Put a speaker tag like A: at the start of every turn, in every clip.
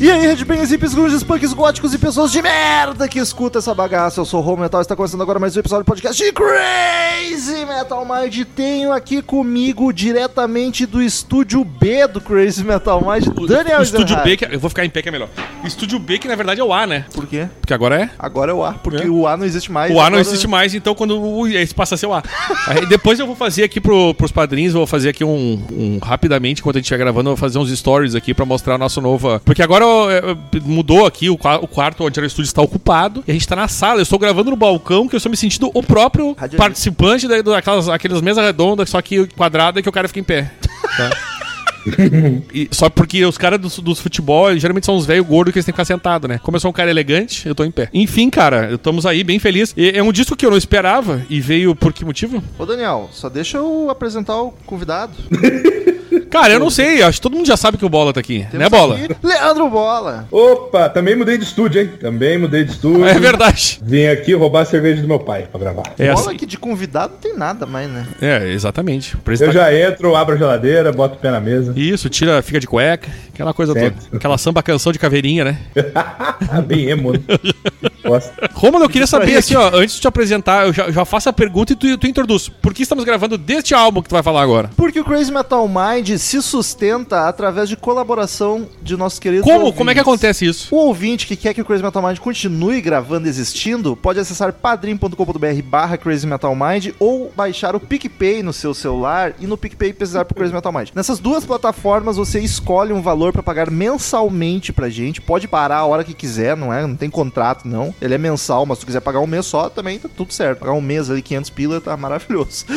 A: E aí, Redbangers, hippies, grunges, punks, góticos e pessoas de merda que escuta essa bagaça. Eu sou o Rô Metal e está começando agora mais um episódio do podcast de Crazy Metal Mind. Tenho aqui comigo, diretamente do estúdio B do Crazy Metal Mind,
B: O-
A: Daniel
B: o Estúdio
A: Ezerhard.
B: B, que, eu vou ficar em pé que é melhor. Estúdio B, que na verdade é o A, né?
A: Por quê?
B: Porque agora é.
A: Agora é o A, porque
B: É.
A: o A não existe mais.
B: O A não
A: Agora- é-
B: existe mais, então quando o esse passa a ser o A. Aí depois eu vou fazer aqui pro, pros padrinhos, vou fazer aqui um, um- rapidamente, enquanto a gente estiver gravando, eu vou fazer uns stories aqui pra mostrar a nossa nova. Porque agora ó, é, é, mudou aqui, o, qua- o quarto onde era o estúdio está ocupado, e a gente tá na sala. Eu estou gravando no balcão, que eu estou me sentindo o próprio
A: Radialista.
B: participante da, daquelas aquelas mesas redondas, só que quadrada, que o cara fica em pé. tá? E- só porque os caras dos, dos futebol eles geralmente são uns velhos gordos que eles têm que ficar sentado, né? Como eu sou um cara elegante, eu tô em pé. Enfim, cara, estamos aí bem feliz. E é um disco que eu não esperava e veio por que motivo?
A: Ô, Daniel, só deixa eu apresentar o convidado.
B: Cara, eu não sei, acho que todo mundo já sabe que o Bola tá aqui, né, Bola?
A: aqui Leandro Bola.
C: Opa, também mudei de estúdio, hein? Também mudei de estúdio.
B: É verdade.
C: Vim aqui roubar a cerveja do meu pai pra gravar.
B: É,
A: Bola
B: assim-
A: que de convidado não tem nada mais, né?
B: é, exatamente. O preço
C: Eu
B: tá-
C: já entro, abro a geladeira, boto o pé na mesa.
B: Isso, tira, fica de cueca, aquela coisa toda.
C: Certo.
B: Aquela samba canção de caveirinha, né?
C: Ah, bem emo. né? Gosto.
B: Romulo, eu queria saber assim, ó, antes de te apresentar, eu já, já faço a pergunta e tu, tu introduz. Por que estamos gravando deste álbum que tu vai falar agora?
A: Porque o Crazy Metal Mind se sustenta através de colaboração de nossos queridos
B: Como?
A: ouvintes.
B: Como é que acontece isso?
A: O Um ouvinte que quer que o Crazy Metal Mind continue gravando e existindo, pode acessar padrim.com.br barra Crazy Metal Mind ou baixar o PicPay no seu celular e no PicPay pesquisar pro Crazy Metal Mind. Nessas duas plataformas você escolhe um valor pra pagar mensalmente pra gente, pode parar a hora que quiser, não é? Não tem contrato não, ele é mensal, mas se tu quiser pagar um mês só, também tá tudo certo. Pagar um mês ali, 500 pila, tá maravilhoso.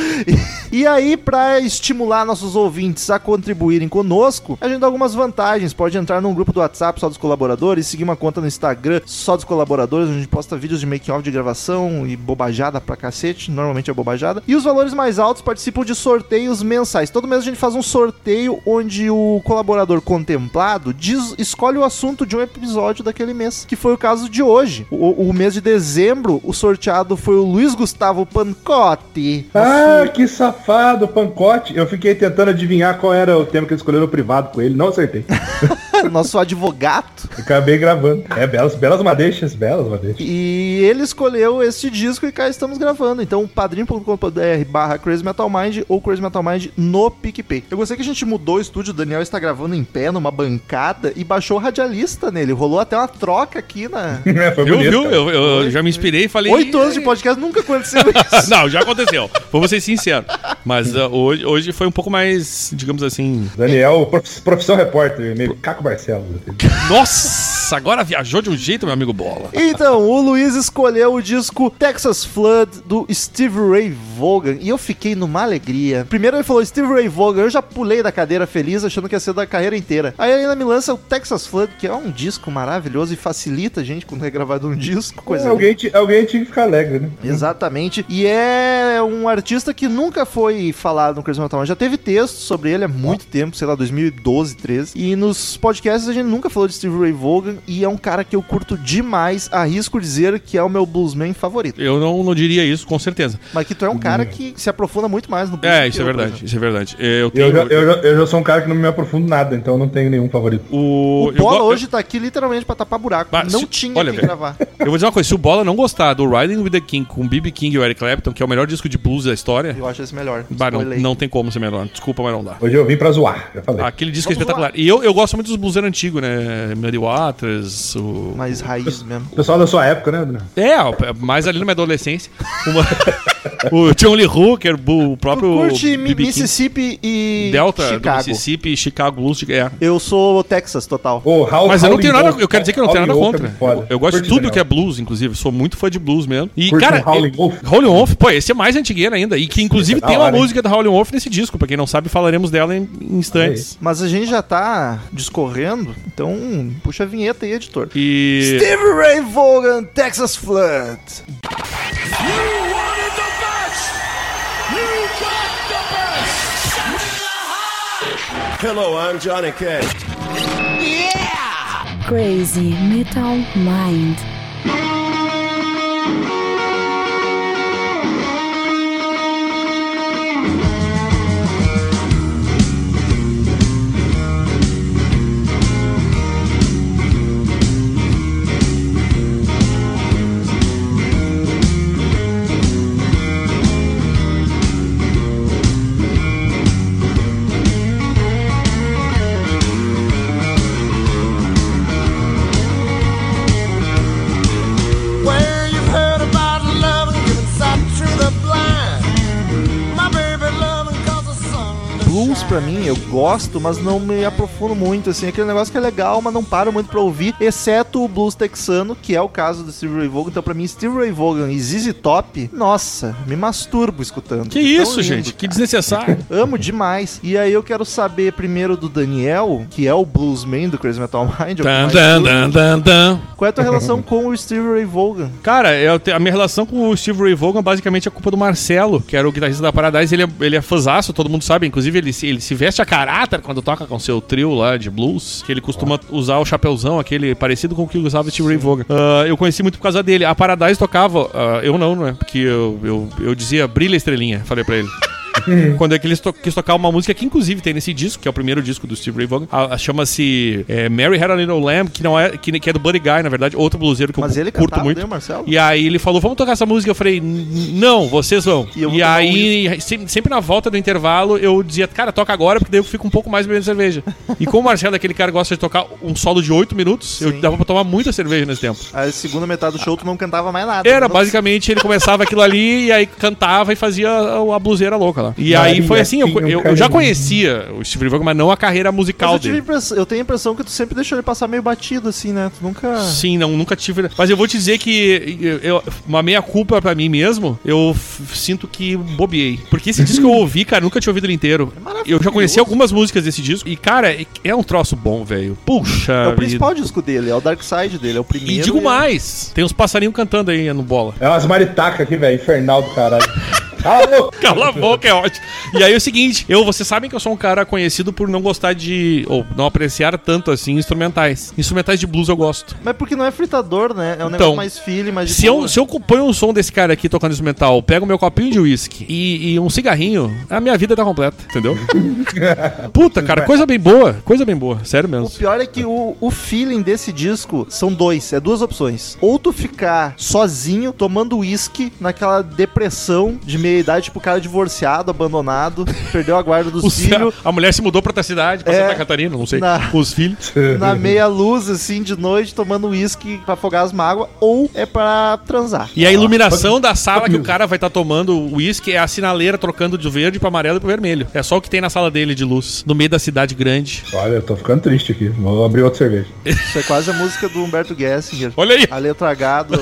A: E aí, pra estimular nossos ouvintes a contribuírem conosco, a gente dá algumas vantagens. Pode entrar num grupo do WhatsApp só dos colaboradores, seguir uma conta no Instagram só dos colaboradores, onde a gente posta vídeos de make-off de gravação e bobajada pra cacete. Normalmente é bobajada. E os valores mais altos participam de sorteios mensais. Todo mês a gente faz um sorteio onde o colaborador contemplado diz- escolhe o assunto de um episódio daquele mês, que foi o caso de hoje. O, o mês de dezembro, o sorteado foi o Luiz Gustavo Pancotti.
C: Ah, que safado, pancote. Eu fiquei tentando adivinhar qual era o tema que ele escolheu no privado com ele. Não acertei.
A: nosso advogado.
C: Acabei gravando. É, belas, belas madeixas, belas madeixas.
A: E ele escolheu este disco e cá estamos gravando. Então, padrim.com.br barra Crazy Metal Mind ou Crazy Metal Mind no PicPay. Eu gostei que a gente mudou o estúdio, o Daniel está gravando em pé numa bancada e baixou o radialista nele. Rolou até uma troca aqui na.
C: É, foi
B: Viu,
C: bonito.
B: viu?
C: cara.
B: Eu, eu já me inspirei e falei.
A: Oito anos de podcast nunca aconteceu isso.
B: Não, já aconteceu. Vou ser sincero. Mas ah, hoje, hoje foi um pouco mais, digamos assim.
C: Daniel, prof- profissão repórter, meio Caco Barcelos.
B: Nossa, agora viajou de um jeito, meu amigo Bola.
A: Então, o Luiz escolheu o disco Texas Flood do Steve Ray Vaughan e eu fiquei numa alegria. Primeiro ele falou Steve Ray Vaughan, eu já pulei da cadeira feliz achando que ia ser da carreira inteira. Aí ele ainda me lança o Texas Flood, que é um disco maravilhoso e facilita a gente quando é gravado um disco, coisa
C: É, alguém, ti- alguém tinha que ficar alegre, né?
A: Exatamente. E é um artista que nunca foi falado no Crazy Metal Mind. Já teve texto sobre ele há muito tempo, sei lá, 2012, 13. E nos podcasts a gente nunca falou de Steve Ray Vaughan. E é um cara que eu curto demais. Arrisco dizer que é o meu bluesman favorito.
B: Eu não, não diria isso, com certeza.
A: Mas que tu é um cara que se aprofunda muito mais no blues.
B: É,
A: que
B: isso é
A: eu, por
B: verdade.
A: exemplo.
B: Isso é verdade. Eu tenho.
C: Eu já, eu, já, eu já sou um cara que não me aprofundo em nada, então eu não tenho nenhum favorito.
B: O,
A: O
B: eu
A: Bola
B: go-
A: hoje tá aqui literalmente pra tapar buraco.
B: Bah,
A: não
B: se-
A: tinha
B: olha,
A: que
B: velho.
A: gravar.
B: Eu vou dizer uma coisa: se o Bola não gostar do Riding with the King com B.B. King e o Eric Clapton, que é o melhor disco de blues da história,
A: Eu acho esse melhor.
B: bah, não,
A: Spoiler.
B: não tem como ser melhor. Desculpa, mas não dá.
C: Hoje eu vim pra zoar, já falei.
B: Aquele disco
A: Vamos
B: é espetacular. E eu, eu gosto muito dos bluseiros antigos, né? Muddy Waters, o.
A: Mas raiz mesmo.
C: O pessoal da sua época, né, Bruno?
B: É, ó, mais ali na minha adolescência. Uma- o John Lee Hooker, o
A: Tu
B: próprio
A: curte Mi-
B: B.B. King,
A: Mississippi e
B: Delta do
A: Chicago.
B: Mississippi, Chicago Blues. É.
A: Eu sou Texas, total.
C: Ô, Raul-
B: Mas eu não
C: Howlin'
B: tenho nada,
C: Wolf-
B: eu quero dizer que eu não tenho nada
C: Howlin' Wolf é
B: contra.
C: foda.
B: eu gosto de
C: Curte,
B: tudo
C: Daniel.
B: que é blues, inclusive, sou muito fã de blues mesmo. E
C: Curte
B: cara,
C: um Howlin'
B: e-
C: Wolf?
B: Howlin' Wolf, pô, esse é mais antigueira ainda e que inclusive
C: É da
B: tem uma
C: hora, hein?
B: música da Howlin' Wolf nesse disco, pra quem não sabe, falaremos dela em em instantes.
A: Mas a gente já tá discorrendo, então puxa a vinheta aí, editor.
B: E
A: Steve Ray Vaughan, Texas Flood.
D: Hello, I'm Johnny Cash.
E: Crazy Metal Mind.
A: pra mim, eu gosto, mas não me aprofundo muito, assim. Aquele negócio que é legal, mas não paro muito pra ouvir, exceto o blues texano, que é o caso do Steve Ray Vaughan. Então, pra mim, Steve Ray Vaughan e ZZ Top, nossa, me masturbo escutando.
B: Que
A: é Tão
B: isso,
A: lindo,
B: gente? Que
A: cara.
B: desnecessário.
A: Amo demais. E aí eu quero saber primeiro do Daniel, que é o bluesman do Crazy Metal Mind. ou
B: Tan,
A: mais
B: tan,
A: blues.
B: tan, tan, tan.
A: Qual é a tua relação com o Steve Ray Vaughan?
B: Cara, eu te- a minha relação com o Steve Ray Vaughan basicamente é culpa do Marcelo, que era o guitarrista da Paradise. Ele é, ele é fãzaço, todo mundo sabe. Inclusive, ele se, ele se veste a caráter quando toca com seu trio lá de blues, que ele costuma usar o chapéuzão, aquele parecido com o que usava o Steve Ray Vaughan. Ah, eu conheci muito por causa dele. A Paradise tocava, ah, eu não, né? Porque eu, eu, eu dizia brilha estrelinha, falei pra ele. Quando é que eles to quis tocar uma música que inclusive tem nesse disco, que é o primeiro disco do Steve Ray Vaughan, a- a- chama-se é, Mary Had a Little Lamb, que não é que, que é do Buddy Guy, na verdade, outro bluseiro que
A: Mas
B: eu
A: ele
B: Tipo, curto
A: cantava,
B: muito.
A: né, Marcelo?
B: E aí ele falou, vamos tocar essa música. Eu falei, "N- não, vocês vão.
A: E eu
B: E,
A: vou um tomar
B: aí, se- sempre na volta do intervalo, eu dizia, cara, toca agora, porque daí eu fico um pouco mais bebendo cerveja. e como o Marcelo é aquele cara que gosta de tocar um solo de 8 minutos,
A: Sim.
B: eu dava pra tomar muita cerveja nesse tempo.
A: A segunda metade do show tu não cantava mais nada.
B: Era,
A: Não-
B: basicamente, ele começava aquilo ali e aí cantava e fazia a, a bluseira louca lá. E aí foi assim, eu, eu- eu já conhecia o Steve Ray Vaughan, mas não a carreira
A: Mas
B: musical
A: eu, tive
B: dele.
A: impress- eu tenho a impressão que tu sempre deixou ele passar meio batido, assim, né? Tu nunca.
B: Sim, não, nunca tive. Mas eu vou te dizer que eu- eu- uma meia culpa pra mim mesmo, eu f- sinto que bobiei. Porque esse disco eu ouvi, cara, nunca tinha ouvido ele inteiro. eu já conheci algumas músicas desse disco e, cara, é- é um troço bom, velho. Puxa.
A: É o
B: vida.
A: principal disco dele, é o Dark Side dele, é o primeiro.
B: E digo
A: é-
B: mais, tem uns passarinhos cantando aí no bola.
C: É umas maritacas aqui, velho. Infernal do caralho. Ah, louco.
B: Cala a boca, é ótimo. E aí é o seguinte, eu, vocês sabem que eu sou um cara conhecido por não gostar de. ou não apreciar tanto assim instrumentais. Instrumentais de blues eu gosto.
A: Mas porque não é fritador, né? É um negócio
B: Então,
A: mais filho, mais de
B: Se eu,
A: boa.
B: se eu ponho um som desse cara aqui tocando instrumental, pego meu copinho de uísque e, e um cigarrinho, a minha vida tá completa, entendeu? Puta, cara, coisa bem boa, coisa bem boa, sério mesmo.
A: O pior é que o, o feeling desse disco são dois, é duas opções. Ou tu ficar sozinho, tomando uísque, naquela depressão de meia idade, tipo cara divorciado, abandonado, perdeu a guarda
B: O
A: dos
B: ce-
A: filhos.
B: a mulher se mudou pra outra cidade, pra
A: É.
B: Santa Catarina, não sei,
A: Na-
B: com os filhos.
A: Na meia luz, assim, de noite, tomando uísque pra afogar as mágoas, ou é pra transar.
B: E a iluminação da sala que o cara vai estar tomando uísque é a sinaleira trocando de verde pra amarelo e pro vermelho. É só o que tem na sala dele de luz, no meio da cidade grande.
C: Olha, eu tô ficando triste aqui. Vou abrir outra cerveja.
A: Isso é quase a música do Humberto Gessinger.
B: Olha aí.
A: A letra H do,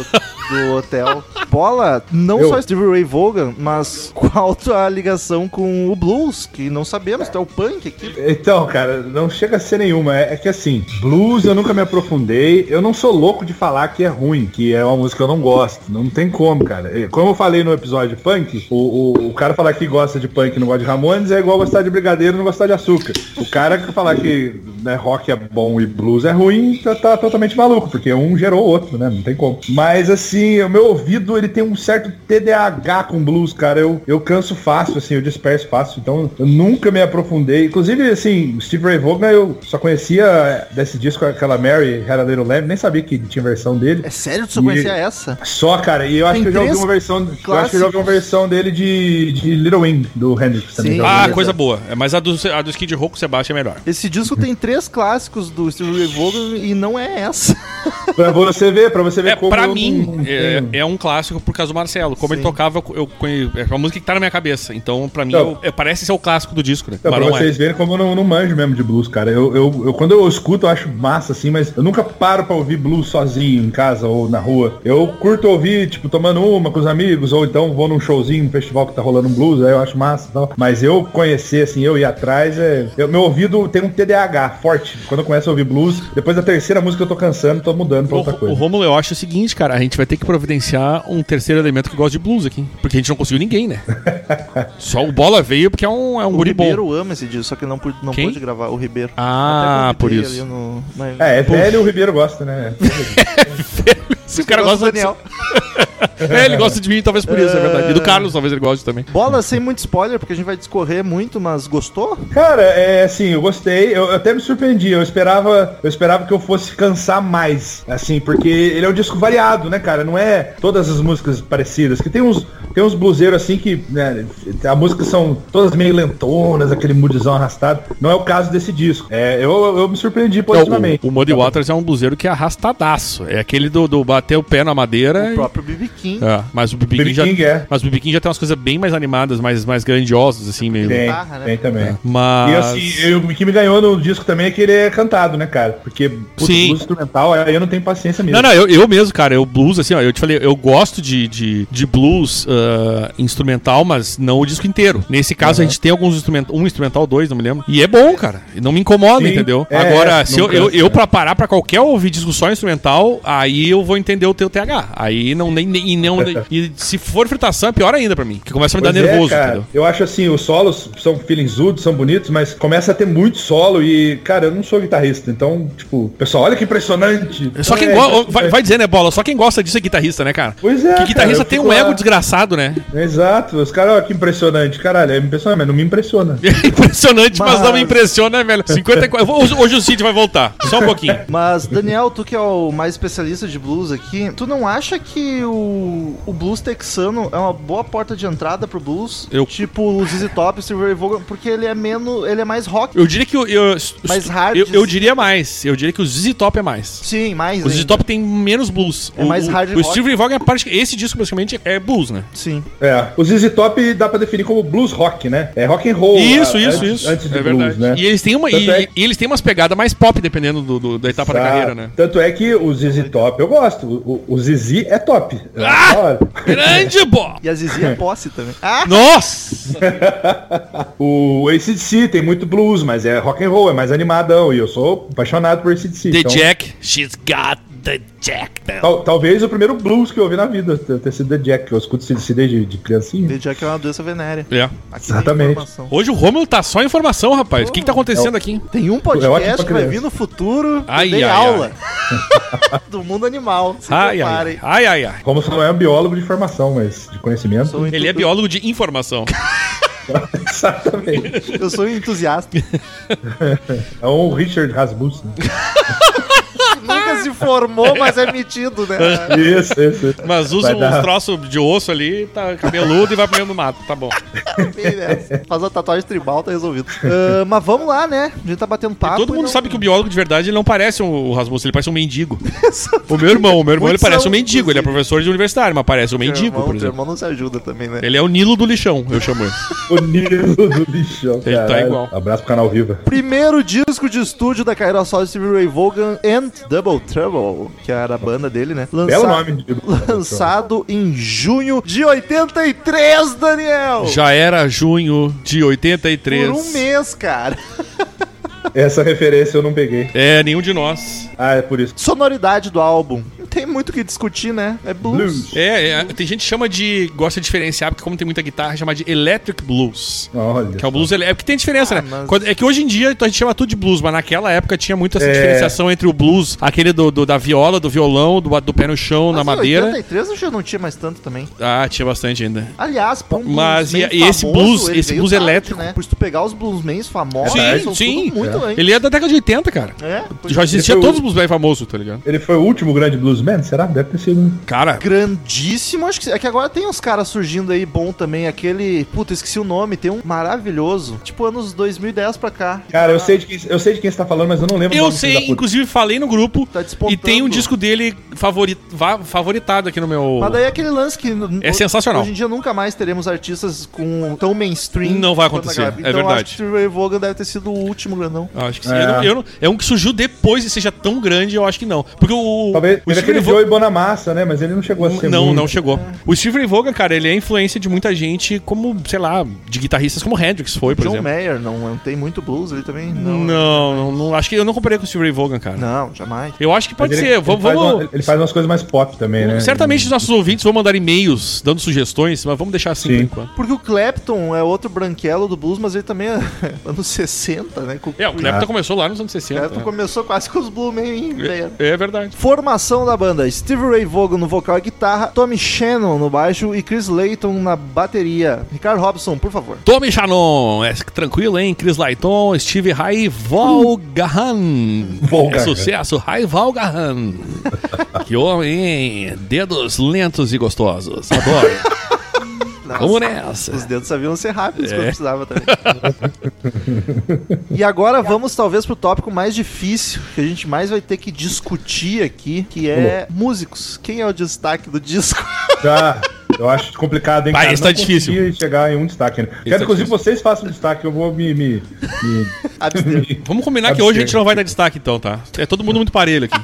A: do hotel. Bola, não
C: Eu.
A: só Steve Ray Vaughan, mas qual tua ligação com o blues, que não sabemos, tu é o punk aqui.
C: Então, cara, não chega a ser nenhuma. É, é que assim, blues eu nunca me aprofundei. Eu não sou louco de falar que é ruim, que é uma música que eu não gosto. Não tem como, cara. É, Como eu falei no episódio de punk, o, o- o cara falar que gosta de punk e não gosta de Ramones é igual gostar de brigadeiro e não gostar de açúcar. O cara que falar que né, rock é bom e blues é ruim tá, tá totalmente maluco, porque um gerou o outro, né? Não tem como. Mas assim, o meu ouvido ele tem um certo TDAH com blues, cara. Eu, eu canso fácil, assim, eu disperso fácil. Então eu nunca me aprofundei. Inclusive, assim, Steve Ray Vaughan eu só conhecia é, desse disco aquela Mary Had a Little Lamb, nem sabia que tinha versão dele.
A: É sério que tu só conhecia
C: E-
A: essa?
C: Só, cara, e eu acho
A: Tem
C: que eu já ouvi
A: três
C: uma versão. Eu acho que eu já ouvi uma versão dele de, de Little Wing, do Hendrix também.
A: Sim.
C: já ouvi.
B: Ah,
A: Beleza.
B: coisa boa. É, Mas a do, a do Skid Row com o Sebastião é melhor.
A: Esse disco tem três clássicos do Steve Ray Vaughan e não é essa.
C: Pra você ver, pra você ver
B: Ah, É, pra
C: eu
B: mim,
C: não- não
B: é,
C: tenho.
B: é um clássico por causa do Marcelo. Como ele tocava, eu conheço. É uma música que tá na minha cabeça. Então, pra mim,
C: Tá.
B: eu- é- parece ser o clássico do disco, né?
C: Então, pra
B: Mas não é.
C: vocês verem como eu não, não manjo mesmo de blues, cara. Eu, eu, eu- quando eu escuto, eu acho massa, assim, mas eu nunca paro pra ouvir blues sozinho em casa ou na rua. Eu curto ouvir, tipo, tomando uma com os amigos, ou então vou num showzinho, num festival que tá rolando um blues, aí eu acho massa e tal. Mas eu conhecer, assim, eu ir atrás, é... eu- meu ouvido tem um TDAH forte. Quando eu começo a ouvir blues, depois da terceira música eu tô cansando, tô mudando pra é outra
B: O, o
C: coisa.
B: Romulo, eu acho o seguinte, cara, a gente vai ter que providenciar um terceiro elemento que gosta de blues aqui. Porque a gente não conseguiu ninguém, né? Só o Bola veio porque é um, é um
A: O
B: guri bom.
A: Ribeiro ama esse disco, só que não pude, não
B: Quem?
A: pôde gravar, o Ribeiro.
B: Ah,
A: Até
B: por
A: convidei
B: isso.
A: ali no- mas-
C: É, é velho o Ribeiro gosta, né?
B: Se o cara
A: Eu gosto
B: gosta
A: do Daniel.
B: De... É, ele gosta de mim, talvez por isso, é verdade. E do Carlos, talvez ele goste também.
A: Bola sem muito spoiler, porque a gente vai discorrer muito, mas gostou?
C: Cara, é assim, eu gostei, eu, eu até me surpreendi, eu esperava, eu esperava que eu fosse cansar mais, assim, porque ele é um disco variado, né, cara? Não é todas as músicas parecidas, que tem uns, tem uns bluseiros assim que, né, a música são todas meio lentonas, aquele moodzão arrastado, não é o caso desse disco. É, eu, eu me surpreendi
B: Então,
C: positivamente.
B: o, o Muddy Waters é um bluseiro que é arrastadaço. É aquele do, do, ba- bater o pé na madeira.
A: O
B: e-
A: próprio BB King.
B: É, mas o Bibi
C: BB
B: King já,
C: King é.
B: mas o BB King já tem umas coisas bem mais animadas, mais, mais grandiosas, assim, meio.
C: Tem,
A: Barra, né?
C: tem também.
B: É. Mas.
C: E assim, eu- o que me ganhou no disco também é que ele é cantado, né, cara? Porque puta,
B: Sim.
C: blues instrumental, aí eu não tenho paciência mesmo.
B: Não, não, eu, eu mesmo, cara, eu blues, assim, ó, eu te falei, eu gosto de, de, de blues ah, instrumental, mas não o disco inteiro. Nesse caso, a gente tem alguns instrumentos, um instrumental, dois, não me lembro. E é bom, cara. E Não me incomoda,
C: Sim.
B: entendeu?
C: É,
B: Agora,
C: é,
B: se
C: não
B: eu, eu,
C: cansa,
B: eu
C: né?
B: pra parar pra qualquer ouvir disco só instrumental, aí eu vou entender o teu TH. Aí não nem, nem- e não. e se for fritação, é pior ainda pra mim. Que começa a me dar
C: Pois é,
B: nervoso,
C: cara.
B: entendeu?
C: Eu acho assim, os solos são feelingsudos, são bonitos, mas começa a ter muito solo e, cara, eu não sou guitarrista, então, tipo, pessoal, olha que impressionante.
B: Só quem
C: É,
B: gosta. Vai, vai dizer, né, bola? Só quem gosta disso é guitarrista, né, cara?
C: Pois é,
B: Que
C: cara,
B: guitarrista
C: eu
B: tem
C: fico
B: um ego
C: lá.
B: desgraçado, né?
C: é, Exato, os caras, olha que impressionante, caralho, é impressionante, mas não me impressiona.
B: É impressionante, mas,
A: Mas-
B: não me impressiona, né, velho? 54. Eu vou- Hoje, hoje o Cid vai voltar. Só um pouquinho.
A: Mas, Daniel, tu que é o mais especialista de blues aqui, tu não acha que o, o blues texano é uma boa porta de entrada pro blues?
B: Eu-
A: Tipo o ZZ Top, Silver Vaughan, porque ele é menos, ele é mais rock.
B: Eu diria que. o- Eu,
A: Mais hard.
B: Eu, eu diria mais. Eu diria que o ZZ Top é mais.
A: Sim, mais.
B: O ZZ
A: ainda.
B: Top tem menos blues.
A: É
B: O-
A: mais
B: o-
A: hard
B: O
A: rock.
B: Steve Ray Vaughan é parte. Esse disco, basicamente, é blues, né?
A: Sim.
C: É, o ZZ Top dá pra definir como blues rock, né? É rock and roll.
B: isso,
C: a-
B: isso,
C: antes-
B: isso.
C: Antes de
B: é
C: blues,
B: verdade.
C: né?
B: E eles têm uma. E,
C: Tanto é-
B: e eles têm umas pegadas mais pop, dependendo do, do- da etapa da
C: Tá.
B: carreira, né?
C: Tanto é que o ZZ Top eu gosto. O, o ZZ é top. É da hora.
B: Ah! Grande, bola!
A: E a Zizi é posse também. Ah!
B: Nossa!
C: O ACDC tem muito blues, mas é rock and roll, é mais animadão. E eu sou apaixonado por ACDC.
B: The
C: então,
B: Jack. She's got the Jack now.
C: tal- talvez o primeiro blues que eu ouvi na vida ter ter sido The Jack, que eu escuto ACDC desde de criancinha.
A: Já que é uma doença venérea.
B: É.
A: Aqui tem
C: Exatamente.
A: informação.
B: Hoje o Romulo tá só informação, rapaz. O que, que tá acontecendo aqui?
A: Tem um
C: É ótimo
A: podcast
C: pra
A: que vai
C: criança.
A: vir no futuro
B: Ai,
A: tem
B: ai,
A: aula do mundo animal. Se
B: Ai, ai,
A: preparem.
B: ai, ai, ai.
C: Como se não é um biólogo de formação, mas de conhecimento.
A: Sou um
B: Ele é
A: entu-
B: biólogo de informação.
C: Exatamente.
A: Eu sou um entusiasta.
C: É um Richard Rasmussen.
A: Nunca se formou, mas é metido, né?
C: Isso, isso. isso.
B: Mas usa
C: Vai
B: uns
C: dar-
B: troços de osso ali, tá cabeludo e vai pro meio do mato. Tá bom.
A: Bem nessa. Faz uma tatuagem tribal, tá resolvido. Ah, mas vamos lá, né? A gente tá batendo papo.
B: Todo
A: e
B: mundo
A: não-
B: sabe que o biólogo de verdade ele não parece um, o Rasmussen, ele parece um mendigo. o meu irmão, o meu irmão ele
A: Muitos
B: parece
A: são,
B: um mendigo. Ele é professor de universitário, mas parece um
A: Teu
B: mendigo,
A: irmão,
B: por
A: teu
B: exemplo.
A: irmão não se ajuda também, né?
B: Ele é o Nilo do lixão, eu chamo ele.
C: O Nilo do lixão.
B: Ele tá
C: caralho.
B: igual.
C: Abraço pro canal Viva.
A: Primeiro disco de estúdio da carreira solo de Stevie Ray Vaughan and Double Trouble, que era a banda dele, né? Lança...
C: Belo nome. de-
A: Lançado em junho de 83, Daniel!
B: Já era junho de 83.
A: Por um mês, cara.
C: Essa referência eu não peguei.
B: É, nenhum de nós.
C: Ah, é por isso.
A: Sonoridade do álbum. Não tem muito o que discutir, né? É blues.
C: Blues.
B: É, é, tem gente que chama de. gosta de diferenciar, porque como tem muita guitarra, chama de Electric Blues.
C: Olha.
B: Que é o blues ele- É porque tem diferença,
A: Ah,
B: né?
A: mas-
B: Quando- É que hoje em dia a gente chama tudo de blues, mas naquela época tinha muito essa
C: É.
B: diferenciação entre o blues, aquele do, do- da viola, do violão, do, do pé no chão, na
A: Mas em
B: madeira.
A: 83 eu já não tinha mais tanto também.
B: Ah, tinha bastante ainda.
A: Aliás, pra um
B: Mas
A: bluesman
B: e- e esse blues-
A: ele
B: esse
A: veio
B: blues
A: tarde,
B: elétrico?
A: Né? Por se tu pegar os bluesmans famosos,
B: Sim,
A: eles são
B: sim.
A: tudo muito antes.
B: Ele é da década de 80, cara.
A: É, pois
B: Já
A: é.
B: existia
C: Eu-
B: todos os blues bem famosos, tá ligado?
C: Ele foi o último grande bluesman? Será? Deve ter sido. né?
B: Cara,
A: é. grandíssimo, acho que é que agora tem uns caras surgindo aí bom também, aquele, puta, esqueci o nome, tem um maravilhoso, tipo anos 2010 pra cá.
C: Cara, eu sei, de quem, eu sei de quem você tá falando, mas eu não lembro. o
B: eu
C: nome desse
B: sei,
C: filho da puta.
B: inclusive falei no grupo.
A: Tá despontando.
B: e tem um disco dele favori- va- favoritado aqui no meu.
A: Mas daí é aquele lance que n-
B: É sensacional.
A: Hoje em dia nunca mais teremos artistas com tão mainstream.
B: Não vai
A: quanto
B: acontecer,
A: naquela-
B: é
A: então,
B: verdade.
A: Acho que o Ray Vaughan deve ter sido o último grandão.
B: Acho que sim.
C: É.
B: Eu não- eu não- é um que surgiu depois e seja tão grande, eu acho que não. Porque o.
C: Talvez.
B: o
C: Ele é
B: Steve
C: aquele
B: Vo-
C: Joey Bonamassa, né? Mas ele não chegou a ser.
B: Não,
C: muito.
B: não chegou. O Steve Ray Vaughan, cara, ele é influência de muita gente, como, sei lá, de guitarristas como Hendrix foi, por
A: John
B: exemplo.
A: Mayer, não, não tem muito blues ali também?
B: Não, não, não, acho que eu não comparei com o Steve Ray Vaughan, cara.
A: Não, jamais.
B: Eu acho que
C: Mas
B: pode
C: ele-
B: ser.
C: ele
B: vamos,
C: faz
B: vamos-
C: uma- ele faz umas coisas mais pop também, né?
B: Certamente os nossos ouvintes vão mandar e-mails dando sugestões, mas vamos deixar assim
C: Sim.
B: por enquanto.
A: Porque o Clapton é outro branquelo do blues, mas ele também é anos 60, né? Com-
B: É, o Clapton começou lá nos anos
A: O
B: 60.
A: Clapton
B: né?
A: começou quase com os bluesmen, velho.
B: É, é verdade.
A: Formação da banda: Steve Ray Vaughan no vocal e guitarra, Tommy Shannon no baixo e Chris Layton na bateria. Ricardo Robson, por favor.
B: Tommy Shannon, é tranquilo, hein? Chris Layton, Steve Ray Vaughan.
C: Vaughan.
B: É sucesso, Ray Vaughan. que homem, hein? Dedos lentos e gostosos. Adoro.
A: Nossa,
B: Vamos nessa.
A: Os dedos sabiam ser rápidos
B: É.
A: quando precisava também. e agora vamos talvez pro tópico mais difícil, que a gente mais vai ter que discutir aqui, que é músicos. Quem é o destaque do disco?
C: Tá. Eu acho complicado, hein,
B: Vai,
C: cara?
B: isso
C: Não
B: tá difícil.
C: consegui chegar em um destaque. Né? Quero,
B: tá
C: inclusive, vocês façam destaque. Eu vou me... me, me-
A: Abster.
B: Vamos combinar que
C: Absurdo.
B: hoje a gente não vai dar destaque, então, tá? É todo mundo muito parelho aqui.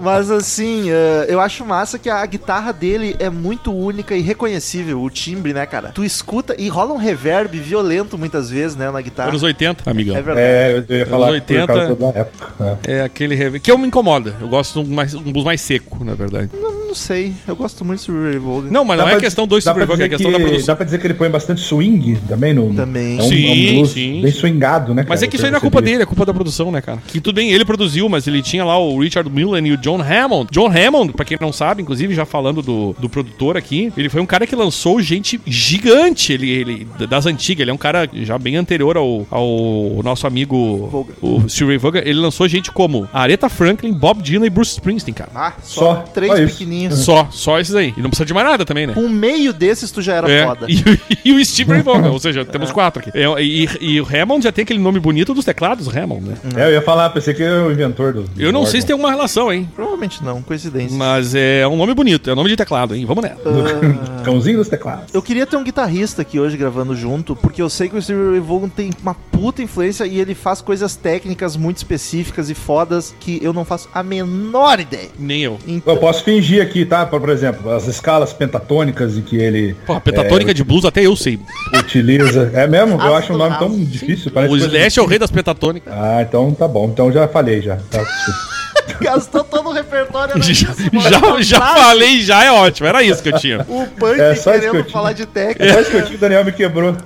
A: Mas assim, eh, eu acho massa que a guitarra dele é muito única e reconhecível, o timbre, né, cara? Tu escuta e rola um reverb violento muitas vezes, né, na
C: Ah.
A: guitarra.
B: Anos 80, amigão.
A: É verdade.
C: É, eu ia falar que por
B: 80.
C: causa da época. né?
B: É aquele rev... que eu me incomoda. Eu gosto de um, mais, um blues mais seco, na verdade.
A: Não sei, eu gosto muito de River Revolver.
B: Não, mas
C: Dá
B: não é
C: pra-
B: questão do
C: dá pra
B: Super Rock, é
C: dizer
B: questão da
C: que-
B: produção.
C: Dá pra dizer que ele põe bastante swing também no.
A: Também.
C: É um, é
B: Sim,
C: um blues
B: sim,
C: bem
B: sim.
C: swingado, né?
B: Mas é
C: cara?
B: que isso aí
C: Eu
B: não é culpa
C: percebi.
B: dele, é culpa da produção, né, cara? Que tudo bem, ele produziu, mas ele tinha lá o Richard Millen e o John Hammond. John Hammond, pra quem não sabe, inclusive, já falando do, do produtor aqui, ele foi um cara que lançou gente gigante, ele, ele das antigas. Ele é um cara já bem anterior ao, ao nosso amigo
A: Vogan.
B: o Steve Ray Vaughan. Ele lançou gente como Aretha Franklin, Bob Dylan e Bruce Springsteen, cara.
A: Ah, só,
C: Só-
A: três
C: só isso.
A: pequenininhos.
B: Só, só esses aí. E não precisa de mais nada também, né?
A: Com um meio desses tu já era
B: É,
A: foda.
B: E, o- e o Steve Ray Vaughan, ou seja, temos quatro aqui. É, e, e o Hammond já tem aquele nome bonito dos teclados, Hammond, né?
C: É, eu ia falar, pensei que era o inventor do.
B: Eu não
C: do
B: sei se tem um alguma relação, hein?
A: Provavelmente não, coincidência.
B: Mas é um nome bonito, é um nome de teclado, hein? Vamos
C: Ah.
B: nessa.
C: órgão. Cãozinho dos teclados.
A: Eu queria ter um guitarrista aqui hoje gravando junto, porque eu sei que o Steve Ray Vaughan tem uma puta influência e ele faz coisas técnicas muito específicas e fodas que eu não faço a menor ideia.
B: Nem eu.
A: Então,
C: Eu posso fingir aqui, tá? Por por exemplo, as escalas pentatônicas em que ele
B: Porra, pentatônica de blues até eu sei.
C: utiliza. É mesmo? Eu acho um nome tão
A: Sim.
C: difícil.
B: O
C: coisa de-
B: Slash é o rei das pentatônicas.
C: Ah, então tá bom. Então já falei já. Tá, desculpa.
A: gastou todo o repertório na
B: Já,
A: É, isso, um mano.
B: já, já falei, já é ótimo. Era isso que eu tinha.
A: O punk
C: É, só isso que eu
A: querendo
C: tinha.
A: falar de técnica.
C: Depois que eu tinha, o Daniel me quebrou.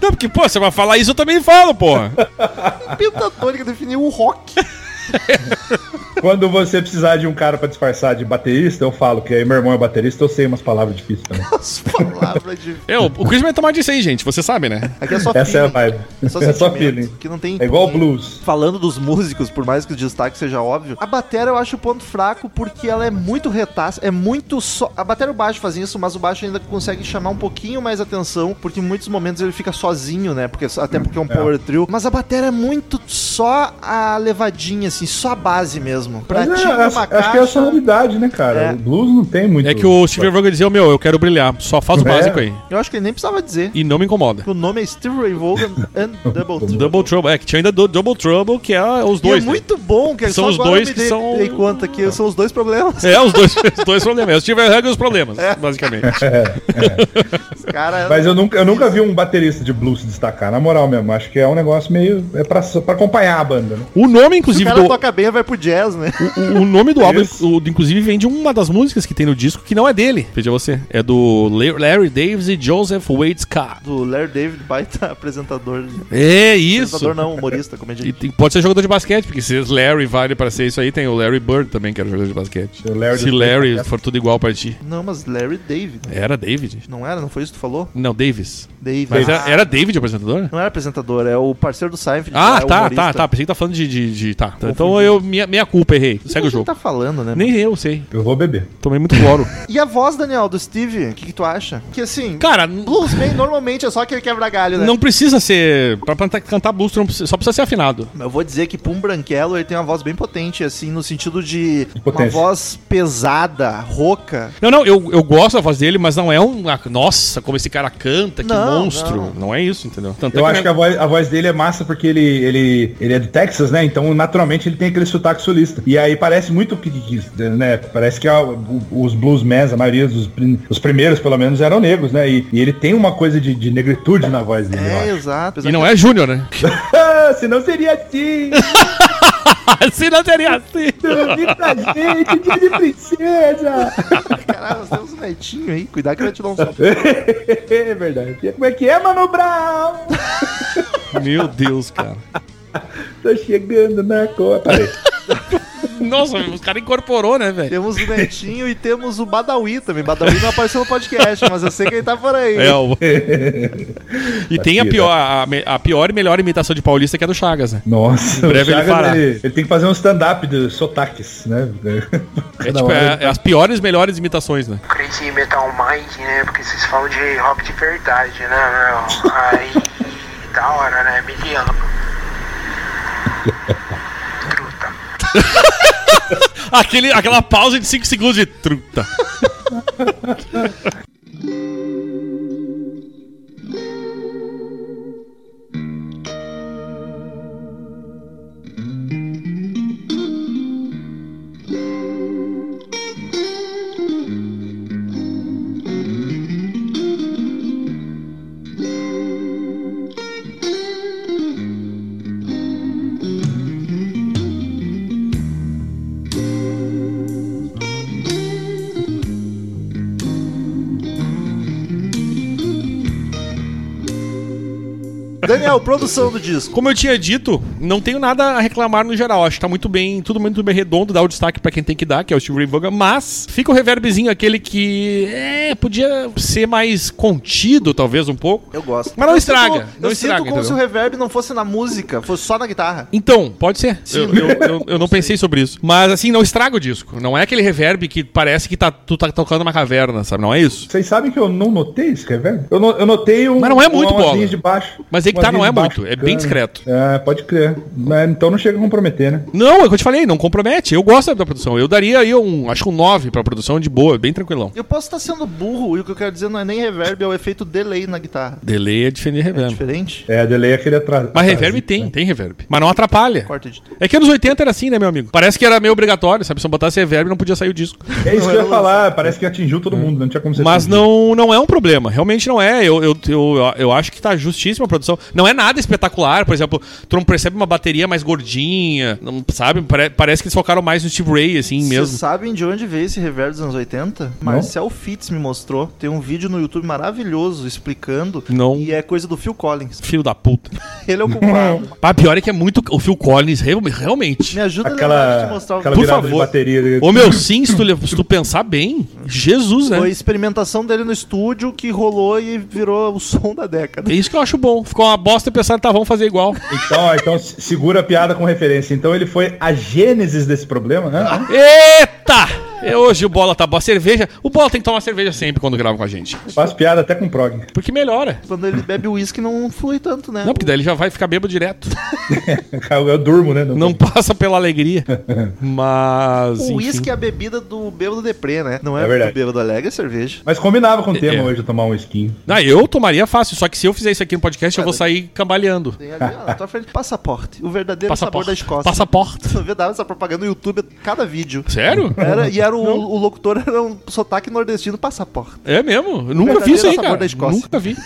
B: Não, porque, pô, você vai falar isso, eu também falo, porra. É.
A: A pentatônica definiu o rock.
C: Quando você precisar de um cara pra disfarçar de baterista, eu falo que aí meu irmão é baterista, eu sei umas palavras difíceis também.
A: As palavras de.
B: É, o o Chris vai tomar disso aí, gente. Você sabe, né?
A: Aqui é só
C: Essa é a
A: feeling.
C: vibe.
A: É só,
C: É só
A: sentimento,
C: feeling.
A: Que não tem
C: É igual blues.
A: Falando dos músicos, por mais que o destaque seja óbvio, a bateria eu acho o ponto fraco porque ela é muito retaça, é muito só. A bateria e o baixo fazem isso, mas o baixo ainda consegue chamar um pouquinho mais atenção, porque em muitos momentos ele fica sozinho, né? Porque, até
C: Hum,
A: porque é um power trio. Mas a bateria é muito só a levadinha, assim, só a base mesmo. Pra
C: Mas é,
A: ti, uma
C: acho, acho que é a
A: caixa-
C: sonoridade, né, cara?
A: É.
C: O blues não tem muito.
B: É que o Steve Rogan dizia, meu, eu quero brilhar. Só faz o
C: É.
B: básico aí.
A: Eu acho que ele nem precisava dizer.
B: E não me incomoda.
A: que O nome é Steve Ray Vaughan and Double Trouble.
B: Double Trouble. É, que tinha ainda do- Double Trouble, que é os
A: e
B: dois.
A: é
B: né?
A: muito bom, que
B: São
A: só
B: os
A: agora
B: dois
A: eu me
B: que
A: dei-
B: são- Ah.
A: dei conta que são os dois problemas.
B: É, os dois, os dois problemas. Se tiver regra, os problemas, basicamente.
A: Cara,
C: Mas eu nunca, eu nunca vi um baterista de blues se destacar, na moral mesmo. Acho que é um negócio meio. É pra, pra acompanhar a banda, né?
B: O nome,
A: o
B: inclusive,
A: cara
B: do,
A: toca bem, vai pro jazz, né?
B: o, o nome do álbum,
C: Isso.
B: o- inclusive, vem de uma das músicas que tem no disco que não é dele. Veja você. É do Le- Larry Davis e Joseph Wade Scott.
A: Do Larry David, baita apresentador.
B: É isso.
A: Apresentador não, humorista,
B: E
A: comediante.
B: tem- pode ser jogador de basquete, porque se Larry vale pra ser isso aí, tem o Larry Bird também, que era jogador de basquete.
C: O Larry
B: se
C: dos
B: Larry
C: basquete.
B: for tudo igual pra ti.
A: Não, mas Larry David.
B: Era David?
A: Não era? Não foi isso que tu falou?
B: Não, Davis.
A: David.
B: Mas
A: Ah,
B: era, era David o apresentador?
A: Não era apresentador, é o parceiro do Seinfeld.
B: Ah,
A: é
B: tá,
A: humorista.
B: tá, tá. Pensei que tá falando de. de, de- tá. Então eu. Minha, minha culpa, errei.
A: O que
B: Segue o
A: a gente
B: jogo.
A: tá falando, né?
B: Nem eu sei.
C: Eu vou beber.
B: Tomei muito cloro.
A: E a voz, Daniel, do Steve, o que, que tu acha? Que assim,
B: Cara,
A: bluesman normalmente é só aquele quebra-galho, né?
B: não precisa ser. Pra cantar- cantar blues, tu não precisa- só precisa ser afinado.
A: Mas Eu vou dizer que pra um branquelo ele tem uma voz bem potente, assim, no sentido de uma
C: potência.
A: voz pesada, rouca.
B: Não, não, eu, eu gosto da voz dele, mas não é um. ah, Nossa, como esse cara canta, que
A: Não,
B: monstro.
A: não.
B: Não. é isso, entendeu? Tanto
C: Eu
B: é
C: acho que a voz, a voz dele é massa porque ele, ele, ele é do Texas, né? Então, naturalmente, ele tem aquele sotaque sulista. E aí parece muito que, que- que, né? Parece que a- o- os bluesmans, a maioria dos prim- os primeiros, pelo menos, eram negros, né? E, e ele tem uma coisa de, de negritude na voz dele,
A: É,
C: eu acho.
A: exato.
B: E não é Júnior, né?
C: Ah, senão seria assim.
B: assim não seria assim.
C: Dormir pra gente, dia de princesa.
A: Caralho, nós temos um netinho aí, cuidado que ele vai te dar um soco.
C: é verdade. Como é que é, Mano Brown?
B: Meu Deus, cara.
C: Tô chegando na copa. Peraí.
B: Nossa, os caras incorporou, né, velho?
A: Temos o Netinho e temos o Badawi também. Badawi não apareceu no podcast, mas eu sei que ele tá por aí.
B: É, o- e tem a
C: Aqui,
B: pior, a, me- a pior e melhor imitação de paulista que é do Chagas, né?
C: Nossa,
B: Em breve
C: o
B: ele fará.
C: ele, ele tem que fazer um stand-up de sotaques, né?
B: É,
C: Cada
B: tipo,
C: hora
B: é-
C: ele-
B: é as piores e melhores imitações, né?
F: Crazy Metal Mind, né? Porque vocês falam de rock de verdade, né, meu? Aí, da hora, né? Miliano. Truta.
B: Aquele, aquela pausa de 5 segundos de truta.
A: Daniel, produção do disco.
B: Como eu tinha dito, não tenho nada a reclamar no geral. Acho que tá muito bem, tudo muito bem redondo, dá o destaque pra quem tem que dar, que é o Steve Ray Vaughan, mas fica o reverbzinho aquele que é, podia ser mais contido, talvez, um pouco.
A: Eu gosto.
B: Mas não
A: Eu
B: estraga,
A: sinto-
B: não
A: eu
B: estraga,
A: sinto como
B: entendeu?
A: se o reverb não fosse na música, fosse só na guitarra.
B: Então, pode ser. Eu, eu- eu- eu não pensei sobre isso. Mas assim, não estraga o disco. Não é aquele reverb que parece que tá, tu tá tocando uma caverna, sabe? Não é isso.
C: Vocês sabem que eu não notei isso, quer ver? Eu, no- eu notei um.
B: Mas não é muito,
C: umas
B: Bola.
C: linhas de baixo.
B: Mas aí que
C: umas
B: tá, não
C: linhas
B: é
C: de baixo
B: muito, é bem
C: tocando.
B: discreto.
C: É, pode crer. Mas então não chega a comprometer, né?
B: Não, é o que eu te falei, não compromete. Eu gosto da produção. Eu daria aí um, acho que um 9 pra produção de boa, bem tranquilão.
A: Eu posso estar sendo burro e o que eu quero dizer não é nem reverb, é o efeito delay na guitarra.
B: Delay é diferente É. de reverb.
A: Diferente?
C: É, delay é aquele atraso.
B: Mas reverb tem, tem reverb. Mas não atrapalha.
A: Corta de
B: É que anos 80 era assim, né, meu amigo? Parece que era meio obrigatório, sabe? Se eu botasse reverb, não podia sair o disco.
C: É isso que eu ia falar, parece que atingiu todo mundo, não tinha como ser.
B: Mas não, não é um problema, realmente não é. Eu, eu, eu, eu acho que tá justíssima a produção. Não é nada espetacular, por exemplo, tu não percebe uma bateria mais gordinha, não, sabe? Pare- parece que eles focaram mais no Steve Ray, assim mesmo.
A: Vocês sabem de onde veio esse reverb dos anos 80? Marcel Fitz me mostrou. Tem um vídeo no YouTube maravilhoso explicando.
B: Não.
A: E é coisa do Phil Collins.
B: Filho da puta.
A: Ele é o culpado.
B: Pá, pior é que é muito. O Phil Collins, real- realmente.
A: Me ajuda a lembrar de te
C: Aquela,
A: mostrar o
C: aquela
B: Por
A: vídeo.
C: virada de
B: favor.
C: bateria.
B: Ô meu, sim, se tu, le- se tu pensar bem, Jesus, né?
A: Foi a experimentação dele no estúdio que rolou e virou o som da década.
B: É isso que eu acho bom. Ficou uma bosta e pensaram, tá, vamos fazer igual.
C: Então, ó, então se- segura a piada com referência. Então ele foi a gênesis desse problema,
A: Ah.
C: né?
B: Eita! É, Hoje o bola tá boa. A cerveja. O bola tem que tomar cerveja sempre quando grava com a gente.
C: Faz piada até com prog.
B: Porque melhora.
A: Quando ele bebe uísque não flui tanto, né?
B: Não, porque daí ele já vai ficar bêbado direto.
C: Eu, eu durmo, né?
B: Não passa pela alegria. Mas.
A: o
B: enfim.
A: uísque é a bebida do bêbado deprê, né? Não é,
C: É verdade.
A: do bêbado alegre, é cerveja.
C: Mas combinava com o tema
B: É.
C: hoje tomar um skin.
A: é
B: Ah, eu tomaria fácil, só que se eu fizer isso aqui no podcast, eu vou sair cambaleando.
A: Tem ali, ó, na tua frente, passaporte. O verdadeiro sabor
B: Passaporte.
A: da Escócia.
B: Passaporte.
A: Eu vi- dava essa propaganda no YouTube a cada vídeo.
B: Sério?
A: Era, e era o, o locutor era um sotaque nordestino passaporte.
B: É mesmo? Eu nunca vi isso
A: Verdadeiro
B: aí,
A: sabor
B: cara.
A: da Escócia.
B: Nunca vi.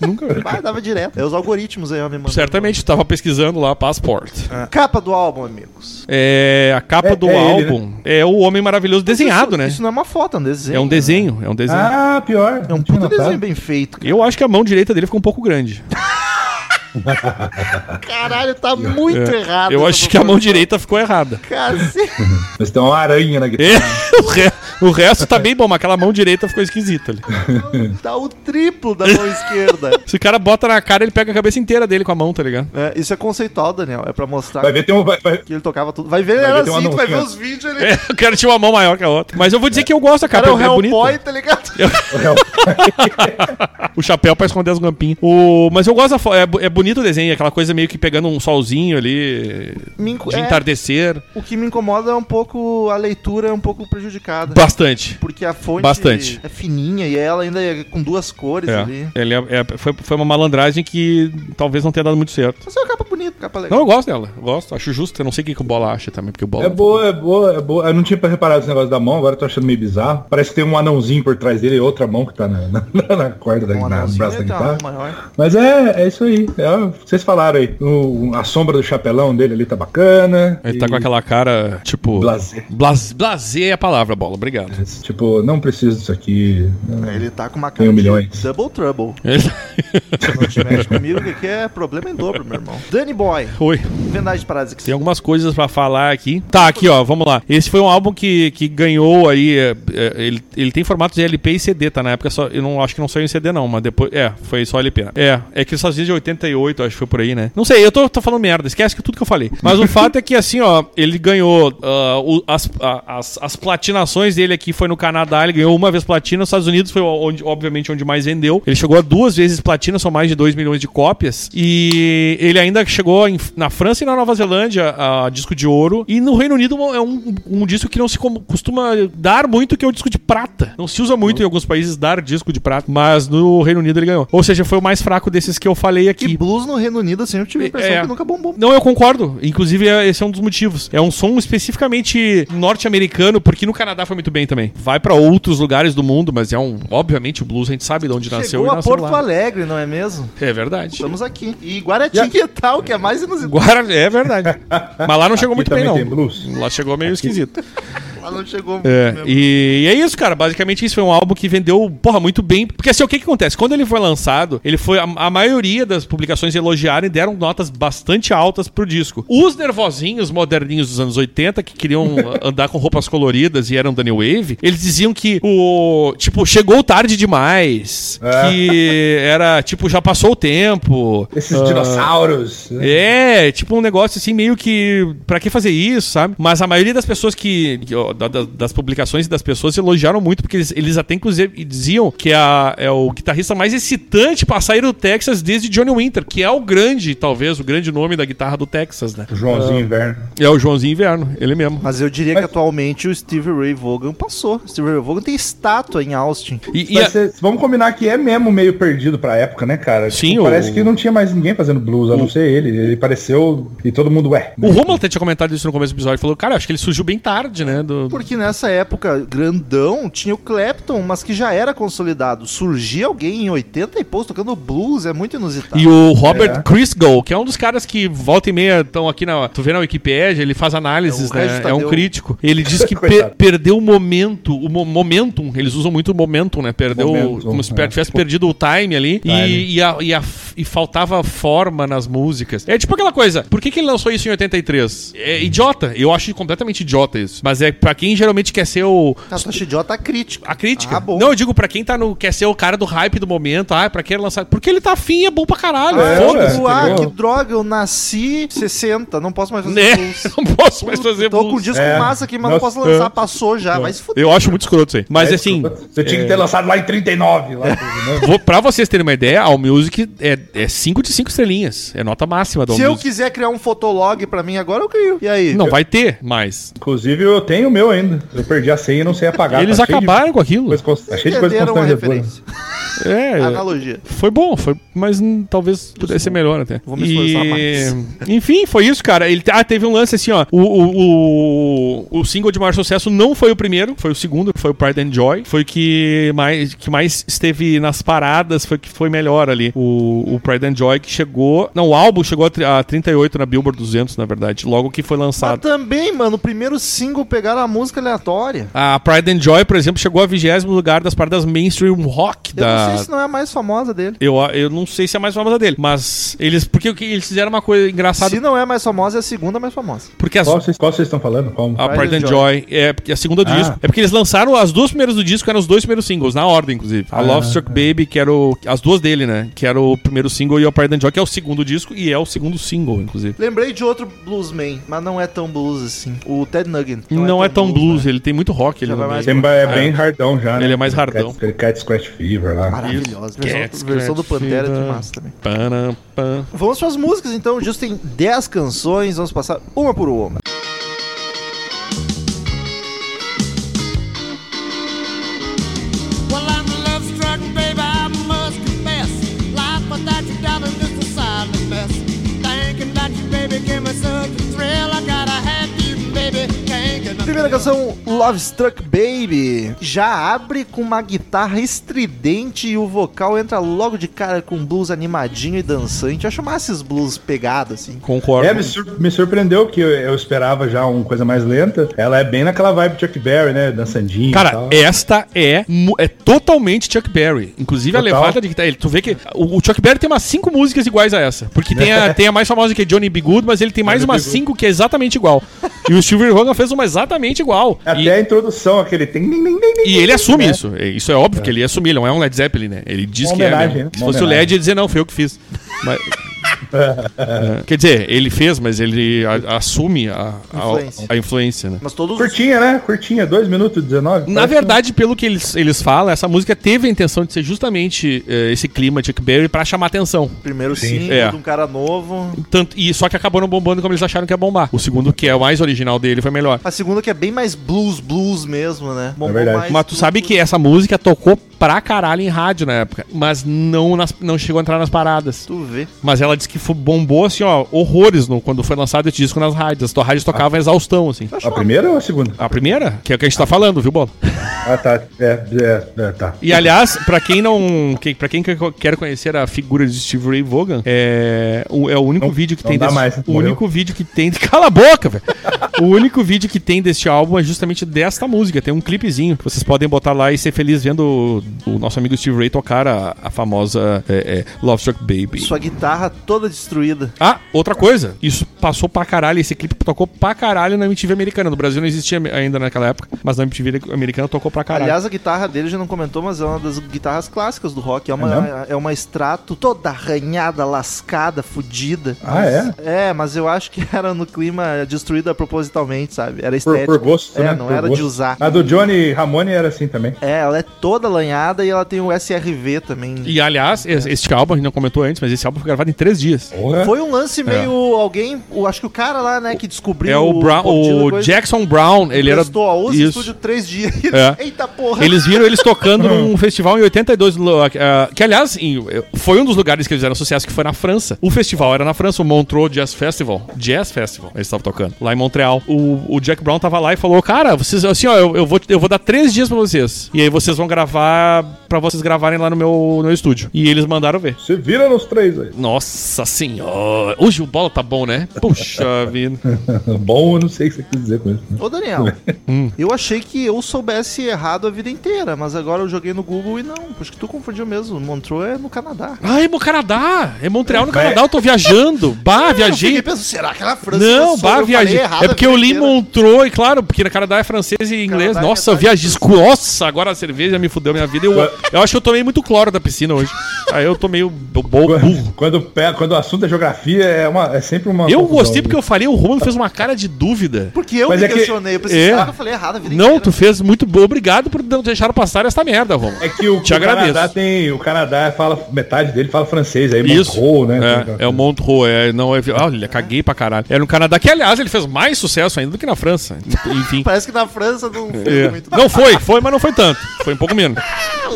B: Nunca vi.
A: Mas dava direto. É os algoritmos aí, ó, me mandando.
B: Certamente, tava pesquisando lá, passport.
A: Ah. Capa do álbum, amigos.
B: É, a capa
C: É-
B: do
C: é ele,
B: álbum é o Homem Maravilhoso desenhado,
A: isso,
B: né?
A: Isso não é uma foto, é um desenho.
B: É um desenho, é um desenho.
C: Ah, pior.
A: É um puta
C: tá.
A: desenho bem feito.
B: Eu acho que a mão direita dele ficou um pouco grande.
A: Caralho, tá muito errado.
B: É, Eu
A: essa
B: acho que a mão
A: propaganda.
B: direita ficou errada.
A: Cacete.
C: Mas tem uma aranha na guitarra.
B: É, o, re- o resto tá bem bom, mas aquela mão direita ficou esquisita ali.
A: Tá o triplo da mão esquerda.
B: Se o cara bota na cara, ele pega a cabeça inteira dele com a mão, tá ligado?
A: É, isso é conceitual, Daniel. É pra mostrar
C: Vai ver, tem um. Vai, vai-
A: que ele tocava tudo. Vai ver, ele era
C: ver, tem um
A: assim, tu vai ver
C: anúncio.
A: os vídeos. Ele
B: É, o cara tinha uma mão maior que a outra. Mas eu vou dizer que eu gosto da capa,
A: era o
B: é bonita.
A: Hellboy, tá ligado?
B: O chapéu pra esconder as rampinhas. O... Mas eu gosto da fo... é, bo- é bonito o desenho, aquela coisa meio que pegando um solzinho ali,
A: Me inco-
B: de
A: é,
B: entardecer.
A: o que me incomoda é um pouco. A leitura é um pouco prejudicada.
B: Bastante.
A: Porque a fonte
B: Bastante.
A: é fininha e ela ainda é com duas cores ali.
B: É, ele é- é- foi, foi uma malandragem que talvez não tenha dado muito certo.
A: Mas é uma capa bonita, capa legal.
B: Não, eu gosto dela. Eu gosto, acho justo. Eu não sei o que, que o Bola acha também, porque o Bola...
C: É boa, é boa, é boa. Eu não tinha reparado esse negócio da mão, agora eu tô achando meio bizarro. Parece que tem um anãozinho por trás dele e outra mão que tá na, na, na corda da
A: Um
C: na, no
A: anãozinho,
C: braço da
A: tem uma
C: guitarra.
A: mão maior.
C: Mas é, é isso aí. É ó, vocês falaram aí. O- a sombra do chapelão dele ali tá bacana.
B: Ele tá
C: E,
B: com aquela cara, tipo.
C: Blasé.
B: Blas, blasé é a palavra, bola. Obrigado.
C: Tipo, não preciso disso aqui.
A: Ele tá com uma
C: Tenho
A: cara de
C: milhões.
A: Double Trouble.
B: Ele-
A: Se não te mexe comigo, que aqui é problema em dobro, meu irmão. Danny Boy,
B: Oi.
A: Vendagem Parasix.
B: Tem algumas coisas pra falar aqui. Tá, aqui ó, vamos lá. Esse foi um álbum que, que ganhou aí. é, é, ele, ele tem formatos de LP e CD, tá? Na época só. Eu não acho que não saiu em CD, não, mas depois. É, foi só LP. né? É, é que só de 88, acho que foi por aí, né? Não sei, eu tô, tô falando merda, esquece que tudo que eu falei. Mas o fato é que, assim, ó, ele ganhou. ah, o- as, a- as, as platinações dele aqui foi no Canadá, ele ganhou uma vez platina, nos Estados Unidos foi onde, obviamente, onde mais vendeu. Ele chegou a duas vezes platina, são mais de 2 milhões de cópias. E ele ainda chegou em- na França e na Nova Zelândia a disco de ouro. E no Reino Unido é um, um disco que não se com- costuma dar muito, que é o disco de prata. Não se usa muito em alguns países dar disco de prata, mas no Reino Unido ele ganhou. Ou seja, foi o mais fraco desses que eu falei aqui.
A: Que blues no Reino Unido, assim, eu tive a impressão
B: É.
A: que nunca bombou.
B: Não, eu concordo. Inclusive, é- esse é um dos motivos. É um som especificamente norte-americano, porque no Canadá foi muito bem também. Vai pra outros lugares do mundo, mas é um. Obviamente, o blues a gente sabe de onde nasceu
A: Chegou
B: e
A: a
B: nasceu
A: Porto
B: lá. né?
A: Alegre, não é mesmo?
B: É verdade.
A: Estamos aqui. E Guaratinguetá, o que é mais inusitado.
B: Guara- É verdade. Mas lá não chegou
C: Aqui
B: tá muito bem,
C: também
B: não.
C: tem blues?
B: Lá chegou meio esquisito.
A: Lá Ah, não chegou.
B: É,
A: mesmo.
B: e, e é isso, cara. Basicamente, isso foi um álbum que vendeu, porra, muito bem. Porque assim, o que que acontece? Quando ele foi lançado, ele foi. A, a maioria das publicações elogiaram e deram notas bastante altas pro disco. Os nervosinhos moderninhos dos anos 80, que queriam a- andar com roupas coloridas e eram Danny Wave, eles diziam que o. Tipo, chegou tarde demais.
C: É.
B: Que era, tipo, já passou o tempo.
C: Esses dinossauros. né?
B: É, tipo um negócio assim, meio que. Pra que fazer isso, sabe? Mas a maioria das pessoas que. que, ó, da- da- das publicações e das pessoas elogiaram muito, porque eles, eles até inclusive diziam que a- é o guitarrista mais excitante pra sair do Texas desde Johnny Winter, que é o grande, talvez, o grande nome da guitarra do Texas, né?
C: O Joãozinho Inverno.
B: É o Joãozinho Inverno, ele mesmo.
A: Mas eu diria que atualmente o Steve Ray Vaughan passou. Steve Ray Vaughan tem estátua em Austin.
B: E, e
C: Mas
B: a-
C: cê- vamos combinar que é mesmo meio perdido pra época, né, cara?
B: Sim,
C: Tipo,
B: o-
C: Parece que não tinha mais ninguém fazendo blues, a não ser ele. Ele pareceu e todo mundo, ué.
B: o Romulo até tinha comentado isso no começo do episódio, falou, cara, acho que ele surgiu bem tarde, né? do-
A: Porque nessa época, grandão, tinha o Clapton, mas que já era consolidado. Surgia alguém em 80 e poucos tocando blues, é muito inusitado.
B: E o Robert
C: É.
B: Crisgo, que é um dos caras que volta e meia estão aqui na. Tu vê na Wikipédia, ele faz análises,
A: É, o
B: né?
A: Regis
B: É um
A: Tadeu.
B: crítico. Ele diz que pe-
C: tá Coitado.
B: perdeu o momento, o mo- momentum. Eles usam muito o momentum, né? Perdeu.
C: Momentum,
B: como se
C: é.
B: per- tivesse perdido o time ali. e-
C: Time.
B: E, a- e a- e faltava forma nas músicas. É tipo aquela coisa. Por que, que ele lançou isso em 83? É idiota. Eu acho completamente idiota isso. Mas é pra quem geralmente quer ser o.
A: A sua idiota crítica.
B: A crítica.
A: Ah, bom.
B: Não, eu digo pra quem tá no. Quer ser o cara do hype do momento. Ah, pra quem lançar. Porque ele tá afim, é bom pra caralho.
C: É,
B: Foda-se.
A: tipo,
C: é,
A: ah, que
C: entendeu?
A: droga, eu nasci 60, não posso mais fazer
B: Né?
A: blues.
B: Não posso mais fazer
A: Tô com um
B: blues.
A: disco
C: É.
A: massa aqui, mas não
C: Nossa.
A: posso lançar, passou já, vai se fuder.
B: Eu acho muito escroto isso aí. Mas
C: É,
B: assim,
C: Você tinha que ter lançado lá em 39. Lá, né?
B: vou, pra vocês terem uma ideia, a Allmusic é 5 de 5 estrelinhas. É nota máxima da
A: Se eu
B: Allmusic.
A: quiser criar um fotolog pra mim agora, eu crio. E aí?
B: Não vai ter mais.
C: Inclusive, eu tenho o meu ainda. Eu perdi a senha e não sei apagar.
B: Eles
C: Tá cheio de
B: acabaram com aquilo.
C: coisa const- tá cheio de coisa
A: entenderam a
C: constrangedora.
A: referência.
B: É.
A: Ah, Analogia.
B: Foi bom, foi, mas hum, talvez pudesse ser melhor até.
A: Vou me esforçar mais.
B: Enfim, foi isso, cara. Ele, ah, teve um lance assim, ó. O, o, o, o single de maior sucesso não foi o primeiro, foi o segundo, que foi o Pride and Joy. Foi o que mais, que mais esteve nas paradas, foi o que foi melhor ali. O, o Pride and Joy que chegou. Não, o álbum chegou a, tri- a 38 na Billboard 200, na verdade, logo que foi
A: Mas
B: lançado.
A: também, mano, o primeiro single pegaram a música aleatória.
B: A Pride and Joy, por exemplo, chegou a 20 lugar das paradas mainstream rock
A: Eu
B: da,
A: não sei se não é a mais famosa dele.
B: Eu, eu não sei se é mais famosa dele, mas eles. Porque o que- eles fizeram é uma coisa engraçada.
A: Se não é a mais famosa, é a segunda mais famosa.
B: Porque as,
C: Qual vocês qual vocês estão falando? Qual?
B: a
A: Pride
B: Pride
A: and
B: and Joy é porque a segunda do
C: Ah.
B: disco. É porque eles lançaram as duas primeiras do disco, eram os dois primeiros singles, na ordem, inclusive. A Love Struck Baby, que era o. As duas dele, né? Que era o primeiro single, e a Pride and Joy, que é o segundo disco, e é o segundo single, inclusive.
A: Lembrei de outro bluesman, mas não é tão blues assim. O Ted Nugent.
B: Não, é tão blues,
A: né?
B: ele tem muito rock ele
A: Já vai
B: também.
A: mais
C: Tem- é bem hardão já, né?
B: Ele é mais hardão.
C: Cat, Cat Scratch Fever lá.
A: Maravilhosa.
B: Isso.
A: Versão, versão do Pantera é de massa também.
B: Panam, pam.
A: Vamos para as músicas então. O Justo tem 10 canções, vamos passar uma por uma.
G: Well, I'm a love struck, baby, I must confess. Life without you, darling, is a silent mess. Thinking about you, baby, give me such a thrill. I gotta have you, baby. Thinking
A: Primeira a canção Love Struck Baby já abre com uma guitarra estridente e o vocal entra logo de cara com um blues animadinho e dançante. Eu acho massa esses blues pegados, assim.
B: Concordo.
C: É, me, sur- me surpreendeu que eu, eu esperava já uma coisa mais lenta. Ela é bem naquela vibe Chuck Berry, né? Dançandinha e
B: Cara,
C: tal.
B: esta é, mu- é totalmente Chuck Berry. Inclusive a
C: Total.
B: levada de guitarra. ele- Tu vê que o, o Chuck Berry tem umas cinco músicas iguais a essa. Porque tem a, tem a mais famosa que é Johnny B. Good, mas ele tem mais
C: Johnny
B: umas
C: B. Good.
B: cinco que é exatamente igual. E o Steve Ray Vaughan fez uma exatamente igual.
C: Até
B: E,
C: a introdução, aquele tem.
B: e ele assume isso. Isso é óbvio que ele ia assumir, não é um Led Zeppelin, né? Ele diz
C: Uma
B: que é.
C: homenagem,
B: mesmo.
C: né?
B: Se
C: Uma
B: fosse o
C: homenagem.
B: Led, ia dizer, não, foi eu que fiz. Mas- É. Quer dizer, ele fez, mas ele a- assume a, a-
A: Influência.
B: a influência, né?
A: Mas todos os
C: Curtinha, né? Curtinha, 2 minutos e 19.
B: Na
C: parece
B: verdade, pelo que eles, eles falam, essa música teve a intenção de ser justamente eh, esse clima de Chuck Berry pra chamar atenção.
A: primeiro single
B: É.
A: de um cara novo.
B: Tanto, e só que acabaram bombando como eles acharam que ia bombar. O segundo, que é o mais original dele, foi melhor.
A: A segunda que é bem mais blues, blues mesmo, né? Bombou
C: verdade.
B: Mas tu sabe que essa música tocou pra caralho em rádio na época, mas não, nas- não chegou a entrar nas paradas.
A: Tu vê.
B: Mas ela disse que fo- bombou, assim, ó, horrores no, quando foi lançado esse disco nas rádios. As rádios tocavam em exaustão, assim.
C: um- A primeira ou a segunda?
B: A primeira, que é o que a gente tá falando, viu, Bola?
C: Ah, tá. É, é, é tá.
B: E aliás, pra quem não, que, para quem que- quer conhecer a figura de Steve Ray Vaughan, é, o, é o único
C: Não-
B: vídeo que
C: não
B: tem
C: dá
B: desse,
C: mais,
B: o
C: morreu.
B: único vídeo que tem, cala a boca, velho. o único vídeo que tem deste álbum é justamente desta música, tem um clipezinho que vocês podem botar lá e ser feliz vendo o, o nosso amigo Steve Ray tocar a, a famosa é, é, Love Struck Baby.
A: Sua guitarra toda destruída.
B: Ah, outra coisa, isso passou pra caralho, esse clipe tocou pra caralho na MTV americana. No Brasil não existia ainda naquela época, mas na MTV americana tocou pra caralho.
A: Aliás, a guitarra dele já não comentou, mas é uma das guitarras clássicas do rock. É uma, é uma extrato toda arranhada, lascada, fudida.
C: Ah, é?
A: É, mas eu acho que era no clima destruída propositalmente, sabe? Era
C: Por,
A: estética.
C: por gosto,
A: É,
C: né?
A: não
C: Por
A: era
C: gosto.
A: de usar.
C: A do Johnny Ramone era assim também.
A: É, ela é toda lanhada e ela tem o SRV também.
B: E aliás,
A: É.
B: es- este álbum, a gente não comentou antes, mas esse álbum foi gravado em três dias.
C: Porra.
A: Foi um lance meio alguém, o, acho que o cara lá, né, que descobriu
B: É o, Brown-
A: Bob Dylan,
B: o
A: coisa,
B: Jackson Brown, ele era.
A: prestou a Uzi
B: Isso.
A: Studio três dias.
B: É.
A: Eita porra!
B: Eles viram eles tocando num festival em 82, lo- ah, que aliás em- foi um dos lugares que eles fizeram sucesso, que foi na França. O festival era na França, o Montreux Jazz Festival. Jazz Festival, eles estavam tocando, lá em Montreal. O, o Jack Brown tava lá e falou: Cara, vocês, assim, ó, eu, eu vou, te- eu vou dar três dias pra vocês. E aí vocês vão gravar, pra vocês gravarem lá no meu, no meu estúdio. E eles mandaram ver.
C: Se vira nos três aí.
B: Nossa senhora! Hoje o bola tá bom, né? Puxa vida.
C: Bom, eu não sei o que você quis dizer com isso. né?
A: Ô Daniel,
B: Hum.
A: eu achei que eu soubesse errado a vida inteira, mas agora eu joguei no Google e não. Acho que tu confundiu mesmo. Montreux é no Canadá.
B: Ah, é no Canadá. É Montreal no
C: Vai.
B: Canadá, eu tô viajando. Bah, viajei.
A: pensando, será que ela é França?
B: Não,
A: Eu sou-
B: bah,
A: eu falei
B: viajei.
A: errado
B: É porque
A: a
B: eu
A: vida
B: li
A: inteira.
B: Montreux, e claro, porque no Canadá é francês e inglês.
A: Canadá é
B: Nossa, eu
A: metade
B: viajei. Nossa, agora a cerveja me fudeu minha vida. Eu, eu acho que eu tomei muito cloro da piscina hoje. Aí eu tomei o bo- burro.
C: Quando, quando, pe- quando o assunto é geografia, é, uma, é sempre uma.
B: Eu
C: confusão,
A: um
B: gostei
C: né?
B: porque eu falei, o Romulo fez uma cara de dúvida.
A: Porque eu
C: Mas
A: me
C: é que-
A: questionei. Eu pensei,
B: É.
A: será que eu falei errado a vida
B: Não,
A: inteira?
B: tu fez muito bom. Obrigado por não deixar passar esta merda, Romulo.
C: É que o,
B: Te
C: o
B: agradeço.
C: Canadá tem. O Canadá fala. Metade dele fala francês, aí
B: Isso.
C: É Montreux, né?
B: É, é o Montreux, é, não é. Olha, caguei pra caralho. É no Canadá, que aliás ele fez mais sucesso ainda do que na França. Enfim.
A: Parece que na França não foi
B: É.
A: muito. Ah,
B: Não foi, foi, mas não foi tanto. Foi um pouco menos.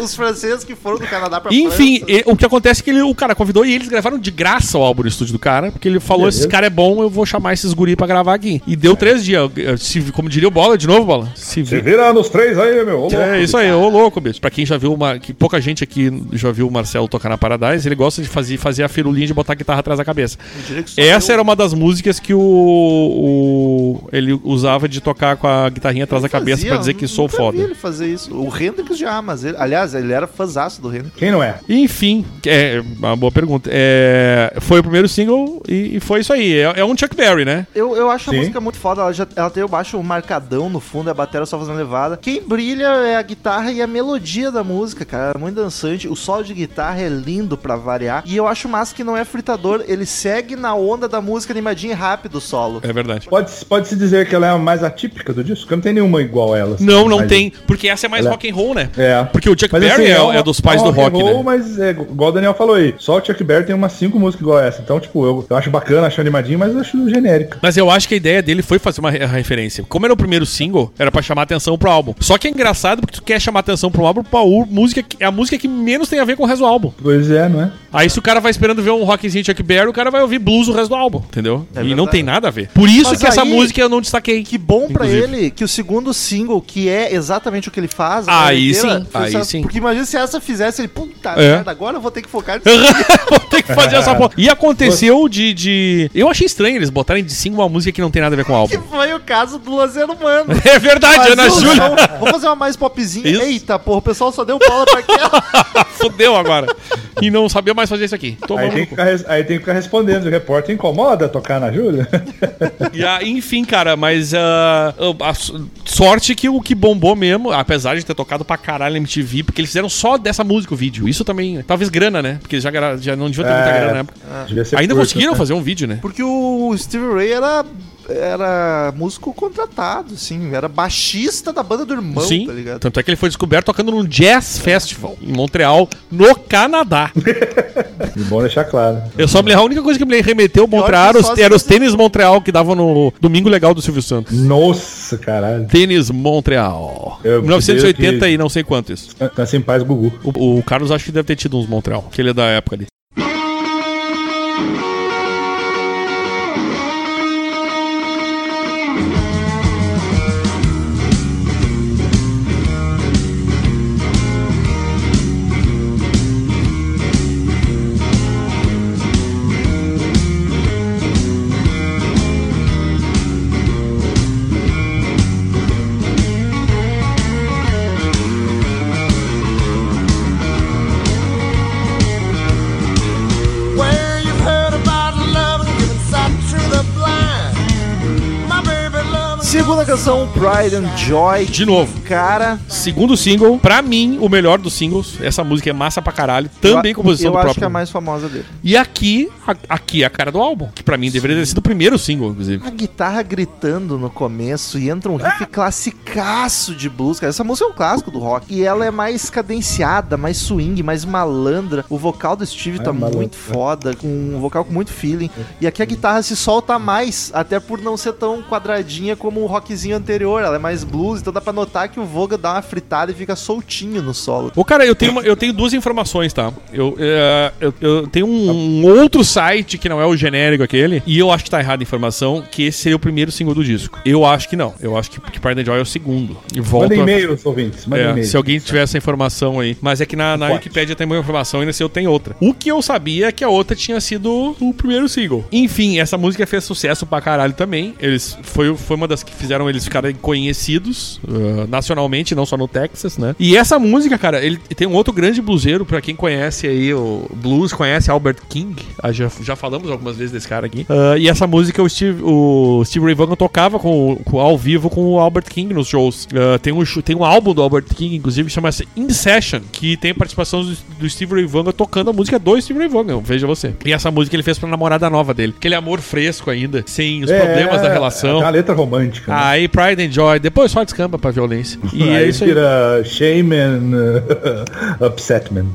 A: Os franceses que foram do Canadá pra
B: Enfim,
A: França.
B: e- o que acontece é que ele- o cara convidou e eles gravaram de graça o álbum no estúdio do cara, porque ele falou:
C: Beleza.
B: esse cara é bom, eu vou chamar esses guri pra gravar aqui. E deu três dias. Eu- se- como diria o Bola, de novo, Bola? Se
C: Se
B: vi-
C: vira nos três aí, meu. Ô, louco.
B: É isso aí, ô louco, bicho. Pra quem já viu, uma, que pouca gente aqui já viu o Marcelo tocar na Paradise, ele gosta de fazer, fazer a firulinha de botar a guitarra atrás da cabeça.
A: diria que só
B: Essa
A: eu-
B: era uma das músicas que o, o- ele usava de tocar com a guitarrinha atrás da cabeça
A: Fazia, um
B: pra dizer que sou
A: nunca vi
B: foda.
A: ele fazer isso. O Hendrix já, mas ele, aliás, ele era fãzaço do Hendrix.
C: Quem não é?
B: Enfim, é uma boa pergunta. É, foi o primeiro single e, e foi isso aí. É, é um Chuck Berry, né?
A: Eu, eu acho
C: Sim.
A: a música muito foda. Ela, já, ela tem o baixo marcadão no fundo, a bateria só fazendo levada. Quem brilha é a guitarra e a melodia da música, cara. É muito dançante. O solo de guitarra é lindo pra variar. E eu acho massa que não é fritador. Ele segue na onda da música animadinha e rápido o solo.
B: É verdade.
C: Pode, pode-se dizer que ela é a mais atípica do disco? Porque não tem nenhuma igual a ela. assim,
B: Não, não
C: mas-
B: tem, porque essa é mais
C: Ela-
B: rock and roll, né?
C: É.
B: Porque o Chuck
C: Mas,
B: Berry
C: assim,
B: é,
C: uma-
B: é dos pais
C: é um
B: do rock,
C: and roll,
B: né?
C: Mas é igual o Daniel falou aí, só o Chuck Berry tem umas cinco músicas igual essa. Então, tipo, eu, eu acho bacana, acho animadinho, mas eu acho genérica.
B: Mas eu acho que a ideia dele foi fazer uma re- referência. Como era o primeiro single, era pra chamar atenção pro álbum. Só que é engraçado porque tu quer chamar atenção pro álbum pra u- música que, é a música que menos tem a ver com o resto do álbum.
C: Pois é, não é?
B: Aí se o cara vai esperando ver um rockzinho de Chuck Berry, o cara vai ouvir blues o resto do álbum, entendeu?
A: É
B: e
A: verdade.
B: não tem nada a ver. Por isso
A: Mas
B: que essa
A: aí-
B: música eu não destaquei.
A: Que bom pra
B: Inclusive.
A: ele que o segundo single, que é exatamente o que ele faz, a
B: Aí
A: carreira,
B: sim,
A: foi
B: aí
A: sucesso.
B: sim.
A: Porque imagina se essa fizesse ele, puta
B: É.
A: merda, agora eu vou ter que focar nisso.
B: Vou ter que fazer
A: É.
B: essa porra. E aconteceu de, de. Eu achei estranho eles botarem de single uma música que não tem nada a ver com o
A: Que
B: álbum.
A: foi o caso do Luciano Mano.
B: É verdade,
A: Fazia
B: Ana
A: um
B: Júlia.
A: som, Vamos fazer uma mais popzinha.
B: Isso.
A: Eita, porra, o pessoal só deu bola pra aquela.
B: Fudeu agora. E não sabia mais fazer isso aqui. Tomou
C: Aí
B: no
C: tem, que
B: cu.
C: ficar, res- aí tem que ficar respondendo. O repórter incomoda tocar na Júlia?
B: E aí, enfim, cara, mas ah, a so- sorte que o que bombou mesmo, apesar de ter tocado pra caralho na MTV, porque eles fizeram só dessa música o vídeo. Isso também, talvez grana, né? Porque eles já, gra- já não deviam ter muita
C: É,
B: grana na época.
C: Devia ser
B: Ainda
C: curto,
B: conseguiram
C: né?
B: fazer um vídeo, né?
A: Porque o Steve Ray era, era músico contratado, assim. Era baixista da banda do irmão,
B: Sim,
A: tá ligado?
B: tanto é que ele foi descoberto tocando num Jazz Festival em Montreal, no Canadá.
C: E assim, Bom deixar claro.
B: Eu só me lembro, a única coisa que me remeteu ao
A: Pior
B: Montreal
A: que
B: era os,
A: só se
B: era os
A: você-
B: tênis Montreal que davam no Domingo Legal do Silvio Santos.
C: Nossa, caralho.
B: Tênis
A: É,
B: Montreal.
C: Eu-
B: 1980
C: eu que-
B: e não sei quanto isso.
C: Tá em paz, Gugu.
B: O, o Carlos acho que deve ter tido uns Montreal, que ele é da época ali.
G: Where you've heard about love and giving sight to the blind. My baby love and
A: Segunda canção, Pride and Joy.
B: De novo.
A: Cara,
B: Segundo single, pra mim, o melhor dos singles. Essa música é massa pra caralho. Também
A: eu,
B: composição
A: eu
B: do
A: acho
B: próprio.
A: que é a mais famosa dele.
B: E aqui, a- aqui é a cara do álbum, que pra mim deveria ter sido o primeiro single, inclusive.
A: A guitarra gritando no começo e entra um riff classicaço de blues, cara. Essa música é um clássico do rock. E ela é mais cadenciada, mais swing, mais malandra. O vocal do Steve tá
C: malandro.
A: muito foda, com um vocal com muito feeling. E
C: Uhum.
A: aqui a guitarra se solta mais, até por não ser tão quadradinha como o rockzinho anterior. Ela é mais blues, então dá pra notar que o Voga dá uma fritada e fica soltinho no solo.
B: Ô, cara, eu tenho, uma- eu tenho duas informações, tá? Eu, é, eu, eu tenho um, um outro site que não é o genérico aquele, e eu acho que tá errada a informação, que esse seria o primeiro single do disco. Eu acho que não. Eu acho que, que Pride and Joy é o segundo. E volta.
C: Manda e-mail, ouvintes. Manda
B: É,
C: e-mail.
B: se alguém tiver essa informação aí. Mas é que na, na
C: Pode.
B: Wikipédia tem uma informação e nesse eu tenho outra. O que eu sabia é que a outra tinha sido o primeiro single. Enfim, essa música fez sucesso pra caralho também. Eles, foi, foi uma das que fizeram eles ficarem conhecidos ah, nacionalmente, não só no Texas, né? E essa música, cara, ele tem um outro grande bluseiro, pra quem conhece aí o blues, conhece Albert King. Ah, já, já falamos algumas vezes desse cara aqui. Ah, e essa música o Steve, o Steve Ray Vaughan tocava com, o- com- ao vivo com o Albert King nos shows. Ah, tem, um, show- tem um álbum do Albert King, inclusive, que chama-se In Session, que tem participação do, do Steve Ray Vaughan tocando a música do Steve Ray Vaughan, veja você. E essa música ele fez pra namorada nova dele. Aquele amor fresco ainda, sem os
C: É,
B: problemas da
C: É
B: relação. Ah,
C: uma letra romântica. né?
B: Aí Pride and Joy, depois só descamba pra violência. E é
C: aí
B: isso aí.
C: vira shame and uh, upsetment.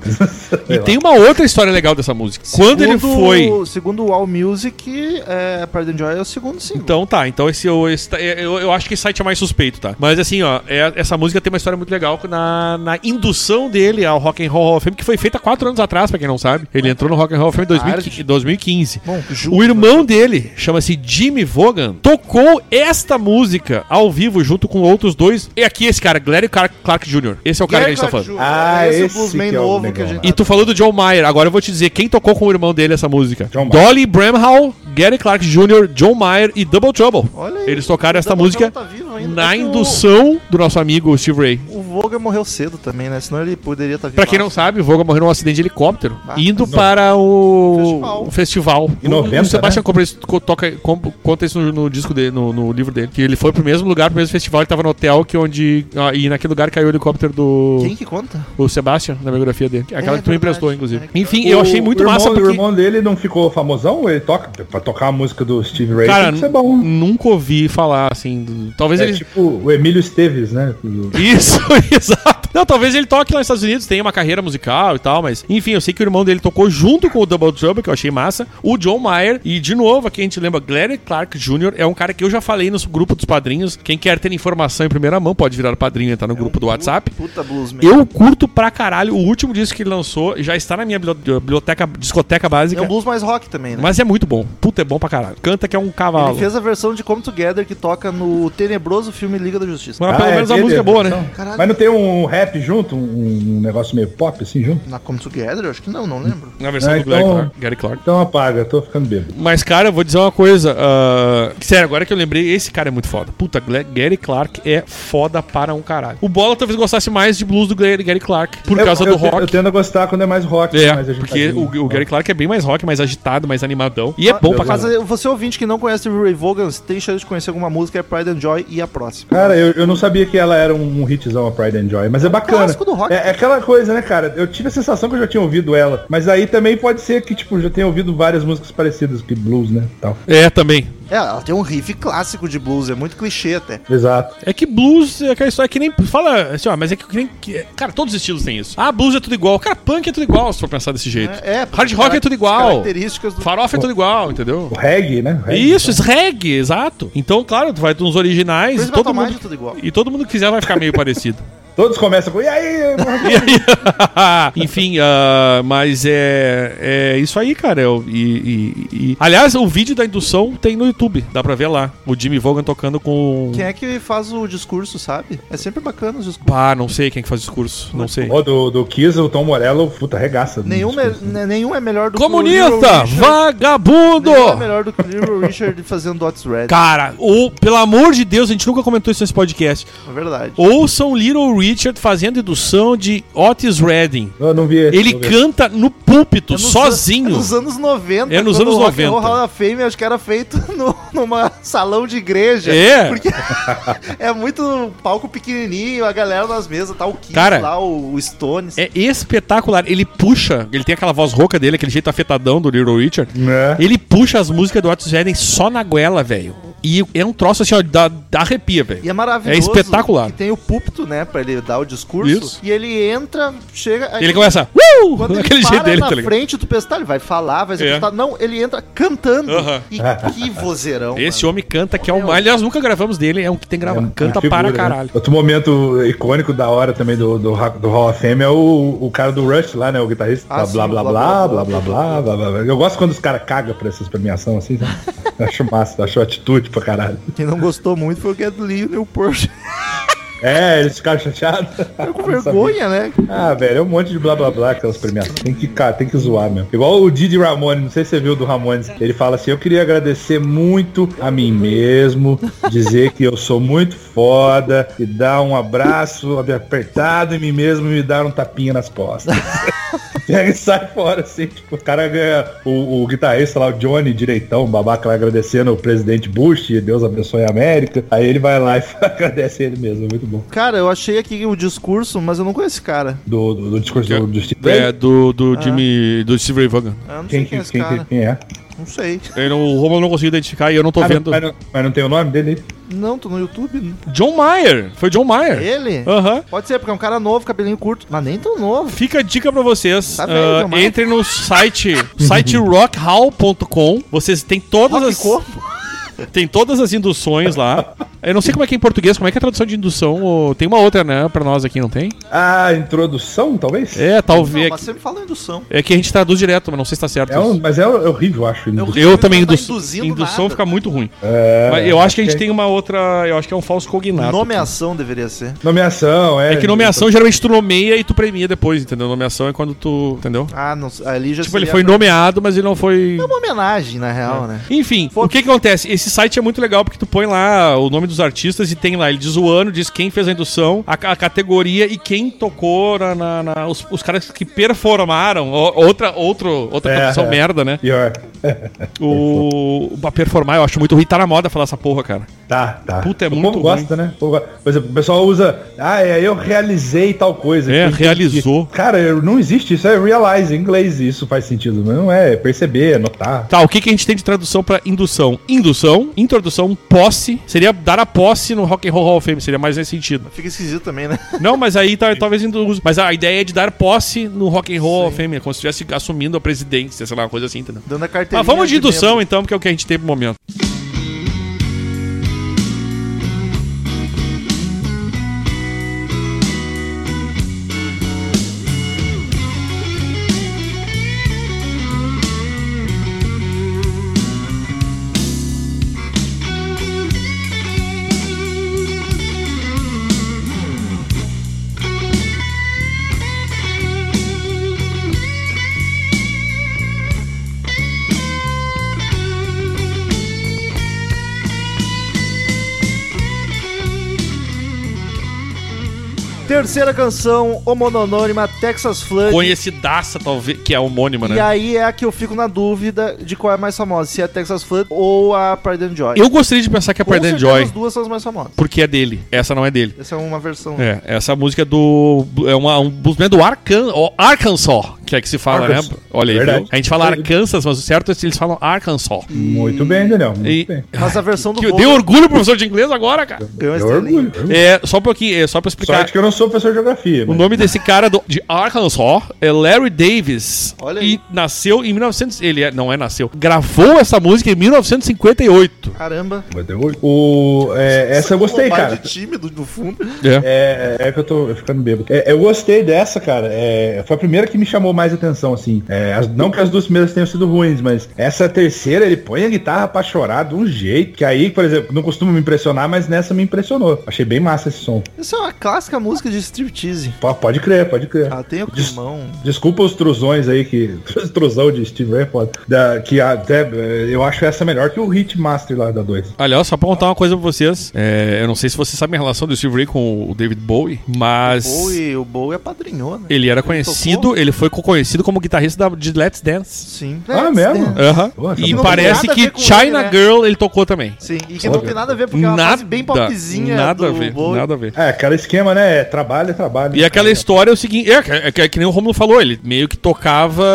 B: E tem uma outra história legal dessa música. Quando ele
A: Segundo-
B: foi...
A: Segundo o All Music, é, Pride and Joy é o segundo single.
B: Então tá, então esse, eu, esse tá- eu, eu acho que esse site é mais suspeito, tá? Mas assim, ó, é- essa música tem uma história muito legal na, na indução dele ao Rock and Roll Hall of Fame, que foi feita há quatro anos atrás, pra quem não sabe. Ele entrou no Rock and Roll Hall of Fame em 2015, 2015.
A: Bom,
B: O
A: junto,
B: irmão dele, chama-se Jimmy Vaughan, tocou esta música ao vivo junto com outros dois. E aqui esse cara, Glenn Clark, Clark Jr. Esse é o cara que a gente tá falando.
C: Ah,
A: esse, é o
C: esse
A: bluesman
C: que é o
A: novo que a
C: negão
A: gente
B: E tu falou do John Mayer, agora eu vou te dizer quem tocou com o irmão dele essa música.
C: John Mayer.
B: Dolly Bramhall, Gary Clark Jr., John Mayer e Double Trouble.
A: Olha aí,
B: Eles tocaram essa
A: Double
B: música
A: Trouble tá vivo ainda. É
B: na
A: que o-
B: indução do nosso amigo Steve Ray.
A: O Voga morreu cedo também, né? Senão ele poderia estar tá
B: Pra quem não sabe, o Voga morreu num acidente de helicóptero, indo para o
A: Festival.
B: o festival.
C: Em né? 90,
B: o Sebastian compra isso- co- toca, com- conta isso no, no disco dele, no, no livro dele. Que ele foi pro mesmo lugar, pro mesmo festival, ele tava no hotel que onde. ah, e naquele lugar caiu o helicóptero do.
A: Quem que conta?
B: O Sebastian, na biografia dele. Aquela que tu
A: verdade,
B: me emprestou, inclusive.
A: é.
B: Enfim, um, eu
C: O-
B: achei muito
C: o irmão,
B: massa
C: O
B: porque.
C: irmão dele não ficou famosão? Ele toca. Pra tocar a música do Steve Ray
B: Cara,
C: tem que ser bom.
B: nunca ouvi falar assim. do- Talvez
C: É
B: ele.
C: tipo o Emílio Esteves, né? Do-
B: Isso, exato. Não, talvez ele toque lá nos Estados Unidos, tenha uma carreira musical e tal, mas enfim, eu sei que o irmão dele tocou junto com o Double Trouble, que eu achei massa, o John Mayer, e de novo, aqui a gente lembra, Glenn Clark Jr. é um cara que eu já falei no grupo dos padrinhos. Quem quer ter informação em primeira mão pode virar padrinho e entrar no grupo do WhatsApp.
A: Puta bluesman.
B: Eu curto pra caralho o último disco que ele lançou, já está na minha bibli- biblioteca, discoteca
A: É
B: básica.
A: um blues mais rock também, né?
B: Mas é muito bom. Puta, é bom pra caralho. Canta que é um cavalo.
A: Ele fez a versão de Come Together que toca no tenebroso filme Liga da Justiça.
B: Mas
C: Ah,
B: pelo
C: é
B: menos a
C: dele,
B: música é boa, né?
C: então.
A: Caralho.
C: Mas não tem um rap junto? Um, um negócio meio pop assim junto?
A: Na Come Together? Eu acho que não, não lembro.
B: Na versão
C: É,
B: do Gary
C: então-
B: Clark, Gary Clark.
C: Então apaga, eu tô ficando bêbado.
B: Mas, cara, eu vou dizer uma coisa. ah, sério, agora que eu lembrei, esse cara é muito foda. Puta, Gle- Gary Clark é foda para um caralho. O Bola talvez gostasse mais de blues do Gary Gary Clark por
C: Eu-
B: causa
C: eu
B: do
C: te-
B: rock.
C: Eu tendo a gostar quando é mais rock.
B: É,
C: mais
B: porque
C: agitadinho. né? Ah,
B: o, o Gary Clark é bem mais rock, mais agitado, mais animadão. E é bom pra
A: Mas
B: caralho.
A: eh, você ouvinte que não conhece o Ray Vogans, tem chance de conhecer alguma música, é Pride and Joy e a próxima.
C: Cara, eu, eu não sabia que ela era um hitzão, a Pride and Joy, mas é bacana.
A: um clássico do rock.
C: É, é aquela coisa, né, cara? Eu tive a sensação que eu já tinha ouvido ela, mas aí também pode ser que, tipo, já tenha ouvido várias músicas parecidas, que blues, né, tal.
B: É, também.
A: É, ela tem um riff clássico de blues, é muito clichê até.
C: Exato.
B: É que blues é aquela história que nem. Fala assim, ó, mas é que, que nem. que- cara, todos os estilos têm isso. Ah, blues é tudo igual. Cara, punk é tudo igual, se for pensar desse jeito.
A: É, é,
B: Hard rock é tudo igual.
A: Características do...
B: Farofa é tudo igual, entendeu?
C: O reggae, né? O reggae,
B: Isso, reggae, exato. Então, claro, tu vai nos originais
A: Crazy
B: e todo
A: Metal Mind
B: mundo
A: é tudo igual.
B: e todo mundo que quiser vai ficar meio parecido.
C: então. Todos começam com. E aí?
B: E aí- Enfim, ah, mas é, é isso aí, cara. Eu- e, e- e- Aliás, o vídeo da indução tem no YouTube, dá pra ver lá. O Jimmy Vaughan tocando com.
A: Quem é que faz o discurso, sabe? É sempre bacana os discursos.
B: Pá, não sei quem é que faz discurso, não sei.
C: Ó, do, do Kiss, o Tom Morello, puta, regaça.
A: Nenhum é, né, nenhum é melhor do que o
B: Comunista!
A: Little Richard.
B: Vagabundo!
A: Nenhum é melhor do que o Little Richard fazendo Dots Red.
B: Cara, ou, pelo amor de Deus, a gente nunca comentou isso nesse podcast.
A: É verdade.
B: Ouçam Little Richard fazendo indução de Otis Redding.
C: Eu não vi.
B: Ele
C: não vi.
B: canta no púlpito,
A: É nos an-
B: sozinho.
A: é nos anos 90.
B: É nos
A: quando
B: anos
A: o Rock and Roll
B: 90.
A: Hall da Fame, acho que era feito no, numa salão de igreja.
B: É.
A: Porque é muito palco pequenininho, a galera nas mesas, tá o Kiss
B: Cara,
A: lá, o, o Stones.
B: É espetacular. Ele puxa, ele tem aquela voz rouca dele, aquele jeito afetadão do Little Richard.
C: Né?
B: Ele puxa as músicas do Otis Redding só na goela, velho. E é um troço assim, ó, da, da arrepia, velho.
A: E é maravilhoso.
B: É espetacular.
A: Que tem o púlpito, né, pra ele dar o discurso.
B: Isso.
A: E ele entra, chega... aí
B: Ele começa, "Uh!"
A: Quando ele
B: Aquele
A: para
B: jeito dele,
A: na
B: tá ligado?
A: frente, tu pensa, tá, ele vai falar, vai
B: É.
A: executar. Não, ele entra cantando.
B: Aham.
A: E que vozeirão,
B: Esse
A: mano.
B: homem canta, que é o. Aliás, nunca gravamos dele, é um que tem gravado. canta
C: Figura,
B: para
C: né?
B: caralho.
C: Outro momento icônico da hora também do, do, Ra- do Hall of Fame é o, o cara do Rush lá, né? O guitarrista.
A: Ah,
C: blá,
A: sim,
C: blá,
A: blá, blá,
C: blá, blá, blá, blá, blá, blá, blá, blá. Eu gosto quando os caras cagam pra essas premiações assim, sabe? Eu acho massa, eu acho atitude pra caralho.
A: Quem não gostou muito foi o Get Lee e o Neil Peart.
C: É, eles ficaram chateados.
A: Tá com vergonha, né?
C: Ah, velho, é um monte de blá blá blá aquelas premiações. Tem que, cara, tem que zoar mesmo. Igual o Didi Ramone, não sei se você viu do Ramones. Ele fala assim: Eu queria agradecer muito a mim mesmo, dizer que eu sou muito foda, e dar um abraço apertado em mim mesmo e me dar um tapinha nas costas. Pega e sai fora, assim. Tipo, o cara ganha. O, o guitarrista lá, o Johnny Direitão, o babaca lá agradecendo o presidente Bush, Deus abençoe a América. Aí ele vai lá e agradece ele mesmo, é muito bom.
A: Cara, eu achei aqui o discurso, mas eu não conheço esse cara.
C: Do, do, do discurso do, do Steve
B: É, do,
A: Ah.
B: do Jimmy. do Steve Ray Vaughan.
A: Eu não sei
C: Quem,
A: quem é
C: quem,
A: esse
C: quem-
A: cara.
C: quem é?
A: Não sei.
B: Eu não- O Romulo não conseguiu identificar e eu não tô
C: Ah,
B: vendo.
C: não, mas, não, mas não tem o nome dele?
A: Não, É? tô no YouTube. né?
B: John Mayer. Foi John Mayer.
A: Ele?
B: Aham.
A: Pode ser, porque é um cara novo, cabelinho curto. Mas nem tão novo.
B: Fica a dica pra vocês.
A: Tá vendo,
B: ah,
A: Maia?
B: entrem no site, site rockhall.com. Vocês têm todas
A: Rock
B: as
A: Corpo.
B: tem todas as induções lá. Eu não sei como é que é em português, como é que é a tradução de indução? ou- Tem uma outra, né, pra nós aqui, não tem?
C: Ah, introdução, talvez?
B: É,
A: Não,
B: talvez.
A: mas sempre fala indução.
B: É que a gente traduz direto, mas não sei se tá certo.
C: É um- mas é horrível, eu acho.
A: horrível.
B: Eu também
A: Não tá
B: indu...
A: induzindo
B: indução
A: nada.
B: fica muito ruim.
C: É,
B: Mas eu acho que a gente
C: ok.
B: tem uma outra, eu acho que é um falso cognato.
A: Nomeação deveria ser.
C: Nomeação, é.
B: É que nomeação geralmente tu nomeia e tu premia depois, entendeu? Nomeação é quando tu, entendeu?
A: Ah, não Ali já
B: Tipo, ele
A: seria-
B: foi É. nomeado, mas ele não foi
A: É uma homenagem, na real, né?
B: Enfim, o que que acontece? Esse site é muito legal porque tu põe lá o nome dos artistas e tem lá, ele diz o ano, diz quem fez a indução, a, ca- a categoria e quem tocou na, na- na- os, os caras que performaram, o- outra outro, outra
C: É,
B: tradução
C: é.
B: merda, né?
C: Pior.
B: O pra performar, eu acho muito ruim, tá na moda falar essa porra, cara.
C: Tá, tá.
B: Puta, é
C: o
B: muito
C: povo gosta, né? O povo gosta. Por exemplo, o pessoal usa. Ah, é, eu realizei tal coisa.
B: É,
C: Tem que-
B: realizou.
C: Cara, eu- não existe isso. É realize em inglês. Isso faz sentido. mas Não é perceber, é notar.
B: Tá, o que, que a gente tem de tradução pra indução? Indução, introdução, posse. Seria dar a posse no Rock and Roll Hall of Fame, seria mais nesse sentido.
A: Fica esquisito também, né?
B: Não, mas aí tá, talvez induzo. Mas a ideia é de dar posse no Rock and Roll Hall of Fame, é como se estivesse assumindo a presidência, sei lá, uma coisa assim, entendeu?
A: Dando a carteirinha.
B: Mas vamos de indução
A: membro.
B: então, porque é o que a gente tem pro momento.
A: Terceira canção, homononônima, Texas Flood.
B: Conhecidaça, talvez, que é homônima,
A: E
B: né?
A: aí é a que eu fico na dúvida de qual é a mais famosa, se é Texas Flood ou a Pride and Joy.
B: Eu gostaria de pensar que é
A: Com
B: Pride and
A: certeza
B: Joy,
A: As duas são as mais famosas.
B: porque é dele. Essa não é dele.
A: Essa é uma versão.
B: É, essa música é do. É uma, um movimento do Arcan, ó, Arkansas, que é que se fala,
C: Arkansas.
B: né? Olha aí,
C: Verdade.
B: viu? A gente fala Arkansas, mas o certo é que eles falam Arkansas.
C: Muito bem, Daniel. Muito
B: E-
C: bem.
A: Mas a versão do
B: Que eu
A: Bowie
B: dei orgulho pro professor de inglês agora, cara.
A: ganhou a
C: Eu
A: estrelinha.
C: orgulho.
B: É, só um pouquinho, é, só pra explicar.
C: Sorte que eu não sou professor de geografia. né?
A: Né?
B: O
C: mas-
B: nome desse cara do- de Arkansas é Larry Davis.
A: Olha
B: e
A: aí.
B: nasceu em 1900. Ele é- não é nasceu. Gravou essa música em 1958.
A: Caramba.
C: O, é, essa eu gostei,
A: Bobagem
C: cara.
A: de tímido no fundo.
B: É.
C: É, é que eu tô ficando bêbado. É, eu gostei dessa, cara. É, foi a primeira que me chamou mais atenção, assim. É, as- não que as duas primeiras tenham sido ruins, mas essa terceira, ele põe a guitarra pra chorar de um jeito. Que aí, por exemplo, não costuma me impressionar, mas nessa me impressionou. Achei bem massa esse som.
A: Isso é uma clássica música de striptease.
C: P- pode crer, pode crer.
B: Ah,
A: Ela tem o
C: Des-
A: climão.
C: Desculpa os trusões aí, que. Os trusão de Steve Ray, é foda. Da, que até. eh, Eu acho essa melhor que o Hitmaster lá da 2.
B: Aliás, só pra contar uma coisa pra vocês. É, eu não sei se vocês sabem a relação do Steve Ray com o David Bowie, mas.
A: O Bowie, o Bowie apadrinhou, né?
B: Ele era
A: tocou?
B: conhecido, ele foi co- conhecido como guitarrista da, de Let's Dance.
A: Sim. É, né?
C: Ah, mesmo?
A: Dance.
B: Aham.
C: Pô, essa
B: E
C: música
B: parece
A: não tem nada a
B: que
A: ver com ele,
B: China
A: né?
B: Girl ele tocou também.
A: Sim. E que não tem nada a ver, porque é uma
B: Nada,
A: fase bem popzinha
B: nada
A: do
B: a ver,
A: Bowie.
B: nada a ver.
C: É, aquele esquema, né? É Trabalho, é trabalho.
B: E aquela história é o seguinte, é, é, que- é que nem o Romulo falou, ele meio que tocava,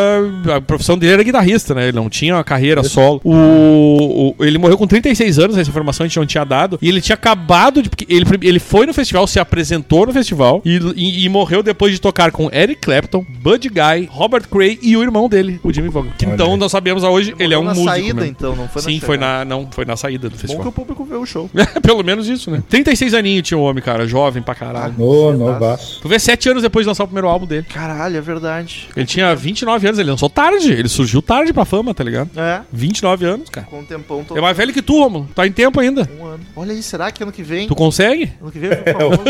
B: a profissão dele era guitarrista, né? Ele não tinha uma carreira solo. O, o- ele morreu com 36 anos, essa informação a gente não tinha dado, e ele tinha acabado de porque ele ele foi no festival, se apresentou no festival e, e- e morreu depois de tocar com Eric Clapton, Buddy Guy, Robert Cray e o irmão dele, o Jimmy Vaughan. Que
C: Olha
B: então
C: aí.
B: nós sabemos hoje, ele é um
A: na
B: músico.
A: saída,
B: mesmo.
A: então, não foi na
B: Sim, foi
A: chegada.
B: na não, foi na saída do
A: Bom que o
B: festival.
A: público vê o show.
B: Pelo menos isso, né? 36 aninhos tinha o homem, cara, jovem pra caralho.
C: No, novaço.
B: Tu vê sete anos depois de lançar o primeiro álbum dele.
A: Caralho, é verdade.
B: Ele tinha 29 anos, ele lançou tarde. Ele surgiu tarde pra fama, tá ligado?
A: É,
B: 29 anos, cara.
A: com um tempão todo.
B: É mais velho que tu, Romulo. Tá em tempo ainda.
A: Um ano. Olha aí, será que ano que vem?
B: Tu consegue?
A: Ano que vem eu fico famoso?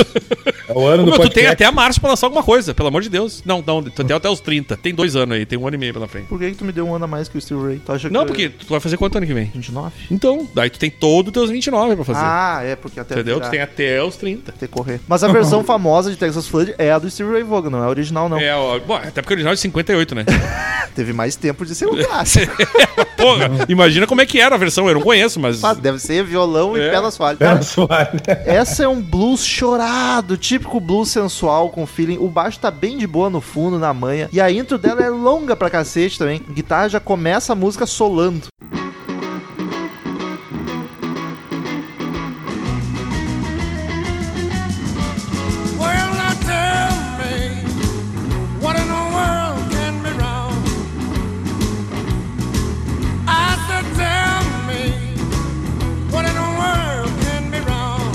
C: É o ano
B: Ô,
C: do
B: meu, tu tem
C: podcast.
B: até março pra lançar alguma coisa, pelo amor de Deus. Não, não, tu tem até os 30. Tem dois anos aí, tem um ano e meio pela frente.
A: Por que, que tu me deu um ano a mais que o Steve Ray? Tu acha
B: Não,
A: que é
B: porque tu vai fazer quanto ano que vem?
A: 29?
B: Então, daí tu tem todo os teus 29 pra fazer.
A: Ah, é, porque até
B: entendeu?
A: virar,
B: Tu tem até os 30.
A: até correr. Mas a versão famosa de Texas Flood é a do Steve Ray Vaughan, não é a original, não.
B: É, ó, bom, até porque o original é de 58, né?
A: Teve mais tempo de ser um clássico.
B: Porra, imagina como é que era a versão, eu não conheço, mas.
A: Mas deve ser violão
B: É.
A: e pé na asfalto.
C: É,
A: Cara,
C: suave.
A: Essa é um blues chorado, típico blues sensual com feeling. O baixo tá bem de boa no fundo, na manha. E a intro dela é longa pra cacete também. A guitarra já começa a música solando.
G: Well, now tell me, what in the world can be wrong? I said, tell me, what in the world can be wrong?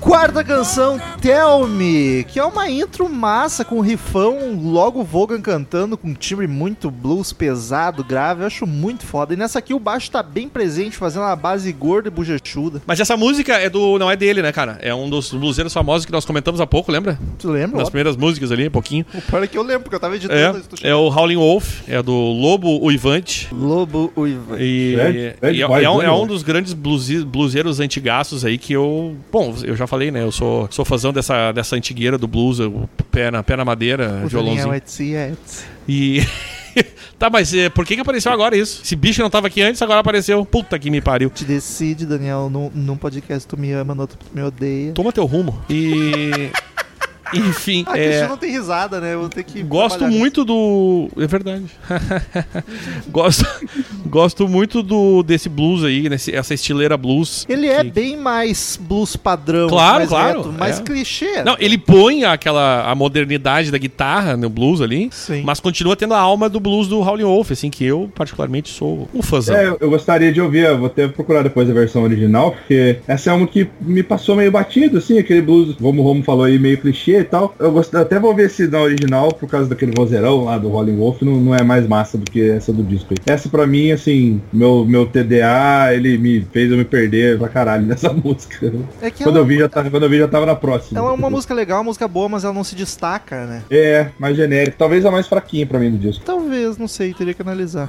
A: Quarta canção, Tell Me, que é uma intro massa com rifão, logo Vogan cantando com um timbre muito blues pesado, grave. Eu acho muito foda. E nessa aqui o baixo tá bem presente, fazendo uma base gorda e bochechuda.
B: Mas essa música é do. não é dele, né, cara? É um dos bluseiros famosos que nós comentamos há pouco, lembra?
A: Tu lembra?
B: Nas primeiras músicas ali, um pouquinho.
A: O pior é que eu lembro, porque eu tava editando isso.
B: É, é o Howling Wolf, é do Lobo Uivante.
A: Lobo Uiva.
B: E,
C: Grande- grande
B: e é,
C: voz,
B: é um,
C: grande
B: é um
C: voz.
B: dos grandes blusi- bluseiros antigaços aí que eu. Bom, eu já falei, né? Eu sou, sou fãzão dessa, dessa antigueira do blues, o pé na, pé na madeira,
A: O Daniel é-
B: violãozinho.
A: Etsy, Etsy.
B: E. tá, mas eh, por que, que apareceu agora isso? Esse bicho não tava aqui antes, agora apareceu. Puta que me pariu.
A: Te decide, Daniel, num, num podcast tu me ama, no outro tu me odeia.
B: Toma teu rumo. E. Enfim.
A: Ah,
B: é...
A: isso não tem risada, né? Eu vou ter que.
B: Gosto
A: trabalhar
B: muito do. É verdade. gosto, gosto muito do desse blues aí, nesse, essa estileira blues.
A: nisso. Ele é
B: que-
A: bem mais blues padrão,
B: Claro,
A: mais
B: claro,
A: reto, mais
B: é.
A: clichê.
B: Não, ele põe aquela a modernidade da guitarra no blues ali,
A: Sim.
B: mas continua tendo a alma do blues do Howlin' Wolf, assim, que eu particularmente sou um fãzão.
C: É, eu gostaria de ouvir, eu vou até procurar depois a versão original, porque essa é uma que me passou meio batido, assim, aquele blues, como o Romo falou aí, meio clichê e tal. Eu gost... até vou ver esse na original, por causa daquele vozeirão lá do Rolling Wolf, não, não é mais massa do que essa do disco aí. Essa pra mim, assim, meu, meu TDA, ele me fez eu me perder pra caralho nessa música.
A: É que
C: Quando
A: ela,
C: eu, vi, já tava, quando eu vi, já tava na próxima.
A: ela é uma música legal, uma música boa, mas ela não se destaca, né?
C: É, mais genérica. Talvez a mais fraquinha pra mim do disco.
A: Talvez, não sei, teria que analisar.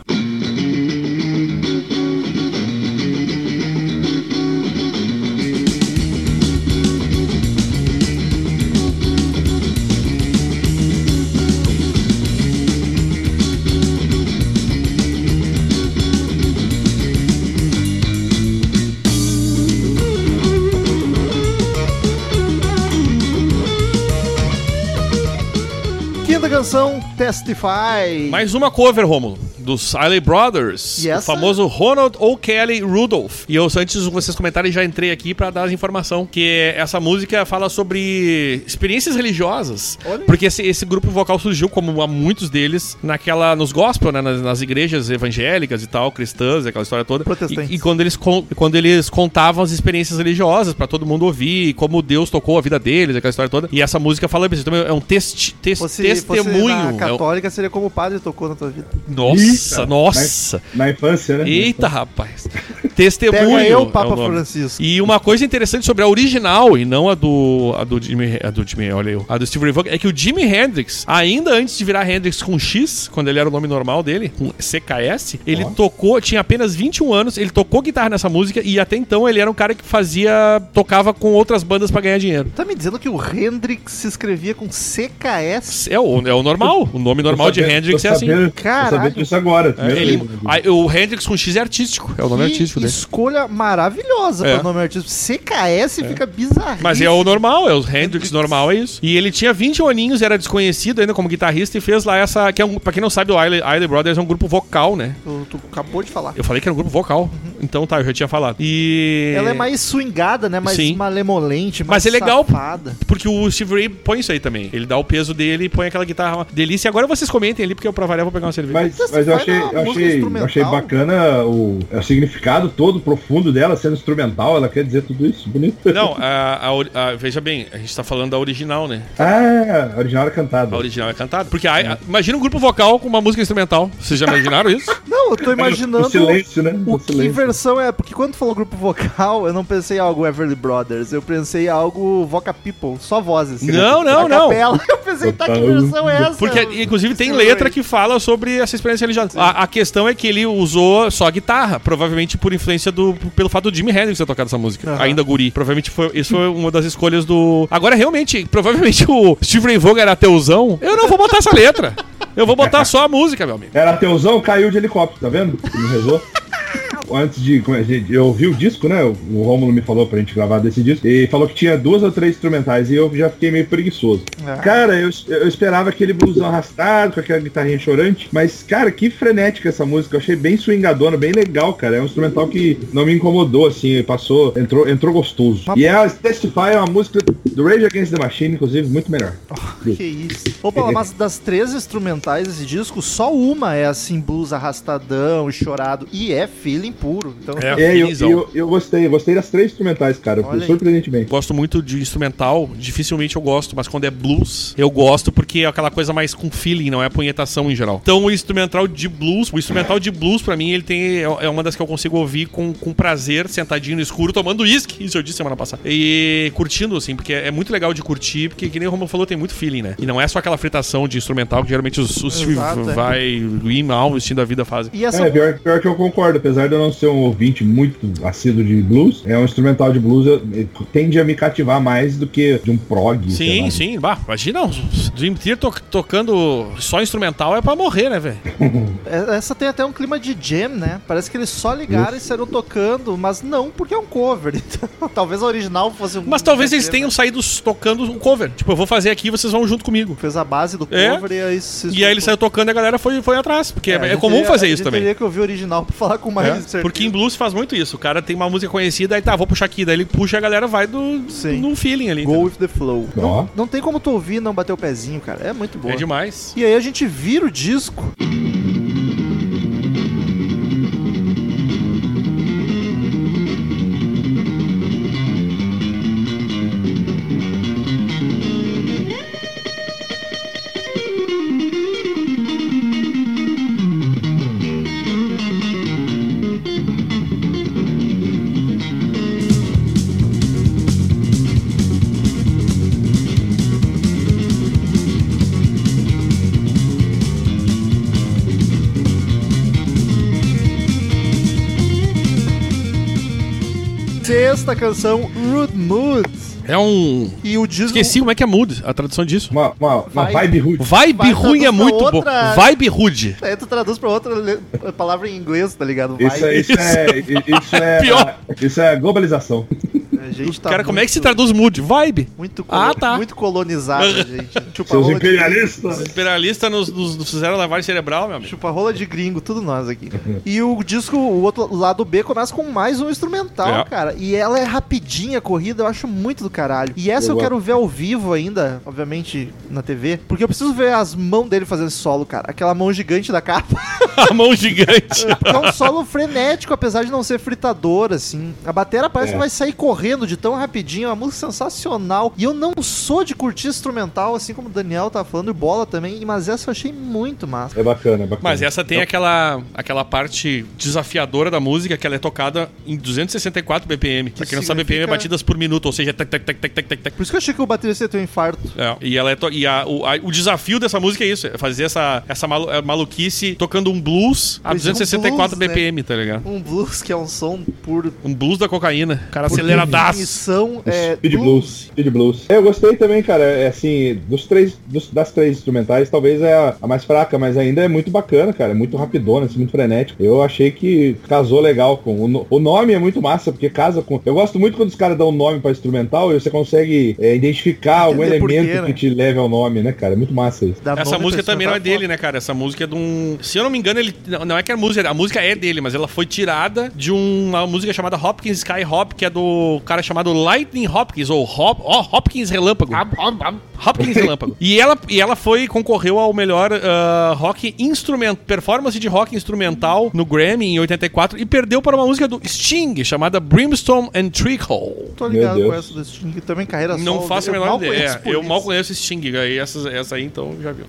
A: Quinta canção, Testify.
B: Mais uma cover, Romulo, dos Siley Brothers,
A: E essa?
B: o famoso Ronald O'Kelly Rudolph. E eu, antes de vocês comentarem, já entrei aqui pra dar as informação que essa música fala sobre experiências religiosas,
A: Olha aí.
B: porque esse, esse grupo vocal surgiu, como há muitos deles, naquela nos gospel, né, nas, nas igrejas evangélicas e tal, cristãs, aquela história toda.
A: Protestantes.
B: E, e quando eles con- quando eles contavam as experiências religiosas pra todo mundo ouvir, como Deus tocou a vida deles, aquela história toda. E essa música fala isso, também é um testi- tes-
A: Fosse, fosse na
B: testemunho, é um-
A: católica, seria como o padre tocou na tua vida.
B: nossa,
C: Eita,
B: nossa.
C: Na infância, né?
B: Eita, rapaz. Testemunho.
A: Pega
B: é
A: eu,
B: o
A: Papa
B: nome.
A: Francisco.
B: E uma coisa interessante sobre a original e não a do a do Jimmy, a do Jimmy, olha eu, a do Steve Ray Vaughan, é que o Jimi Hendrix, ainda antes de virar Hendrix com X, quando ele era o nome normal dele, com CKS, ele tocou, tinha apenas 21 anos, ele tocou guitarra nessa música e até então ele era um cara que fazia tocava com outras bandas pra ganhar dinheiro.
A: Tá me dizendo que o Hendrix se escrevia com CKS?
B: É o, é o normal, o nome normal
C: Tô
B: de
C: sabendo-
B: Hendrix
C: tô
B: é assim. É,
C: sabendo- tô
A: Caralho.
C: sabendo disso agora. primeira
B: Ele-
C: vez.
B: aí, o Hendrix com X é artístico, é o nome
A: Que
B: artístico dele.
A: escolha maravilhosa
B: É.
A: pra nome artístico. CKS fica bizarro.
B: Mas é o normal, é o Hendrix normal, é isso. E ele tinha 20 aninhos, era desconhecido ainda como guitarrista e fez lá essa. Que é um, pra quem não sabe, o Isley Isley Brothers é um grupo vocal, né?
A: Tu, tu acabou de falar.
B: Eu falei que era um grupo vocal. Então tá, eu já tinha falado. E.
A: Ela é mais swingada, né? Mais
B: Sim.
A: malemolente, mais
B: Mas é legal.
A: safada.
B: Porque o Steve Ray põe isso aí também. Ele dá o peso dele e põe aquela guitarra delícia. E agora vocês comentem ali, porque eu pra variar vou pegar uma cerveja.
C: Mas,
A: Você
C: mas eu
A: faz
C: achei,
A: Então, uma
C: eu
A: música
C: achei, eu
A: instrumental?
C: achei bacana o, é o significado todo profundo dela, sendo instrumental, ela quer dizer tudo isso, bonito.
B: Não, a- a ori- a- veja bem, a gente tá falando da original, né?
C: Ah, a original era cantada.
B: A original é cantada. Porque a- a- imagina um grupo vocal com uma música instrumental. Vocês já imaginaram isso?
A: Não, eu tô imaginando.
C: O silêncio, né?
A: O
C: O
A: que
C: silêncio.
A: versão é? Porque quando tu falou grupo vocal, eu não pensei em algo Everly Brothers, eu pensei em algo Voca People, só vozes.
B: Não, não,
A: A
B: não.
A: capela. Eu pensei, tá, que versão é essa?
B: Porque, inclusive, tem letra que fala sobre essa experiência religiosa. A, a questão é que ele usou só a guitarra, provavelmente por influência do. pelo fato do Jimi Hendrix ter tocado essa música.
A: Aham.
B: Ainda guri. Provavelmente foi, isso foi uma das escolhas do. Agora, realmente, provavelmente o Steve Ray Vaughan era ateuzão. Eu não vou botar essa letra. Eu vou botar só a música, meu amigo.
C: Era teuzão, caiu de helicóptero, tá vendo? Não rezou. Antes de como a gente- eu ouvi o disco, né? O o Rômulo me falou pra gente gravar desse disco e falou que tinha duas ou três instrumentais e eu já fiquei meio preguiçoso.
A: Ah.
C: Cara, eu, eu esperava aquele blusão arrastado com aquela guitarrinha chorante, mas cara, que frenética essa música. Eu achei bem swingadona, bem legal, cara. É um instrumental que não me incomodou assim, passou, entrou, entrou gostoso.
A: Uma-
C: E é a Testify é uma música do Rage Against the Machine, inclusive, muito melhor.
A: Tá Que isso. Ô, Paulo, mas das três instrumentais desse disco, só uma é assim, blues arrastadão, chorado. E é feeling puro. Então,
B: É.
C: É, eu,
B: felizão.
C: eu, eu gostei, eu gostei das três instrumentais, cara,
A: Olha aí.
C: surpreendentemente.
B: Gosto muito de instrumental, dificilmente eu gosto, mas quando é blues, eu gosto porque é aquela coisa mais com feeling, não é punhetação em geral. Então o instrumental de blues, o instrumental de blues pra mim, ele tem é é uma das que eu consigo ouvir com, com prazer, sentadinho no escuro, tomando uísque, isso eu disse semana passada. E curtindo assim, porque que é, é muito legal de curtir, porque que nem o Romulo falou, tem muito feeling, né? E não é só aquela fritação de instrumental que geralmente os, os
A: Exato, é.
B: vai Luim mal vestindo a vida fazem.
A: E essa
C: É, pior, pior que eu concordo, apesar de eu não ser um ouvinte muito assíduo de blues, é um instrumental de blues eu- ele tende a me cativar mais do que de um prog. sei lá.
B: Sim, sim, bah, imagina, um Dream Theater to- tocando só instrumental é pra morrer, né, velho?
A: É, Essa tem até um clima de jam, né? Parece que eles só ligaram e saíram tocando, mas não porque é um cover. Então, talvez a original fosse um.
B: Mas talvez eles tenham saído s- tocando um cover. Tipo, eu vou fazer aqui e vocês vão junto comigo.
A: Fez a base do
B: É.
A: cover e aí se
B: E aí ele saiu tocando e a galera foi, foi atrás, porque é,
A: a
B: é
A: gente
B: comum
A: teria-
B: fazer
A: a
B: isso
A: gente
B: também.
A: teria que ouvir o original pra falar com mais
B: É,
A: certeza.
B: Porque em blues faz muito isso. O cara tem uma música conhecida, aí tá, vou puxar aqui. Daí ele puxa e a galera vai do,
A: Sim.
B: num feeling ali.
A: Go with the flow.
C: um Ó.
A: Não, não tem como tu ouvir e não bater o pezinho, cara. É muito bom.
B: entendeu? É demais.
A: E aí a gente vira o disco. Sexta canção, Rude Mood.
B: É um.
A: E o disco.
B: Esqueci como é que é mood, a tradução disso.
C: Uma, uma, uma
A: Vai.
C: vibe rude.
B: Vibe
A: Vai,
B: ruim é
A: traduz pra
B: muito
A: outra-
B: bom. Vibe rude.
A: Aí É, tu traduz pra outra le- palavra em inglês, tá ligado? Vai.
C: Isso, é- isso é. Isso é.
B: Pior.
C: Isso é globalização.
A: A gente tá
B: Cara, como é que se
A: muito-
B: traduz mood? Vibe.
A: Muito, colo
B: Ah, tá.
A: muito colonizado, gente. Chupa
C: Seus
A: rola, de,
C: imperialistas.
B: Imperialista nos, nos, nos fizeram lavar cerebral, meu amigo.
A: chupa rola de gringo, tudo nós aqui. E o disco, o outro lado B, começa com mais um instrumental,
B: É.
A: cara. E ela é rapidinha, corrida, eu acho muito do caralho. E essa eu,
C: Eu gosto.
A: quero ver ao vivo ainda, obviamente, na TV. Porque eu preciso ver as mãos dele fazendo esse solo, cara. Aquela mão gigante da capa.
B: A mão gigante.
A: Porque é um solo frenético, apesar de não ser fritador, assim. A batera parece
C: É.
A: que vai sair correndo de tão rapidinho, é uma música sensacional. E eu não sou de curtir instrumental, assim como o Daniel tá falando, e bola também, mas essa eu achei muito massa.
C: É bacana, é bacana.
B: Mas essa tem aquela, aquela parte desafiadora da música que ela é tocada em 264 BPM. pra quem não sabe, BPM é
A: significa-
B: batidas por minuto, ou seja, tac, tac, tac, tac, tac, tac, tac.
A: Por isso que eu achei que o baterista ia ter um infarto.
B: É, e ela é to- e a- o, a- o desafio dessa música é isso, é fazer essa, essa malu- é, maluquice tocando um blues a
A: Pois é, um
B: 264
A: blues, né?
B: BPM, tá ligado?
A: Um blues que é um som por
B: Um blues da cocaína, cara
A: por
B: aceleradaço.
A: definição, é
C: Speed blues. Speed blues. Eu gostei também, cara. É assim, dos três, dos- das três instrumentais, talvez é a, a mais fraca, mas ainda é muito bacana, cara. É muito rapidona, assim, muito frenético. Eu achei que casou legal com o, no- o nome é muito massa porque casa com. Eu gosto muito quando os caras dão um nome pra instrumental e você consegue é, identificar algum
A: Entender por quê,
C: elemento
A: né?
C: que te leve ao nome, né, cara? É muito massa isso.
A: da
B: Essa
A: mão
B: música também não é
A: representar
B: dele, né, cara? Essa música é de um. Se eu não me engano, ele. Não, não é que a música. A música é dele, mas ela foi tirada de um, uma música chamada Hopkins Sky Hop, que é do cara chamado Lightning Hopkins, ou Hop... ó, Hopkins Relâmpago. Hopkins Relâmpago. E ela, e ela foi, concorreu ao melhor ah, rock instrument, performance de rock instrumental no Grammy em 84 e perdeu para uma música do Sting, chamada Brimstone and Treacle.
A: Tô ligado
C: Meu
A: com
C: Deus.
A: essa do Sting, que também carreira
B: Não
A: solo,
B: faço
A: eu
B: a menor
A: mal
B: ideia.
A: conheço
B: É,
A: por
B: eu
A: isso.
B: mal conheço Sting, aí essa, essa aí então já viu.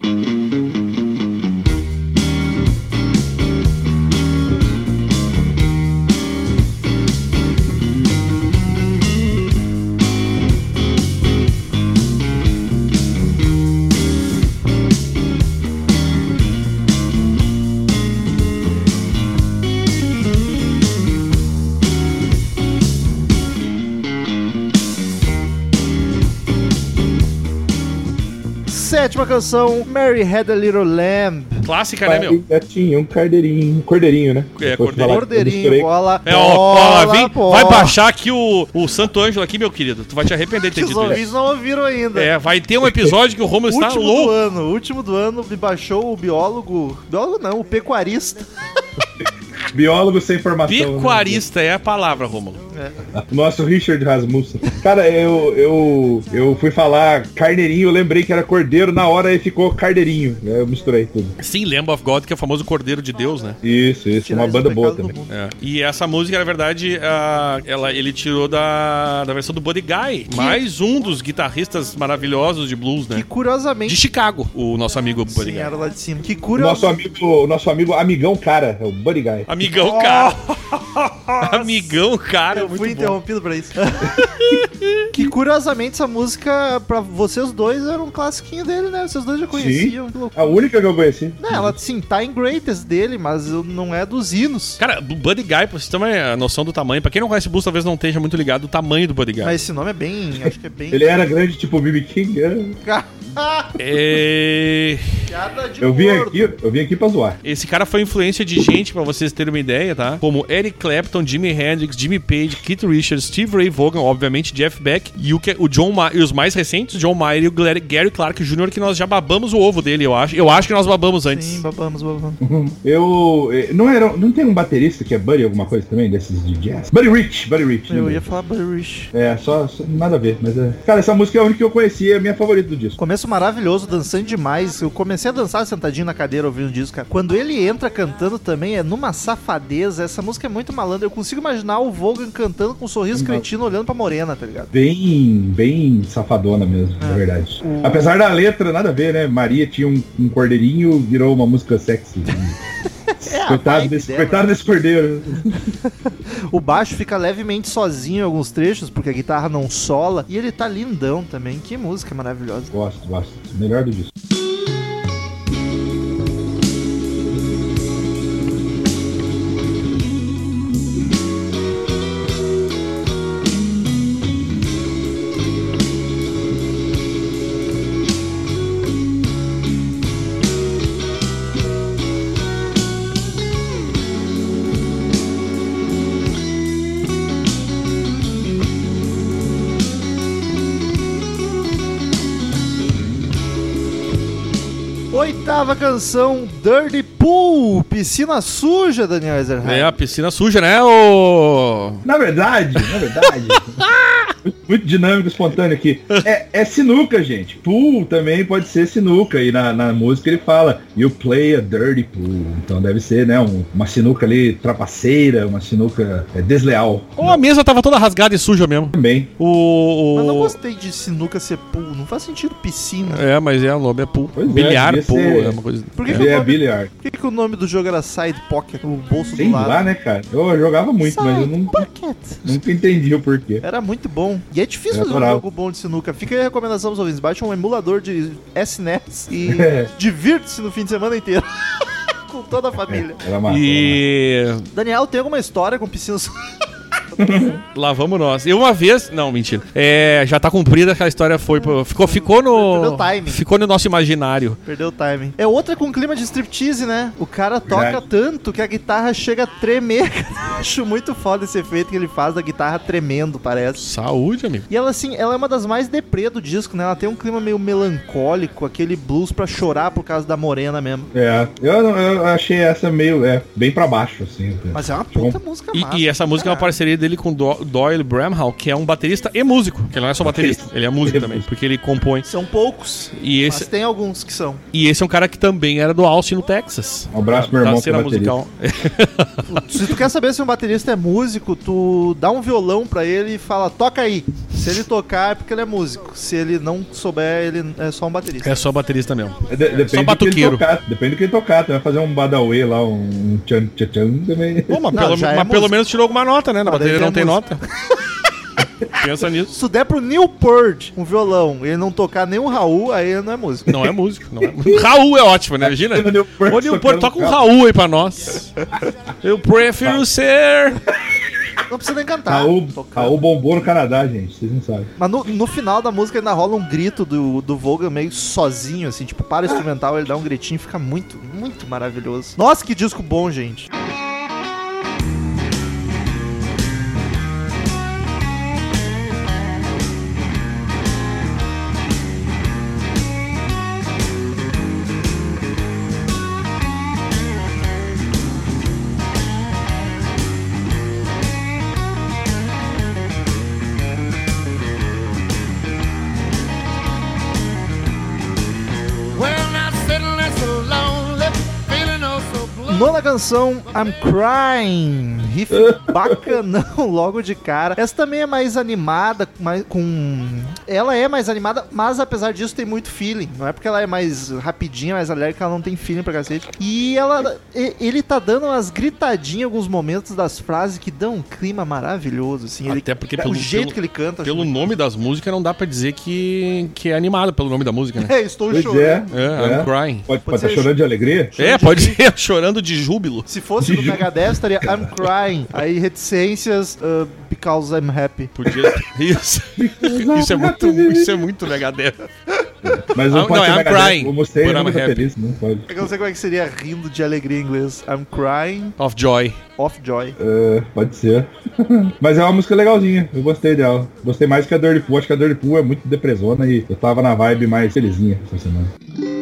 A: Sétima canção, Mary Had a Little Lamb. É,
B: Clássica, né, meu?
C: Já tinha um cordeirinho, um cordeirinho, né?
B: É,
C: Eu vou te
B: cordeirinho.
C: falar, eu
A: Cordeirinho,
C: misturei-
A: bola.
B: É, ó, ó, vem,
A: bola,
B: vai
A: bola.
B: baixar aqui o, o Santo Ângelo aqui, meu querido. Tu vai te arrepender
A: Que
B: de ter
A: os
B: dito isso.
A: ouvintes não ouviram ainda.
B: É, vai ter um episódio que o Romulo está
A: último do
B: louco.
A: ano, último do ano, me baixou o biólogo. Biólogo não, o pecuarista.
C: Biólogo sem formação. né?
A: então,
B: Pecuarista é a palavra, Romulo.
C: Nosso Richard Rasmussen. Cara, eu, eu, eu fui falar carneirinho, eu lembrei que era cordeiro, na hora aí ficou cardeirinho. Eu misturei tudo.
B: Sim, Lamb of God, que é o famoso Cordeiro de Deus, né?
C: Isso, isso.
A: Tirar
C: Uma
A: isso do
C: banda boa
A: pecado do
C: também.
A: mundo.
B: É. E essa música, na verdade, a- ela, ele tirou da, da versão do Buddy Guy. Mais um dos guitarristas maravilhosos de blues,
A: Que
B: né? De
A: curiosamente.
B: Chicago, o nosso amigo
A: Sim,
B: Buddy
A: é.
B: Guy.
A: era lá de cima. Que
C: Nosso
A: curiosamente.
C: amigo, nosso amigo amigão cara, é o Buddy Guy.
B: Amigão, cara. Amigão, cara,
A: Eu
B: É muito
A: fui
B: bom.
A: interrompido pra isso. que curiosamente essa música, pra vocês dois, era um classiquinho dele, né? Vocês dois já conheciam. Que loucura.
C: A única É que eu conheci.
A: Não, ela sim, tá em greatest dele, mas não é dos hinos.
B: Cara, o Buddy Guy, pra vocês terem a noção do tamanho. Pra quem não conhece o Blues, talvez não esteja muito ligado o tamanho do Buddy Guy.
A: Mas esse nome é bem. Acho que é bem.
C: Ele era grande, tipo o BB King. né?
B: É,
A: Piada de
C: Eu vim
A: gordo.
C: aqui, eu vim aqui pra zoar.
B: Esse cara foi influência de gente, pra vocês terem uma ideia, tá? Como Eric Clapton, Jimi Hendrix, Jimmy Page, Keith Richards, Steve Ray Vaughan, obviamente, Jeff Beck e o, que- o John Ma e os mais recentes, John Mayer e o Gla- Gary Clark Jr., que nós já babamos o ovo dele, eu acho. Eu acho que nós babamos antes.
A: Sim, babamos, babamos.
C: Um Eu. eh, Não, era, não tem um baterista que é Buddy alguma coisa também, desses de jazz? Buddy Rich, Buddy Rich.
A: Eu
C: lembrei.
A: ia falar Burish.
C: É, só, só- Nada a ver, mas é. Cara, essa música é a única que eu conhecia, é a minha favorita do disco.
A: Começo maravilhoso, dançando demais. Eu comecei a dançar sentadinho na cadeira ouvindo o disco, cara. Quando ele entra cantando também, é numa safadeza. Essa música é muito malandra. Eu consigo imaginar o Vogan cantando com um sorriso cretino olhando pra morena, tá ligado?
C: Bem, bem safadona mesmo,
A: Ah.
C: na verdade. Apesar da letra, nada a ver, né? Maria tinha um, um cordeirinho, virou uma música sexy.
A: É, a
C: coitado,
A: vibe
C: desse,
A: dela.
C: coitado desse cordeiro.
A: O baixo fica levemente sozinho em alguns trechos, porque a guitarra não sola. E ele tá lindão também. Que música maravilhosa.
C: Gosto, gosto. Melhor do disco.
A: Oitava canção, Dirty Pool. Piscina suja, Daniel Ezerheim.
B: É a piscina suja, né, ô...
C: Na verdade, na verdade. muito- Muito dinâmico, espontâneo aqui. É, é sinuca, gente. Pool também pode ser sinuca. E na, na música ele fala, you play a dirty pool. Então deve ser, né? um- uma sinuca ali trapaceira, uma sinuca é, desleal
B: Ô, a mesa tava toda rasgada e suja mesmo.
C: também.
B: O... o-
A: Mas não gostei de sinuca ser pool. Não faz sentido piscina.
B: É, mas é, o nome é pool.
C: Pois é,
B: Bilhar,
C: devia
B: pool,
C: ser-
B: é uma coisa...
A: Por que, que,
C: Ele
A: o
C: é
A: nome,
C: billiard.
A: por que que o nome do jogo era Side Pocket? O bolso
C: Sei
A: do lado.
C: lá, né, cara? Eu jogava muito, mas eu
A: Side
C: nunca,
A: Pocket.
C: nunca entendi o porquê.
A: Era muito bom. E é difícil
C: Eu
A: fazer um
C: adorava.
A: jogo bom de sinuca. Fica aí a recomendação pros ouvintes. Baixa um emulador de SNES e
C: É.
A: divirta-se no fim de semana inteiro. Com toda a família.
C: Era massa, era massa.
B: E...
A: Daniel, tem alguma história com piscina suja?
B: Lá vamos nós. E uma vez. Não, mentira. É, já tá cumprida aquela história foi. pro- Ficou, ficou no.
A: Perdeu timing.
B: Ficou no nosso imaginário.
A: Perdeu o timing. É outra com clima de striptease, né? O cara toca
C: Verdade.
A: tanto que a guitarra chega a tremer. Acho muito foda esse efeito que ele faz da guitarra tremendo, parece.
B: Saúde, amigo.
A: E ela, assim, ela é uma das mais deprê do disco, né? Ela tem um clima meio melancólico, aquele blues pra chorar por causa da morena mesmo.
C: É, eu, eu achei essa meio, é, bem pra baixo, assim.
A: Mas é uma puta música massa.
B: E, e essa música é uma
A: cara.
B: parceria dele com Do- Doyle Bramhall, que é um baterista e músico. Que ele não é só baterista, ele é músico também, porque ele compõe.
A: São poucos,
B: E
A: mas
B: esse,
A: tem alguns que são.
B: e esse é um cara que também era do Austin, no Texas.
C: Um abraço, meu irmão,
B: Da
C: que é
B: cena
C: baterista.
B: musical.
A: Se tu quer saber se um baterista é músico, tu dá um violão pra ele e fala, toca aí. Se ele tocar, é porque ele é músico. Se ele não souber, ele é só um baterista.
B: É só baterista mesmo.
C: É, de- depende
B: só
C: do que
B: batuqueiro.
C: ele tocar. Depende do que ele tocar. Tu vai fazer um badawê lá, um tchan tchan tchan também.
B: Bom, mas,
A: Não,
B: pelo,
A: já é
B: mas pelo
A: músico.
B: menos tirou alguma nota, né? Na
A: Ah, daí
B: bateria
A: tem
B: não
A: a
B: tem
A: música.
B: nota. Pensa nisso.
A: Se tu der pro Neil Peart um violão e ele não tocar nem o Raul, aí ele não é músico.
B: Não é músico. Não é músico. Raul é ótimo, né? Imagina.
C: O Neil Peart
B: Ô, Neil Peart,
C: tocando
B: toca um
C: carro.
B: Raul aí pra nós. Eu prefiro ser.
A: Não precisa nem cantar.
C: Raul,
A: Tocar.
C: Raul bombou no Canadá, gente. Vocês não sabem.
A: Mas no, no final da música ainda rola um grito do, do Vogan meio sozinho, assim, tipo, para o instrumental, ele dá um gritinho e fica muito, muito maravilhoso. Nossa, que disco bom, gente.
G: Well, now sitting there so lonely, feeling oh so blue.
A: Nona canção, I'm Crying. Riff bacanão logo de cara. Essa também é mais animada, mais, com. Ela é mais animada, mas apesar disso tem muito feeling. Não é porque ela é mais rapidinha, mais alérgica, ela não tem feeling pra cacete. E ela. e- Ele tá dando umas gritadinhas em alguns momentos das frases que dão um clima maravilhoso, assim. Ele,
B: Até porque
A: o
B: pelo-
A: jeito
B: pelo-
A: que ele tá canta.
B: Pelo nome das músicas, não dá pra dizer que, que é animado pelo nome da música, né?
A: É, estou
C: Pois
A: chorando.
C: é.
B: É, I'm crying.
C: Pode
A: Pode
C: estar
A: ser-
C: chorando de alegria?
B: É, pode ser chorando de júbilo.
A: Se fosse do Megadeth, estaria I'm crying. Aí reticências, uh, because I'm happy.
B: Podia. Isso. isso é muito. Isso é muito Megadeth.
C: Mas não
B: Ah,
C: pode
B: não,
C: ser
B: I'm
C: Megadeth,
B: crying,
C: Como você
B: but
C: é
B: I'm
C: muito
B: happy.
C: feliz, não pode.
A: Eu não sei como é que seria rindo de alegria em inglês. I'm crying
B: Of Joy.
A: of joy.
C: É, pode ser. Mas é uma música legalzinha. Eu gostei dela. Gostei mais que a Dirty Pool. Acho que a Dirty Pool é muito depressona e eu tava na vibe mais felizinha essa semana.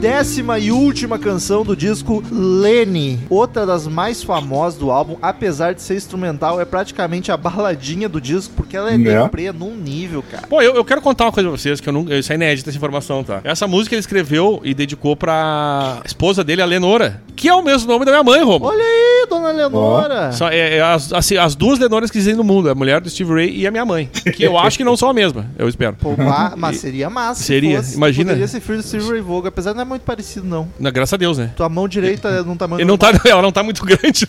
A: Décima e última canção do disco Lenny. Outra das mais famosas do álbum, apesar de ser instrumental, é praticamente a baladinha do disco, porque ela é
C: Né?
A: deprê num nível, cara.
B: Pô, eu, eu quero contar uma coisa pra vocês, que eu nunca. Isso é inédita essa informação, tá? Essa música ele escreveu e dedicou pra esposa dele, a Lenora, que é o mesmo nome da minha mãe, Romulo.
A: Olha aí, dona Leonora.
B: Só- é- é as, assim, as duas Lenoras que existem no mundo, a mulher do Steve Ray e a minha mãe. Que eu acho que não são a mesma, eu espero.
A: Pô, ma- mas seria massa. se
B: Seria,
A: fosse.
B: imagina.
A: Poderia ser filho do Silver Vogue, apesar de não é muito parecido, não.
B: Na, graças a Deus, né?
A: Tua mão direita é num tamanho
B: Ele não tá, ela não tá muito grande.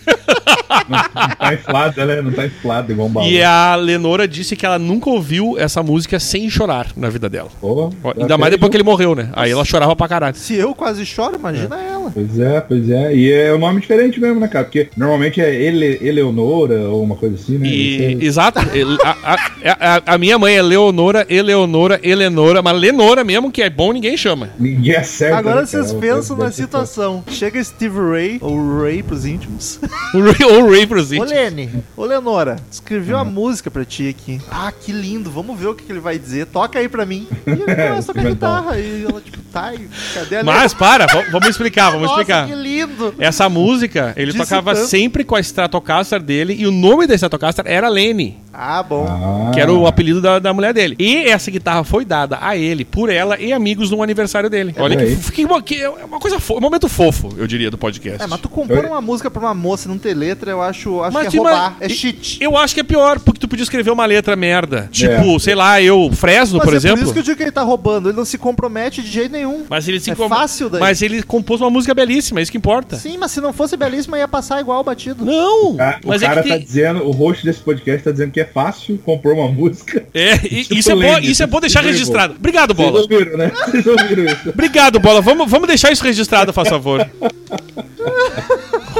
C: Não tá inflada, né? Não tá inflada igual um balão.
B: E é a Lenora disse que ela nunca ouviu essa música sem chorar na vida dela.
C: Pô, tá
B: Ó, Ainda mais depois que ele morreu, né? Aí ela chorava pra caralho.
A: Se eu quase choro, imagina ela.
C: Pois é, pois é. E é um nome diferente mesmo, né, cara? Porque normalmente é Ele... Eleonora ou uma coisa assim, né?
B: E,
C: Não sei.
B: exato. ele- A, a- a- a minha mãe é Leonora, Eleonora, Helenora, mas Lenora mesmo, que é bom, ninguém chama.
C: Ninguém
B: É,
C: acerta.
A: Agora
C: né,
A: vocês
B: um
C: cara?
A: pensam na
C: Deve
B: tipo-
C: ser
A: situação. Chega Steve Ray, ou Ray pros íntimos.
B: O Ray, ou Ray pros
A: Ô
B: íntimos.
A: Lene, ô Lenora, escrevi uma música pra ti aqui. Ah, que lindo, vamos ver o que, que ele vai dizer. Toca aí pra mim. E ele começa a tocar
C: Instrumental.
A: guitarra. E ela, tipo, tá, e cadê a
B: Mas para, v- vamos explicar, vamos
A: Nossa,
B: explicar. É.
A: que lindo.
B: Essa música, ele
A: Disse
B: tocava
A: tanto.
B: sempre com a Stratocaster dele e o nome da Stratocaster era Lene,
A: Ah, bom.
C: Ah,
B: que era o apelido da, da mulher dele. E essa guitarra foi dada a ele, por ela e amigos no aniversário dele. Olha que,
C: É aí.
B: fo- que, que é uma coisa fo- um momento fofo, eu diria, do podcast.
A: É, mas tu compor
C: Eu-
A: uma música pra uma moça e não ter letra, eu acho, acho
B: Mas
A: que é
B: ima-
A: roubar. É
B: e-
A: cheat.
B: Eu acho que é pior, porque tu podia escrever uma letra
C: É.
B: merda. Tipo, sei lá, eu, Fresno,
A: Mas
B: por
A: é
B: exemplo.
A: por isso que eu digo que ele tá roubando. Ele não se compromete de jeito nenhum.
B: Mas ele se
A: É
B: com-
A: fácil daí.
B: Mas ele compôs uma música belíssima, é isso que importa.
A: Sim, mas se não fosse belíssima, ia passar igual o batido.
B: Não!
C: Tá, o
B: mas é
C: cara
B: que
C: tá
B: tem...
C: dizendo, o host desse podcast tá dizendo que é fácil compor uma música.
B: É, e-
C: Tipo
B: isso, é bom,
C: Lenny,
B: isso é bom deixar
C: tipo
B: registrado. Obrigado,
C: Vocês
B: Bola.
C: ouviram, né? Vocês ouviram isso.
B: Obrigado, Bola. Vamos, vamos deixar isso registrado, faz favor.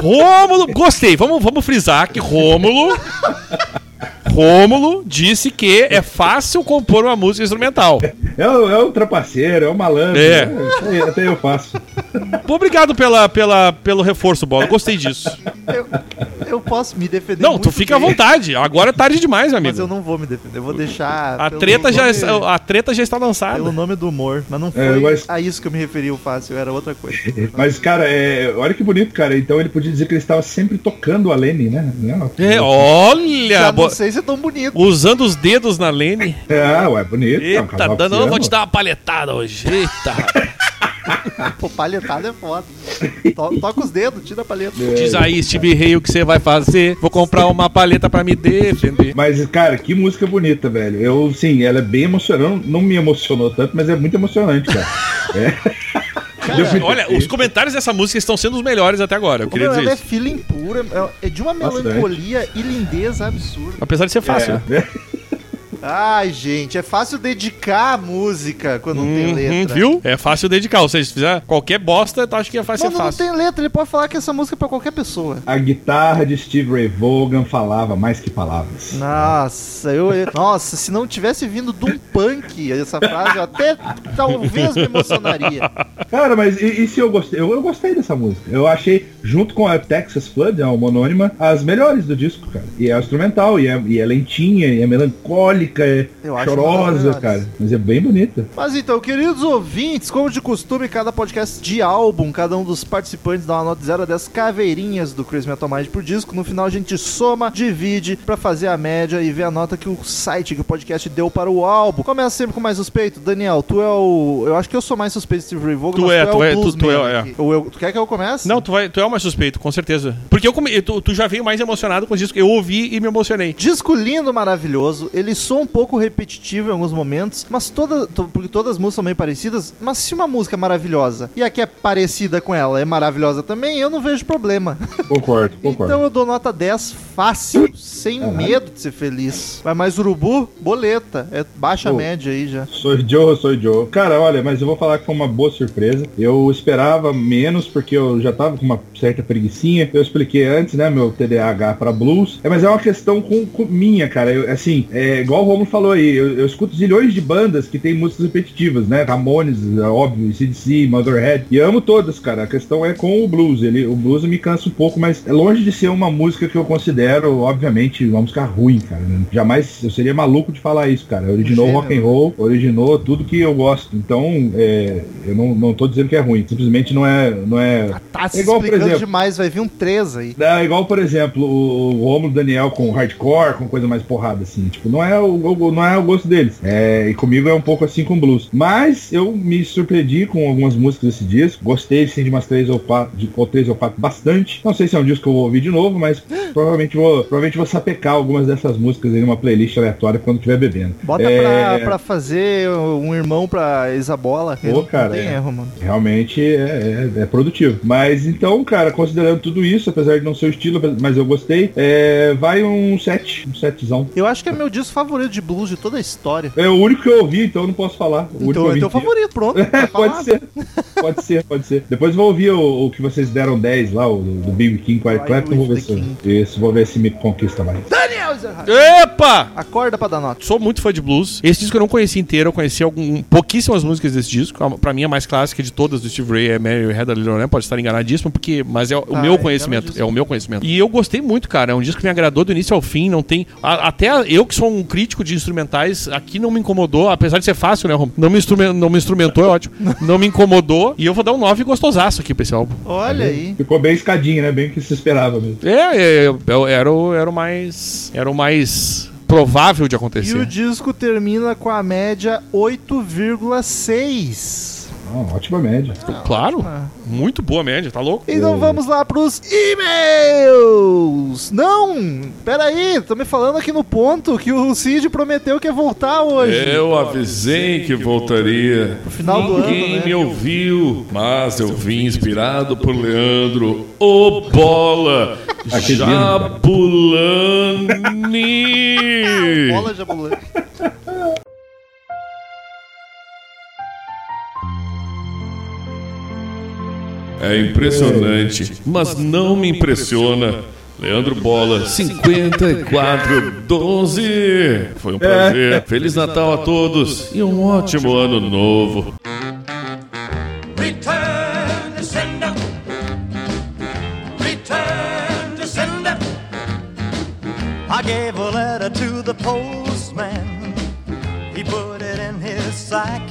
B: Rômulo, gostei. Vamos, vamos frisar que Rômulo. Rômulo disse que é fácil compor uma música instrumental.
C: É o, é o trapaceiro, é o malandro.
B: É.
C: né? Isso aí, até eu faço.
B: Pô, Obrigado pela, pela, pelo reforço, Bola. Gostei disso.
A: Eu, eu posso me defender.
B: Não,
A: muito
B: tu fica à
A: bem,
B: vontade. Agora é tarde demais, meu
A: Mas eu
B: amigo.
A: não vou me defender. Eu vou deixar.
B: A
A: pelo
B: treta, já, é
A: nome-
B: a treta já está
A: Pelo
B: lançada.
A: nome do humor, mas não foi
C: É, eu acho-
A: a isso que eu me referi o fácil, era outra coisa.
C: Mas, cara, é, olha que bonito, cara. Então ele podia dizer que ele estava sempre tocando a Lene, né? Não.
B: É,
A: Já
B: olha!
A: não
B: bo-
A: sei se é tão bonito.
B: Usando os dedos na lane.
C: É, ué, bonito.
A: Então,
C: é um
B: Eita,
C: casal
B: dando, eu vou te
C: anciano.
B: dar uma palhetada hoje. Eita,
A: Pô, palhetada é foda. To- toca os dedos, tira a
C: É,
A: palheta.
B: diz aí, Steve Ray, o que você vai fazer? Vou comprar uma palheta pra me defender.
C: Mas, cara, que música bonita, velho. Eu, sim, ela é bem emocionante. Não me emocionou tanto, mas é muito emocionante, cara. É. Deu muito-
B: Olha, os comentários dessa música estão sendo os melhores até agora, eu
A: Como
B: queria
A: ela
B: dizer
A: é
B: isso.
A: feeling pura, é é de uma
C: Bastante.
A: melancolia e lindeza absurda.
B: Apesar de ser fácil.
C: É, né?
A: Ai, gente, é fácil dedicar a música quando não tem
B: Hum,
A: letra.
B: viu? É fácil dedicar. Ou seja, se fizer qualquer bosta, tu acha que vai ser
A: Mano, não
B: é fácil.
A: tem letra, ele pode falar que essa música é pra qualquer pessoa.
C: A guitarra de Steve Ray Vaughan falava mais que palavras.
A: Nossa, eu, eu- Nossa, se não tivesse vindo de um punk essa frase, eu até talvez me emocionaria.
C: Cara, mas e, e se eu gostei? Eu, eu gostei dessa música. Eu achei, junto com a Texas Flood, a monônima, as melhores do disco, cara. E é instrumental, e é, e é lentinha, e é melancólica, é
A: Eu acho uma das
C: chorosa,
A: melhores.
C: cara. Mas é bem bonita.
A: Mas então, queridos ouvintes, como de costume, cada podcast de álbum, cada um dos participantes dá uma nota de 0 a 10 caveirinhas do Chris Metal Mind por disco. No final a gente soma, divide pra fazer a média e ver a nota que o site, que o podcast deu para o álbum. Começa sempre com mais suspeito. Daniel, tu é o. Eu acho que eu sou mais suspeito de Steve Ray Vaughan,
B: Tu
A: mas
B: é, tu é, tu-
A: bluesman
B: tu é, é.
A: aqui. Ou eu- tu quer que eu comece?
B: Não, tu, vai, tu é o mais suspeito, com certeza. Porque eu come- tu, tu já veio mais emocionado com isso. Eu ouvi e me emocionei.
A: Disco lindo, maravilhoso. Ele soa um pouco repetitivo em alguns momentos, mas toda, to- porque todas as músicas são meio parecidas. Mas se uma música é maravilhosa e a que é parecida com ela é maravilhosa também, eu não vejo problema.
C: Concordo, concordo.
A: Então eu dou nota 10 fácil, sem medo de ser feliz. Vai mais urubu, boleta. É baixa
C: Pô.
A: média aí já.
C: Sou Joe, sou Joe. Cara, olha, mas eu vou falar que foi uma boa surpresa. Eu esperava menos, porque eu já tava com uma certa preguiçinha. Eu expliquei antes, né, meu TDAH pra blues. É, mas é uma questão com, com- minha, cara. Eu, assim, é igual o Romulo falou aí, eu, eu escuto zilhões de bandas que tem músicas repetitivas, né? Ramones, é óbvio, CDC, Motherhead. E eu amo todas, cara. A questão é com o blues. Ele, o blues me cansa um pouco, mas é longe de ser uma música que eu considero, obviamente, uma música ruim, cara. Jamais, eu seria maluco de falar isso, cara. Originou
A: Gênero.
C: rock and roll, originou tudo que eu gosto. Então, é, eu não, não tô dizendo que é ruim. Simplesmente não é. Não é...
A: Tá se
C: É igual, por
A: explicando
C: exemplo-
A: demais, vai vir um 3 aí.
C: É igual, por exemplo, o o Romulo Daniel com hardcore, com coisa mais porrada, assim. Tipo, não é o, o- não é o gosto deles. É, e comigo é um pouco assim com blues. Mas eu me surpreendi com algumas músicas desse disco. Gostei, sim, de umas três ou quatro, de, ou três ou quatro bastante. Não sei se é um disco que eu vou ouvir de novo, mas provavelmente vou, provavelmente vou sapecar algumas dessas músicas aí numa playlist aleatória quando estiver bebendo.
A: Bota
C: É,
A: pra, pra fazer um irmão pra Isabola.
C: Pô, cara,
A: Não tem
C: é.
A: erro, mano.
C: Realmente é, é- é produtivo. Mas então, cara, considerando tudo isso, apesar de não ser o estilo, mas eu gostei, é, vai um set, um setzão.
A: Eu acho que é meu disco favorito de blues de toda a história.
C: É o único que eu ouvi, então eu não posso falar. O único que eu
A: Então é
C: ouvi
A: teu
C: inteiro.
A: favorito, pronto. tá
C: Pode
A: falado.
C: ser, pode ser, pode ser. Depois vou ouvir o, o que vocês deram 10 lá, o do do Big King com
A: Ride
C: Eric Clapton, vou
A: with
C: ver
A: the
C: se isso, vou ver se me conquista mais.
A: Daniel Ezerhard.
B: Epa!
A: Acorda pra dar nota.
B: Sou muito fã de blues. Esse disco eu não conheci inteiro, eu conheci algum, pouquíssimas músicas desse disco. A- Pra mim, a mais clássica de todas do Steve Ray é Mary Had a Little Lamb. Pode estar enganadíssimo, porque, mas é o
A: Tá,
B: meu
A: é,
B: conhecimento.
A: enganadíssimo.
B: É o meu conhecimento. E eu gostei muito, cara. É um disco que me agradou do início ao fim. Não tem. a- até eu, que sou um crítico de instrumentais, aqui não me incomodou, apesar de ser fácil, né, Rom? Não me, instrumen- não me instrumentou, é ótimo. Não me incomodou. E eu vou dar um 9 gostosaço aqui pra esse álbum.
A: Olha aí.
C: Ficou bem escadinho, né? Bem que se esperava mesmo.
B: É, é, é, era, o, era o mais. Era o mais provável
A: E
B: de
A: o
B: acontecer.
A: disco termina com a média 8,6.
C: Ah, ótima média.
B: Claro.
A: Ah.
B: Muito boa média, tá louco?
A: Então vamos lá pros e-mails! Não! Peraí, tô me falando aqui no ponto que o Cid prometeu que ia voltar hoje.
H: Eu avisei que
B: eh,
H: voltaria.
A: No final do ano,
H: Ninguém
A: né?
H: me ouviu, mas eu vim inspirado por Leandro O Bola
C: Aquele
H: Jabulani.
A: Bola já pulou.
H: É impressionante, mas não me impressiona. Leandro Bola, 5412.
A: É.
H: Foi um prazer. Feliz Natal a todos e um ótimo ano novo.
G: Return to sender. Return to sender. I gave a letter to the postman. He put it in his sack.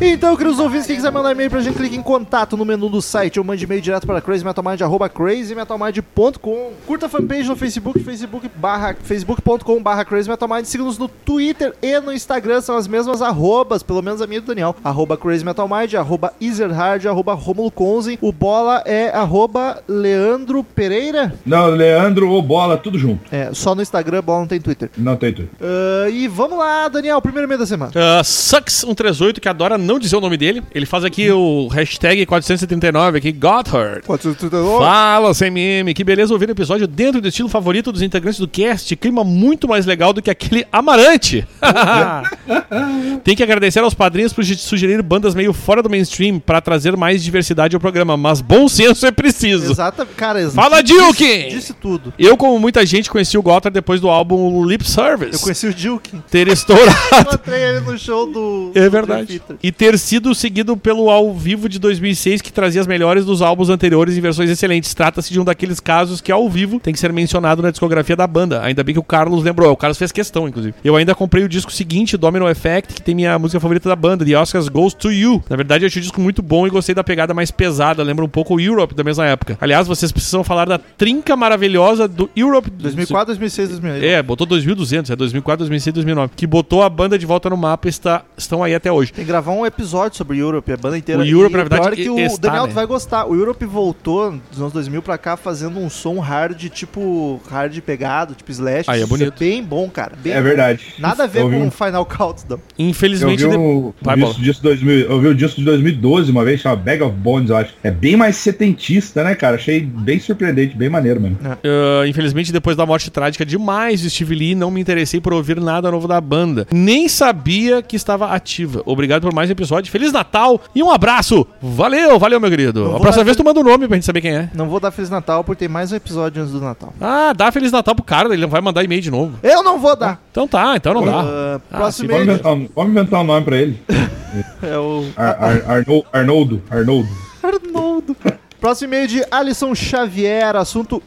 A: Então, queridos ouvintes, quem quiser mandar e-mail pra gente, clique em contato no menu do site ou mande e-mail direto para crazymetalmind, arroba crazymetalmind.com. Curta a fanpage no Facebook, facebook barra, facebook.com barra crazymetalmind. Siga-nos no Twitter e no Instagram, são as mesmas arrobas, pelo menos a minha e do Daniel. Arroba crazymetalmind, arroba ezerhard, arroba romulo conzen. O bola é arroba leandro pereira.
C: Não, Leandro ou Bola, tudo junto.
A: É, só no Instagram, bola não tem Twitter.
C: Não tem tudo.
A: Ah, e vamos lá, Daniel, primeiro e-mail da semana.
B: Uh, Sucks138, que adora não dizer o nome dele. Ele faz aqui o hashtag 439 aqui, Gotthard.
A: 439.
B: Fala, CMM, que beleza ouvir o episódio dentro do estilo favorito dos integrantes do cast. Clima muito mais legal do que aquele Amarante. Tem que agradecer aos padrinhos por sugerir bandas meio fora do mainstream para trazer mais diversidade ao programa, mas bom senso é preciso.
A: Exata, cara, ex-
B: Fala, Dilke!
A: Disse, disse tudo.
B: Eu, como muita gente, conheci o Gotthard depois do álbum Lip
A: Eu
B: Service
A: conheci o Dilkin.
B: ter estourado.
A: Encontrei ele no show do.
B: É
A: do
B: verdade.
A: Dream Theater.
B: E ter sido seguido pelo ao vivo de 2006, que trazia as melhores dos álbuns anteriores em versões excelentes. Trata-se de um daqueles casos que ao vivo tem que ser mencionado na discografia da banda. Ainda bem que o Carlos lembrou. O Carlos fez questão, inclusive. Eu ainda comprei o disco seguinte, Domino Effect, que tem minha música favorita da banda, The Oscars Goes to You. Na verdade, eu achei o disco muito bom e gostei da pegada mais pesada. Lembra um pouco o Europe da mesma época. Aliás, vocês precisam falar da trinca maravilhosa do Europe
A: 2004, 2006, 2008.
B: é, botou 2.200, é 2004, 2006, 2009. Que botou a banda de volta no mapa está, estão aí até hoje.
A: Tem que gravar um episódio sobre Europe, a banda inteira.
B: O Europe,
A: E
B: na verdade,
A: pior é que o
B: está,
A: Daniel
B: né?
A: vai gostar. O Europe voltou dos anos 2000 pra cá fazendo um som hard, tipo hard pegado, tipo slash.
B: Aí é
A: Isso
B: bonito.
A: bem bom, cara. Bem
C: É verdade.
A: Nada a ver
C: Eu vi
A: com
C: um-
A: o Final Countdown.
C: Eu
B: Infelizmente.
C: vi,
B: de-
C: um,
B: Vai,
C: um
B: bola.
C: disco, disco 2000, eu vi o disco de 2012 uma vez, chama Bag of Bones, eu acho. É bem mais setentista, né, cara? Achei bem surpreendente, bem maneiro mesmo.
B: Ah, infelizmente, depois da morte trágica demais de Steve Lee, não me interessei por ouvir nada novo da banda. Nem sabia que estava ativa. Obrigado por mais um episódio. Feliz Natal e um abraço. Valeu, valeu, meu querido. A
A: vou
B: próxima
A: dar-
B: vez tu manda o nome pra gente saber quem é.
A: Não vou dar Feliz Natal porque tem mais um episódio antes do Natal.
B: Ah, dá Feliz Natal pro cara, ele não vai mandar e-mail de novo.
A: Eu não vou dar.
B: Então tá, então não dá.
A: Ah,
B: Ah,
A: próximo
B: sim,
C: Vamos
A: e-mail
C: inventar, um, vamos inventar um nome pra ele.
A: é o
C: Ar, Ar- Arnol- Arnoldo. Arnoldo.
A: Arnoldo. Próximo e-mail de Alisson Xavier, assunto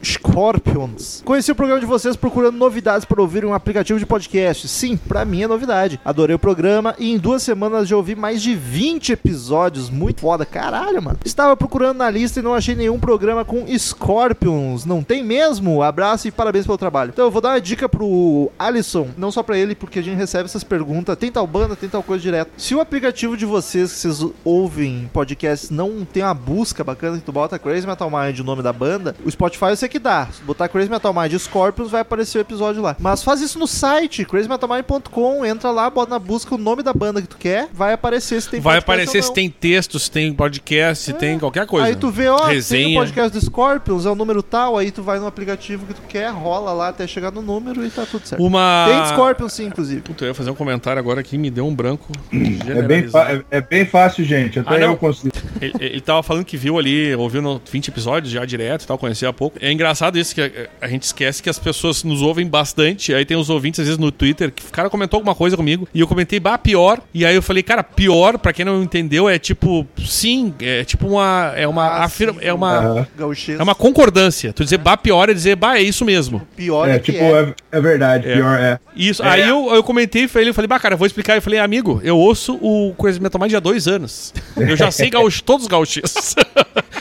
A: Scorpions. Conheci o programa de vocês procurando novidades para ouvir em um aplicativo de podcast. Sim, pra mim é novidade. Adorei o programa e em duas semanas já ouvi mais de 20 episódios. Muito foda, caralho, mano. Estava procurando na lista e não achei nenhum programa com Scorpions. Não tem mesmo? Abraço e parabéns pelo trabalho. Então eu vou dar uma dica pro Alisson, não só pra ele, porque a gente recebe essas perguntas. Tem tal banda, tem tal coisa direto. Se o aplicativo de vocês que vocês ouvem podcasts não tem uma busca bacana que tu bota Crazy Metal Mind o nome da banda, o Spotify eu sei que dá. Se botar Crazy Metal Mind e Scorpions vai aparecer o episódio lá. Mas faz isso no site, crazymetalmind.com, entra lá, bota na busca o nome da banda que tu quer, vai aparecer se tem
B: Vai
A: podcast ou
B: aparecer se
A: não. É.
B: tem texto, se tem podcast, se tem qualquer coisa.
A: Aí tu vê, ó, tem
B: Resenha.
A: o podcast do Scorpions, é o número tal, aí tu vai no aplicativo que tu quer, rola lá até chegar no número e tá tudo certo.
B: Uma.
A: Tem Scorpions sim, inclusive.
B: Puta, eu ia fazer um comentário agora que me deu um branco.
C: É bem,
B: generalizado.
C: fa- é, é bem fácil, gente. Até
B: Ah, não.
C: eu consigo.
B: Ele, ele tava falando que viu ali, ouviu no 20 episódios já direto e tal, conhecia há pouco. É engraçado isso, que a, a gente esquece que as pessoas nos ouvem bastante. Aí tem os ouvintes, às vezes, no Twitter, que o cara comentou alguma coisa comigo. E eu comentei, bah, pior. E aí eu falei, cara, pior, pra quem não entendeu, é tipo, sim, é tipo uma. É uma.
A: Ah,
B: afirma,
A: sim.
B: é uma.
A: Gauchês,
B: É uma concordância. Tu dizer bah pior é dizer bah, é isso mesmo.
A: pior
C: É,
A: que
C: tipo, é, é verdade. Pior é.
B: Isso. Aí eu, eu comentei pra ele, eu falei, bah, cara, eu vou explicar. Eu falei, amigo, eu ouço o Crazy Metal Mind há dois anos. Eu já sei gaúcho, todos os gauchês.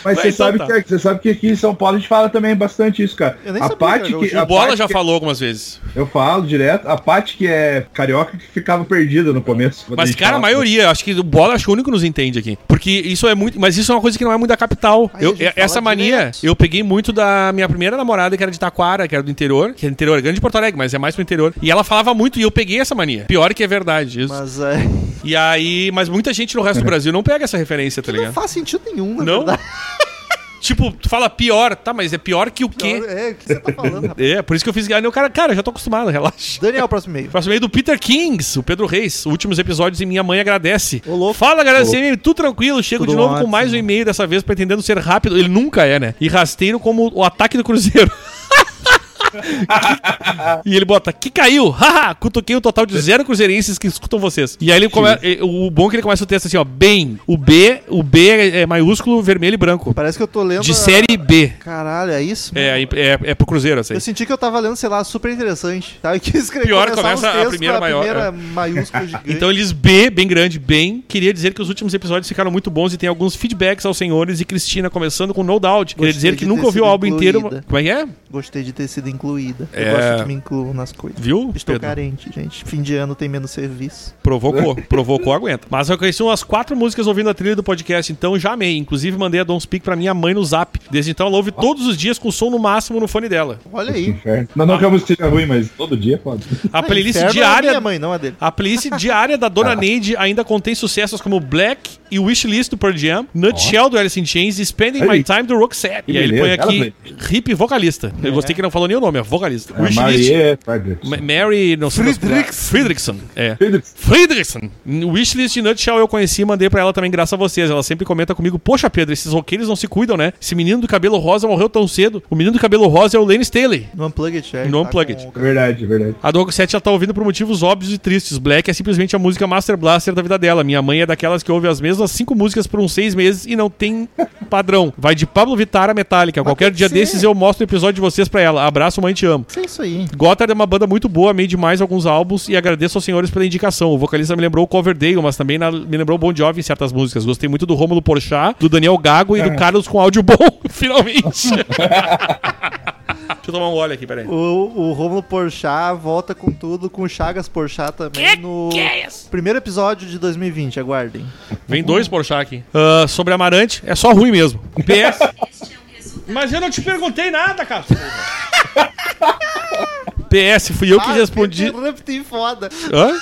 C: Mas você
B: Então
C: sabe,
B: tá.
C: que, você sabe que aqui em São Paulo a gente fala também bastante isso, cara.
A: Eu nem
C: a
A: sabia,
C: parte
A: cara,
C: que,
A: o
C: a
B: O Bola
C: parte
B: já
C: que-
B: falou algumas vezes.
C: Eu falo direto. A parte que é carioca que ficava perdida no começo. quando
B: Mas,
C: gente
B: cara, a
C: falava.
B: maioria, acho que o Bola acho que é o único que nos entende aqui. Porque isso é muito. Mas isso é uma coisa que não é muito da capital.
A: Aí a
B: Eu,
A: gente fala
B: essa mania,
A: direto.
B: eu peguei muito da minha primeira namorada, que era de Taquara, que era do interior, que é do interior, é grande de Porto Alegre, mas é mais pro interior. E ela falava muito, e eu peguei essa mania. Pior que é verdade isso.
A: Mas é,
B: E aí, mas muita gente no resto do Brasil não pega essa referência, tá
A: não
B: ligado?
A: faz sentido nenhum, na
B: Não?
A: verdade.
B: Tipo, tu fala pior, tá, mas é pior que o quê?
A: É, o que você tá falando, rapaz?
B: É, por isso que eu fiz. Aí o cara, cara, eu já tô acostumado, relaxa.
A: Daniel, próximo e-mail.
B: Próximo meio do Peter Kings, o Pedro Reis. Últimos episódios e minha mãe agradece.
A: Ô, louco.
B: Fala, galera, CM, tudo tranquilo. Chego
A: Tudo
B: de novo
A: ótimo.
B: com mais um e-mail dessa vez, pretendendo ser rápido. Ele nunca é, né? E rasteiro como o ataque do Cruzeiro. Que- E ele bota, que caiu, haha, cutuquei um total de zero cruzeirenses que escutam vocês. E aí ele começa, o bom é que ele começa o texto assim, ó, bem, o B, o B é é maiúsculo, vermelho e branco,
A: Parece que eu tô lendo...
B: de
A: a-
B: série B.
A: Caralho, é isso?
B: É, é, é pro Cruzeiro, assim.
A: Eu senti que eu tava lendo, sei lá, super interessante. Tá? E que escrevi
B: Pior,
A: começava
B: começa
A: os
B: a
A: textos com
B: primeira
A: a
B: maior,
A: primeira
B: é.
A: maiúscula gigante.
B: Então eles B, bem grande, bem. Queria dizer que os últimos episódios ficaram muito bons e tem alguns feedbacks aos senhores e Cristina, começando com No Doubt. Queria
A: Gostei
B: dizer
A: de
B: que nunca
A: ter
B: ouviu o
A: sido
B: álbum inteiro.
A: incluída.
B: Como é que é?
A: Gostei de ter sido incluída. Eu
B: É.
A: gosto que me incluam nas coisas.
B: Viu,
A: Estou
B: Pedro?
A: carente, gente. Fim de ano tem menos serviço.
B: Provocou, provocou, aguenta. Mas eu conheci umas quatro músicas ouvindo a trilha do podcast, então já amei. Inclusive, mandei a Don't Speak pra minha mãe no zap. Desde então, ela ouve todos os dias com som no máximo no fone dela.
A: Olha aí.
C: Inferno. Não,
B: Ah.
C: não que a música seja ruim, mas todo dia pode.
B: A
A: Ah,
B: playlist
A: inferno é a
B: diária.
A: minha mãe, não a dele.
B: A playlist diária da
C: Ah.
B: Dona Neide ainda contém sucessos como Black e Wishlist do Pearl Jam, Nutshell do Alice in Chains e Spending My
C: Aí.
B: Time do Roxette.
C: Que
B: E aí ele põe
C: beleza,
B: aqui hip vocalista. Eu gostei que não falou nem o nome, é vocalista.
C: É, Marie Fredrickson.
B: Ma- Mary, não sei das-
A: Friedrichs.
B: Friedrichsen, é.
C: Fredrickson.
B: Friedrichsen. Wishlist de Nutshell eu conheci e mandei pra ela também, graças a vocês. Ela sempre comenta comigo: Poxa, Pedro, esses roqueiros não se cuidam, né? Esse menino do cabelo rosa morreu tão cedo. O menino do cabelo rosa é o Lane Staley.
A: No Unplugged, Charlie.
B: No
A: tá
B: Unplugged.
A: com-
C: É Verdade, é verdade.
B: A Dogo 7 já tá ouvindo por motivos óbvios e tristes. Black é simplesmente a música Master Blaster da vida dela. Minha mãe é daquelas que ouve as mesmas cinco músicas por uns seis meses e não tem padrão. Vai de Pablo Vittar a Metallica. Qualquer
A: tem que
B: dia
A: ser.
B: desses eu mostro o episódio de vocês pra ela. Abraço, mãe, te amo.
A: Isso é isso aí.
B: Gotthard é uma banda muito boa, amei demais alguns álbuns e agradeço aos senhores pela indicação. O vocalista me lembrou o Coverdale, mas também na- me lembrou o Bon Jovi em certas músicas. Gostei muito do Rômulo Porchat, do Daniel Gago e do Carlos com áudio bom, finalmente. Deixa eu tomar um gole aqui, peraí.
A: O, o Romulo Porchat volta com tudo, com o Chagas Porchat também no primeiro episódio de 2020, aguardem.
B: Vem dois Porchat aqui. Uhum. Ah, sobre Amarante, é só ruim mesmo. PS... Mas eu não te perguntei nada, cara. PS, fui eu
A: Ah,
B: que respondi...
A: Interrupting foda.
B: Hã?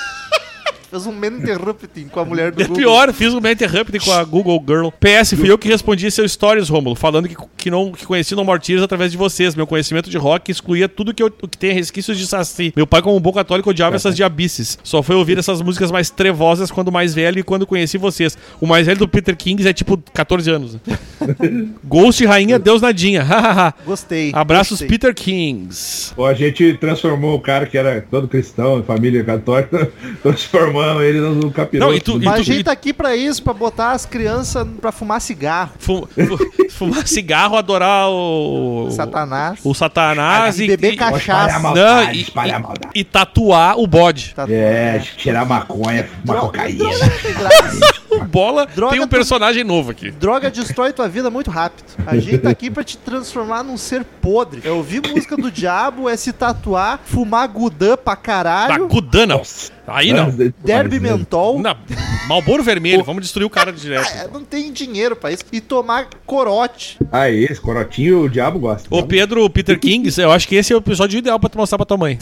A: Fez um man interrupting com a mulher do
B: É
A: Google.
B: pior, fiz o Matt Interrupt com a Google Girl. PS, fui eu que respondi seus stories, Rômulo, falando que, que, não, que conheci No More Tears através de vocês. Meu conhecimento de rock excluía tudo que, eu, o que tem resquícios de saci. Meu pai, como um bom católico, odiava essas diabices. Só foi ouvir essas músicas mais trevosas quando mais velho e quando conheci vocês. O mais velho do Peter Kings é tipo 14 anos. Ghost Rainha, Deus Nadinha. Hahaha.
A: Gostei.
B: Abraços,
A: gostei.
B: Peter Kings.
C: Pô, a gente transformou o cara que era todo cristão, família católica, transformamos ele num capiroto.
B: Não, e tu- e-
A: Mas a gente tá aqui pra isso, pra botar as crianças pra fumar cigarro.
B: Fu- fu- Fumar cigarro, adorar o.
A: Satanás. Ah,
B: O Satanás
A: E beber
C: Pô,
A: cachaça.
C: espalha a maldade,
B: Não, e-
C: espalha a
B: e-
C: maldade.
B: e tatuar o bode.
A: Tá-
C: É, tirar maconha, uma
A: Droga-
C: cocaína.
A: droga não tem graça.
B: O Bola
A: Droga
B: tem um
A: tu-
B: personagem novo aqui.
A: Droga destrói tua vida muito rápido. A gente tá aqui pra te transformar num ser podre. É ouvir música do diabo, é se tatuar, fumar gudã pra
B: Da
A: caralho,
B: Gudana. Tá Aí não.
A: derby
C: é.
A: mentol.
B: Na, Malboro Vermelho, vamos destruir o cara direto.
A: É, não tem dinheiro pra isso. E tomar corote.
C: Aí, Ah, é esse corotinho o diabo gosta.
B: Ô Pedro, Peter Kings, eu acho que esse é o episódio ideal pra tu mostrar pra tua mãe.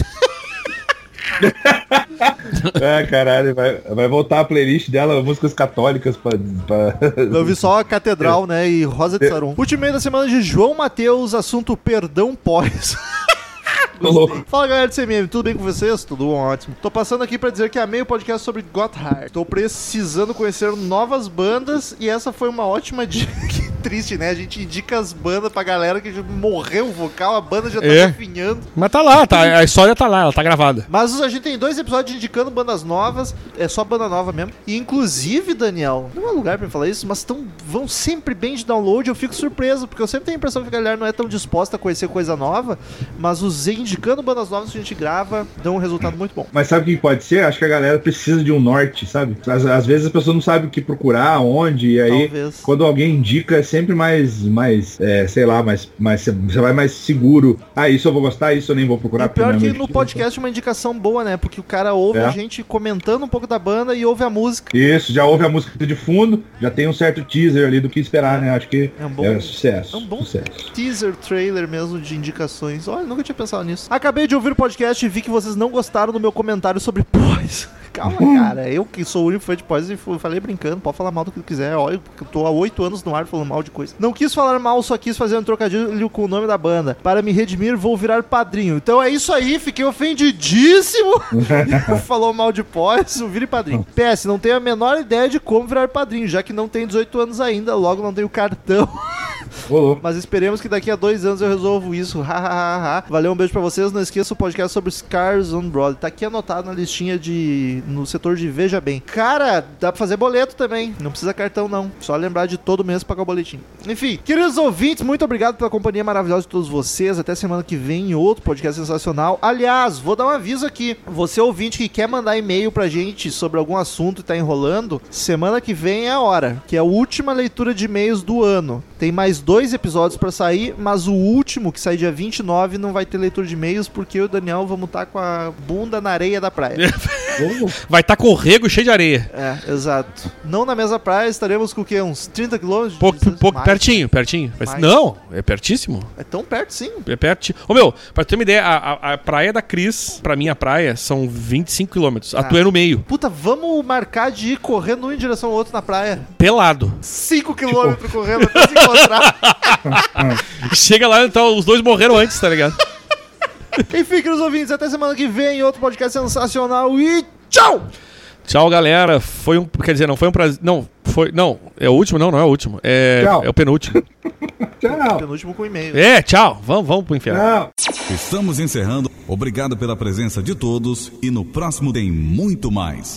C: É, caralho, vai, vai voltar a playlist dela, músicas católicas pra. pra-
A: Eu vi só a Catedral, né? E Rosa de Saron. Último e-mail da semana de João Mateus, assunto perdão pós.
C: Tô louco.
A: Fala galera do CMM, tudo bem com vocês? Tudo ótimo. Tô passando aqui pra dizer que amei o podcast sobre Gotthard. Tô precisando conhecer novas bandas e essa foi uma ótima dica. Que triste, né? A gente indica as bandas pra galera que já morreu o vocal, a banda já tá
B: É.
A: definhando.
B: Mas tá lá, tá, a história tá lá, ela tá gravada.
A: Mas a gente tem dois episódios indicando bandas novas, é só banda nova mesmo. E inclusive, Daniel, não é lugar pra eu falar isso, mas tão, vão sempre bem de download, eu fico surpreso, porque eu sempre tenho a impressão que a galera não é tão disposta a conhecer coisa nova, mas os indicando bandas novas que a gente grava dão um resultado muito bom.
C: Mas sabe o que pode ser? Acho que a galera precisa de um norte, sabe? Às, às vezes as pessoas não sabem o que procurar, onde, e aí
A: Talvez.
C: quando alguém indica é sempre mais, mais é, sei lá, mais, mais, você vai mais seguro. Ah, isso eu vou gostar, isso eu nem vou procurar.
A: E pior
C: porque
A: que
C: não é meu
A: no
C: estilo.
A: podcast é uma indicação boa, né? Porque o cara ouve
C: É.
A: a gente comentando um pouco da banda e ouve a música.
C: Isso, já ouve a música de fundo, já tem um certo teaser ali do que esperar, né? Acho que
A: É
C: é
A: um
C: um
A: bom-
C: sucesso.
A: é um bom-
C: sucesso.
A: Teaser, trailer mesmo de indicações. Olha, nunca tinha pensado nisso. Acabei de ouvir o podcast e vi que vocês não gostaram do meu comentário sobre pós. Calma, cara. Eu que sou o único fã de pós e fu- falei brincando. Pode falar mal do que quiser. Olha, eu tô há oito anos no ar falando mal de coisa. Não quis falar mal, só quis fazer um trocadilho com o nome da banda. Para me redimir, vou virar padrinho. Então é isso aí. Fiquei ofendidíssimo. Falou mal de pós, o vire padrinho. PS, não tenho a menor ideia de como virar padrinho, já que não tem 18 anos ainda, logo não tenho cartão.
C: Ô, louco.
A: Mas esperemos que daqui a dois anos eu resolvo isso. Ha, ha, ha, ha. Valeu, um beijo pra vocês. Não esqueça o podcast sobre Scars on Broad. Tá aqui anotado na listinha de. no setor de Veja Bem. Cara, dá pra fazer boleto também. Não precisa cartão, não. Só lembrar de todo mês pagar o boletim. Enfim, queridos ouvintes, muito obrigado pela companhia maravilhosa de todos vocês. Até semana que vem em outro podcast sensacional. Aliás, vou dar um aviso aqui. Você ouvinte que quer mandar e-mail pra gente sobre algum assunto e tá enrolando, semana que vem é a hora, que é a última leitura de e-mails do ano. Tem mais dois episódios pra sair, mas o último, que sai dia 29, não vai ter leitura de e-mails, porque eu e o Daniel vamos estar com a bunda na areia da praia.
B: É. Vai estar tá com o rego cheio de areia.
A: é, exato. Não na mesma praia, estaremos com o quê? Uns 30 quilômetros? de
B: Pouco,
A: distância?
B: pouco,
A: Mais. né?
B: pertinho, pertinho. Vai ser-
A: Mais.
B: Não, é pertíssimo.
A: É tão perto, sim.
B: É perto. Ô meu, pra ter uma ideia, a, a- a praia da Cris, pra minha praia, são 25 quilômetros.
A: Tá.
B: A tua é no meio.
A: Puta, vamos marcar de ir correndo um em direção ao outro na praia.
B: Pelado.
A: 5 quilômetros correndo até se encontrar.
B: Chega lá, então os dois morreram antes, tá ligado?
A: Enfim, queridos ouvintes, até semana que vem, outro podcast sensacional e tchau!
B: Tchau, galera. Foi um. Quer dizer, não foi um prazer. Não, foi. Não, é o último? Não, não é o último. É,
C: Tchau.
B: é o penúltimo.
C: Tchau.
A: Penúltimo com um e-mail.
B: É, tchau. Vamos, vamos pro inferno.
C: Tchau.
I: Estamos encerrando. Obrigado pela presença de todos e no próximo tem muito mais.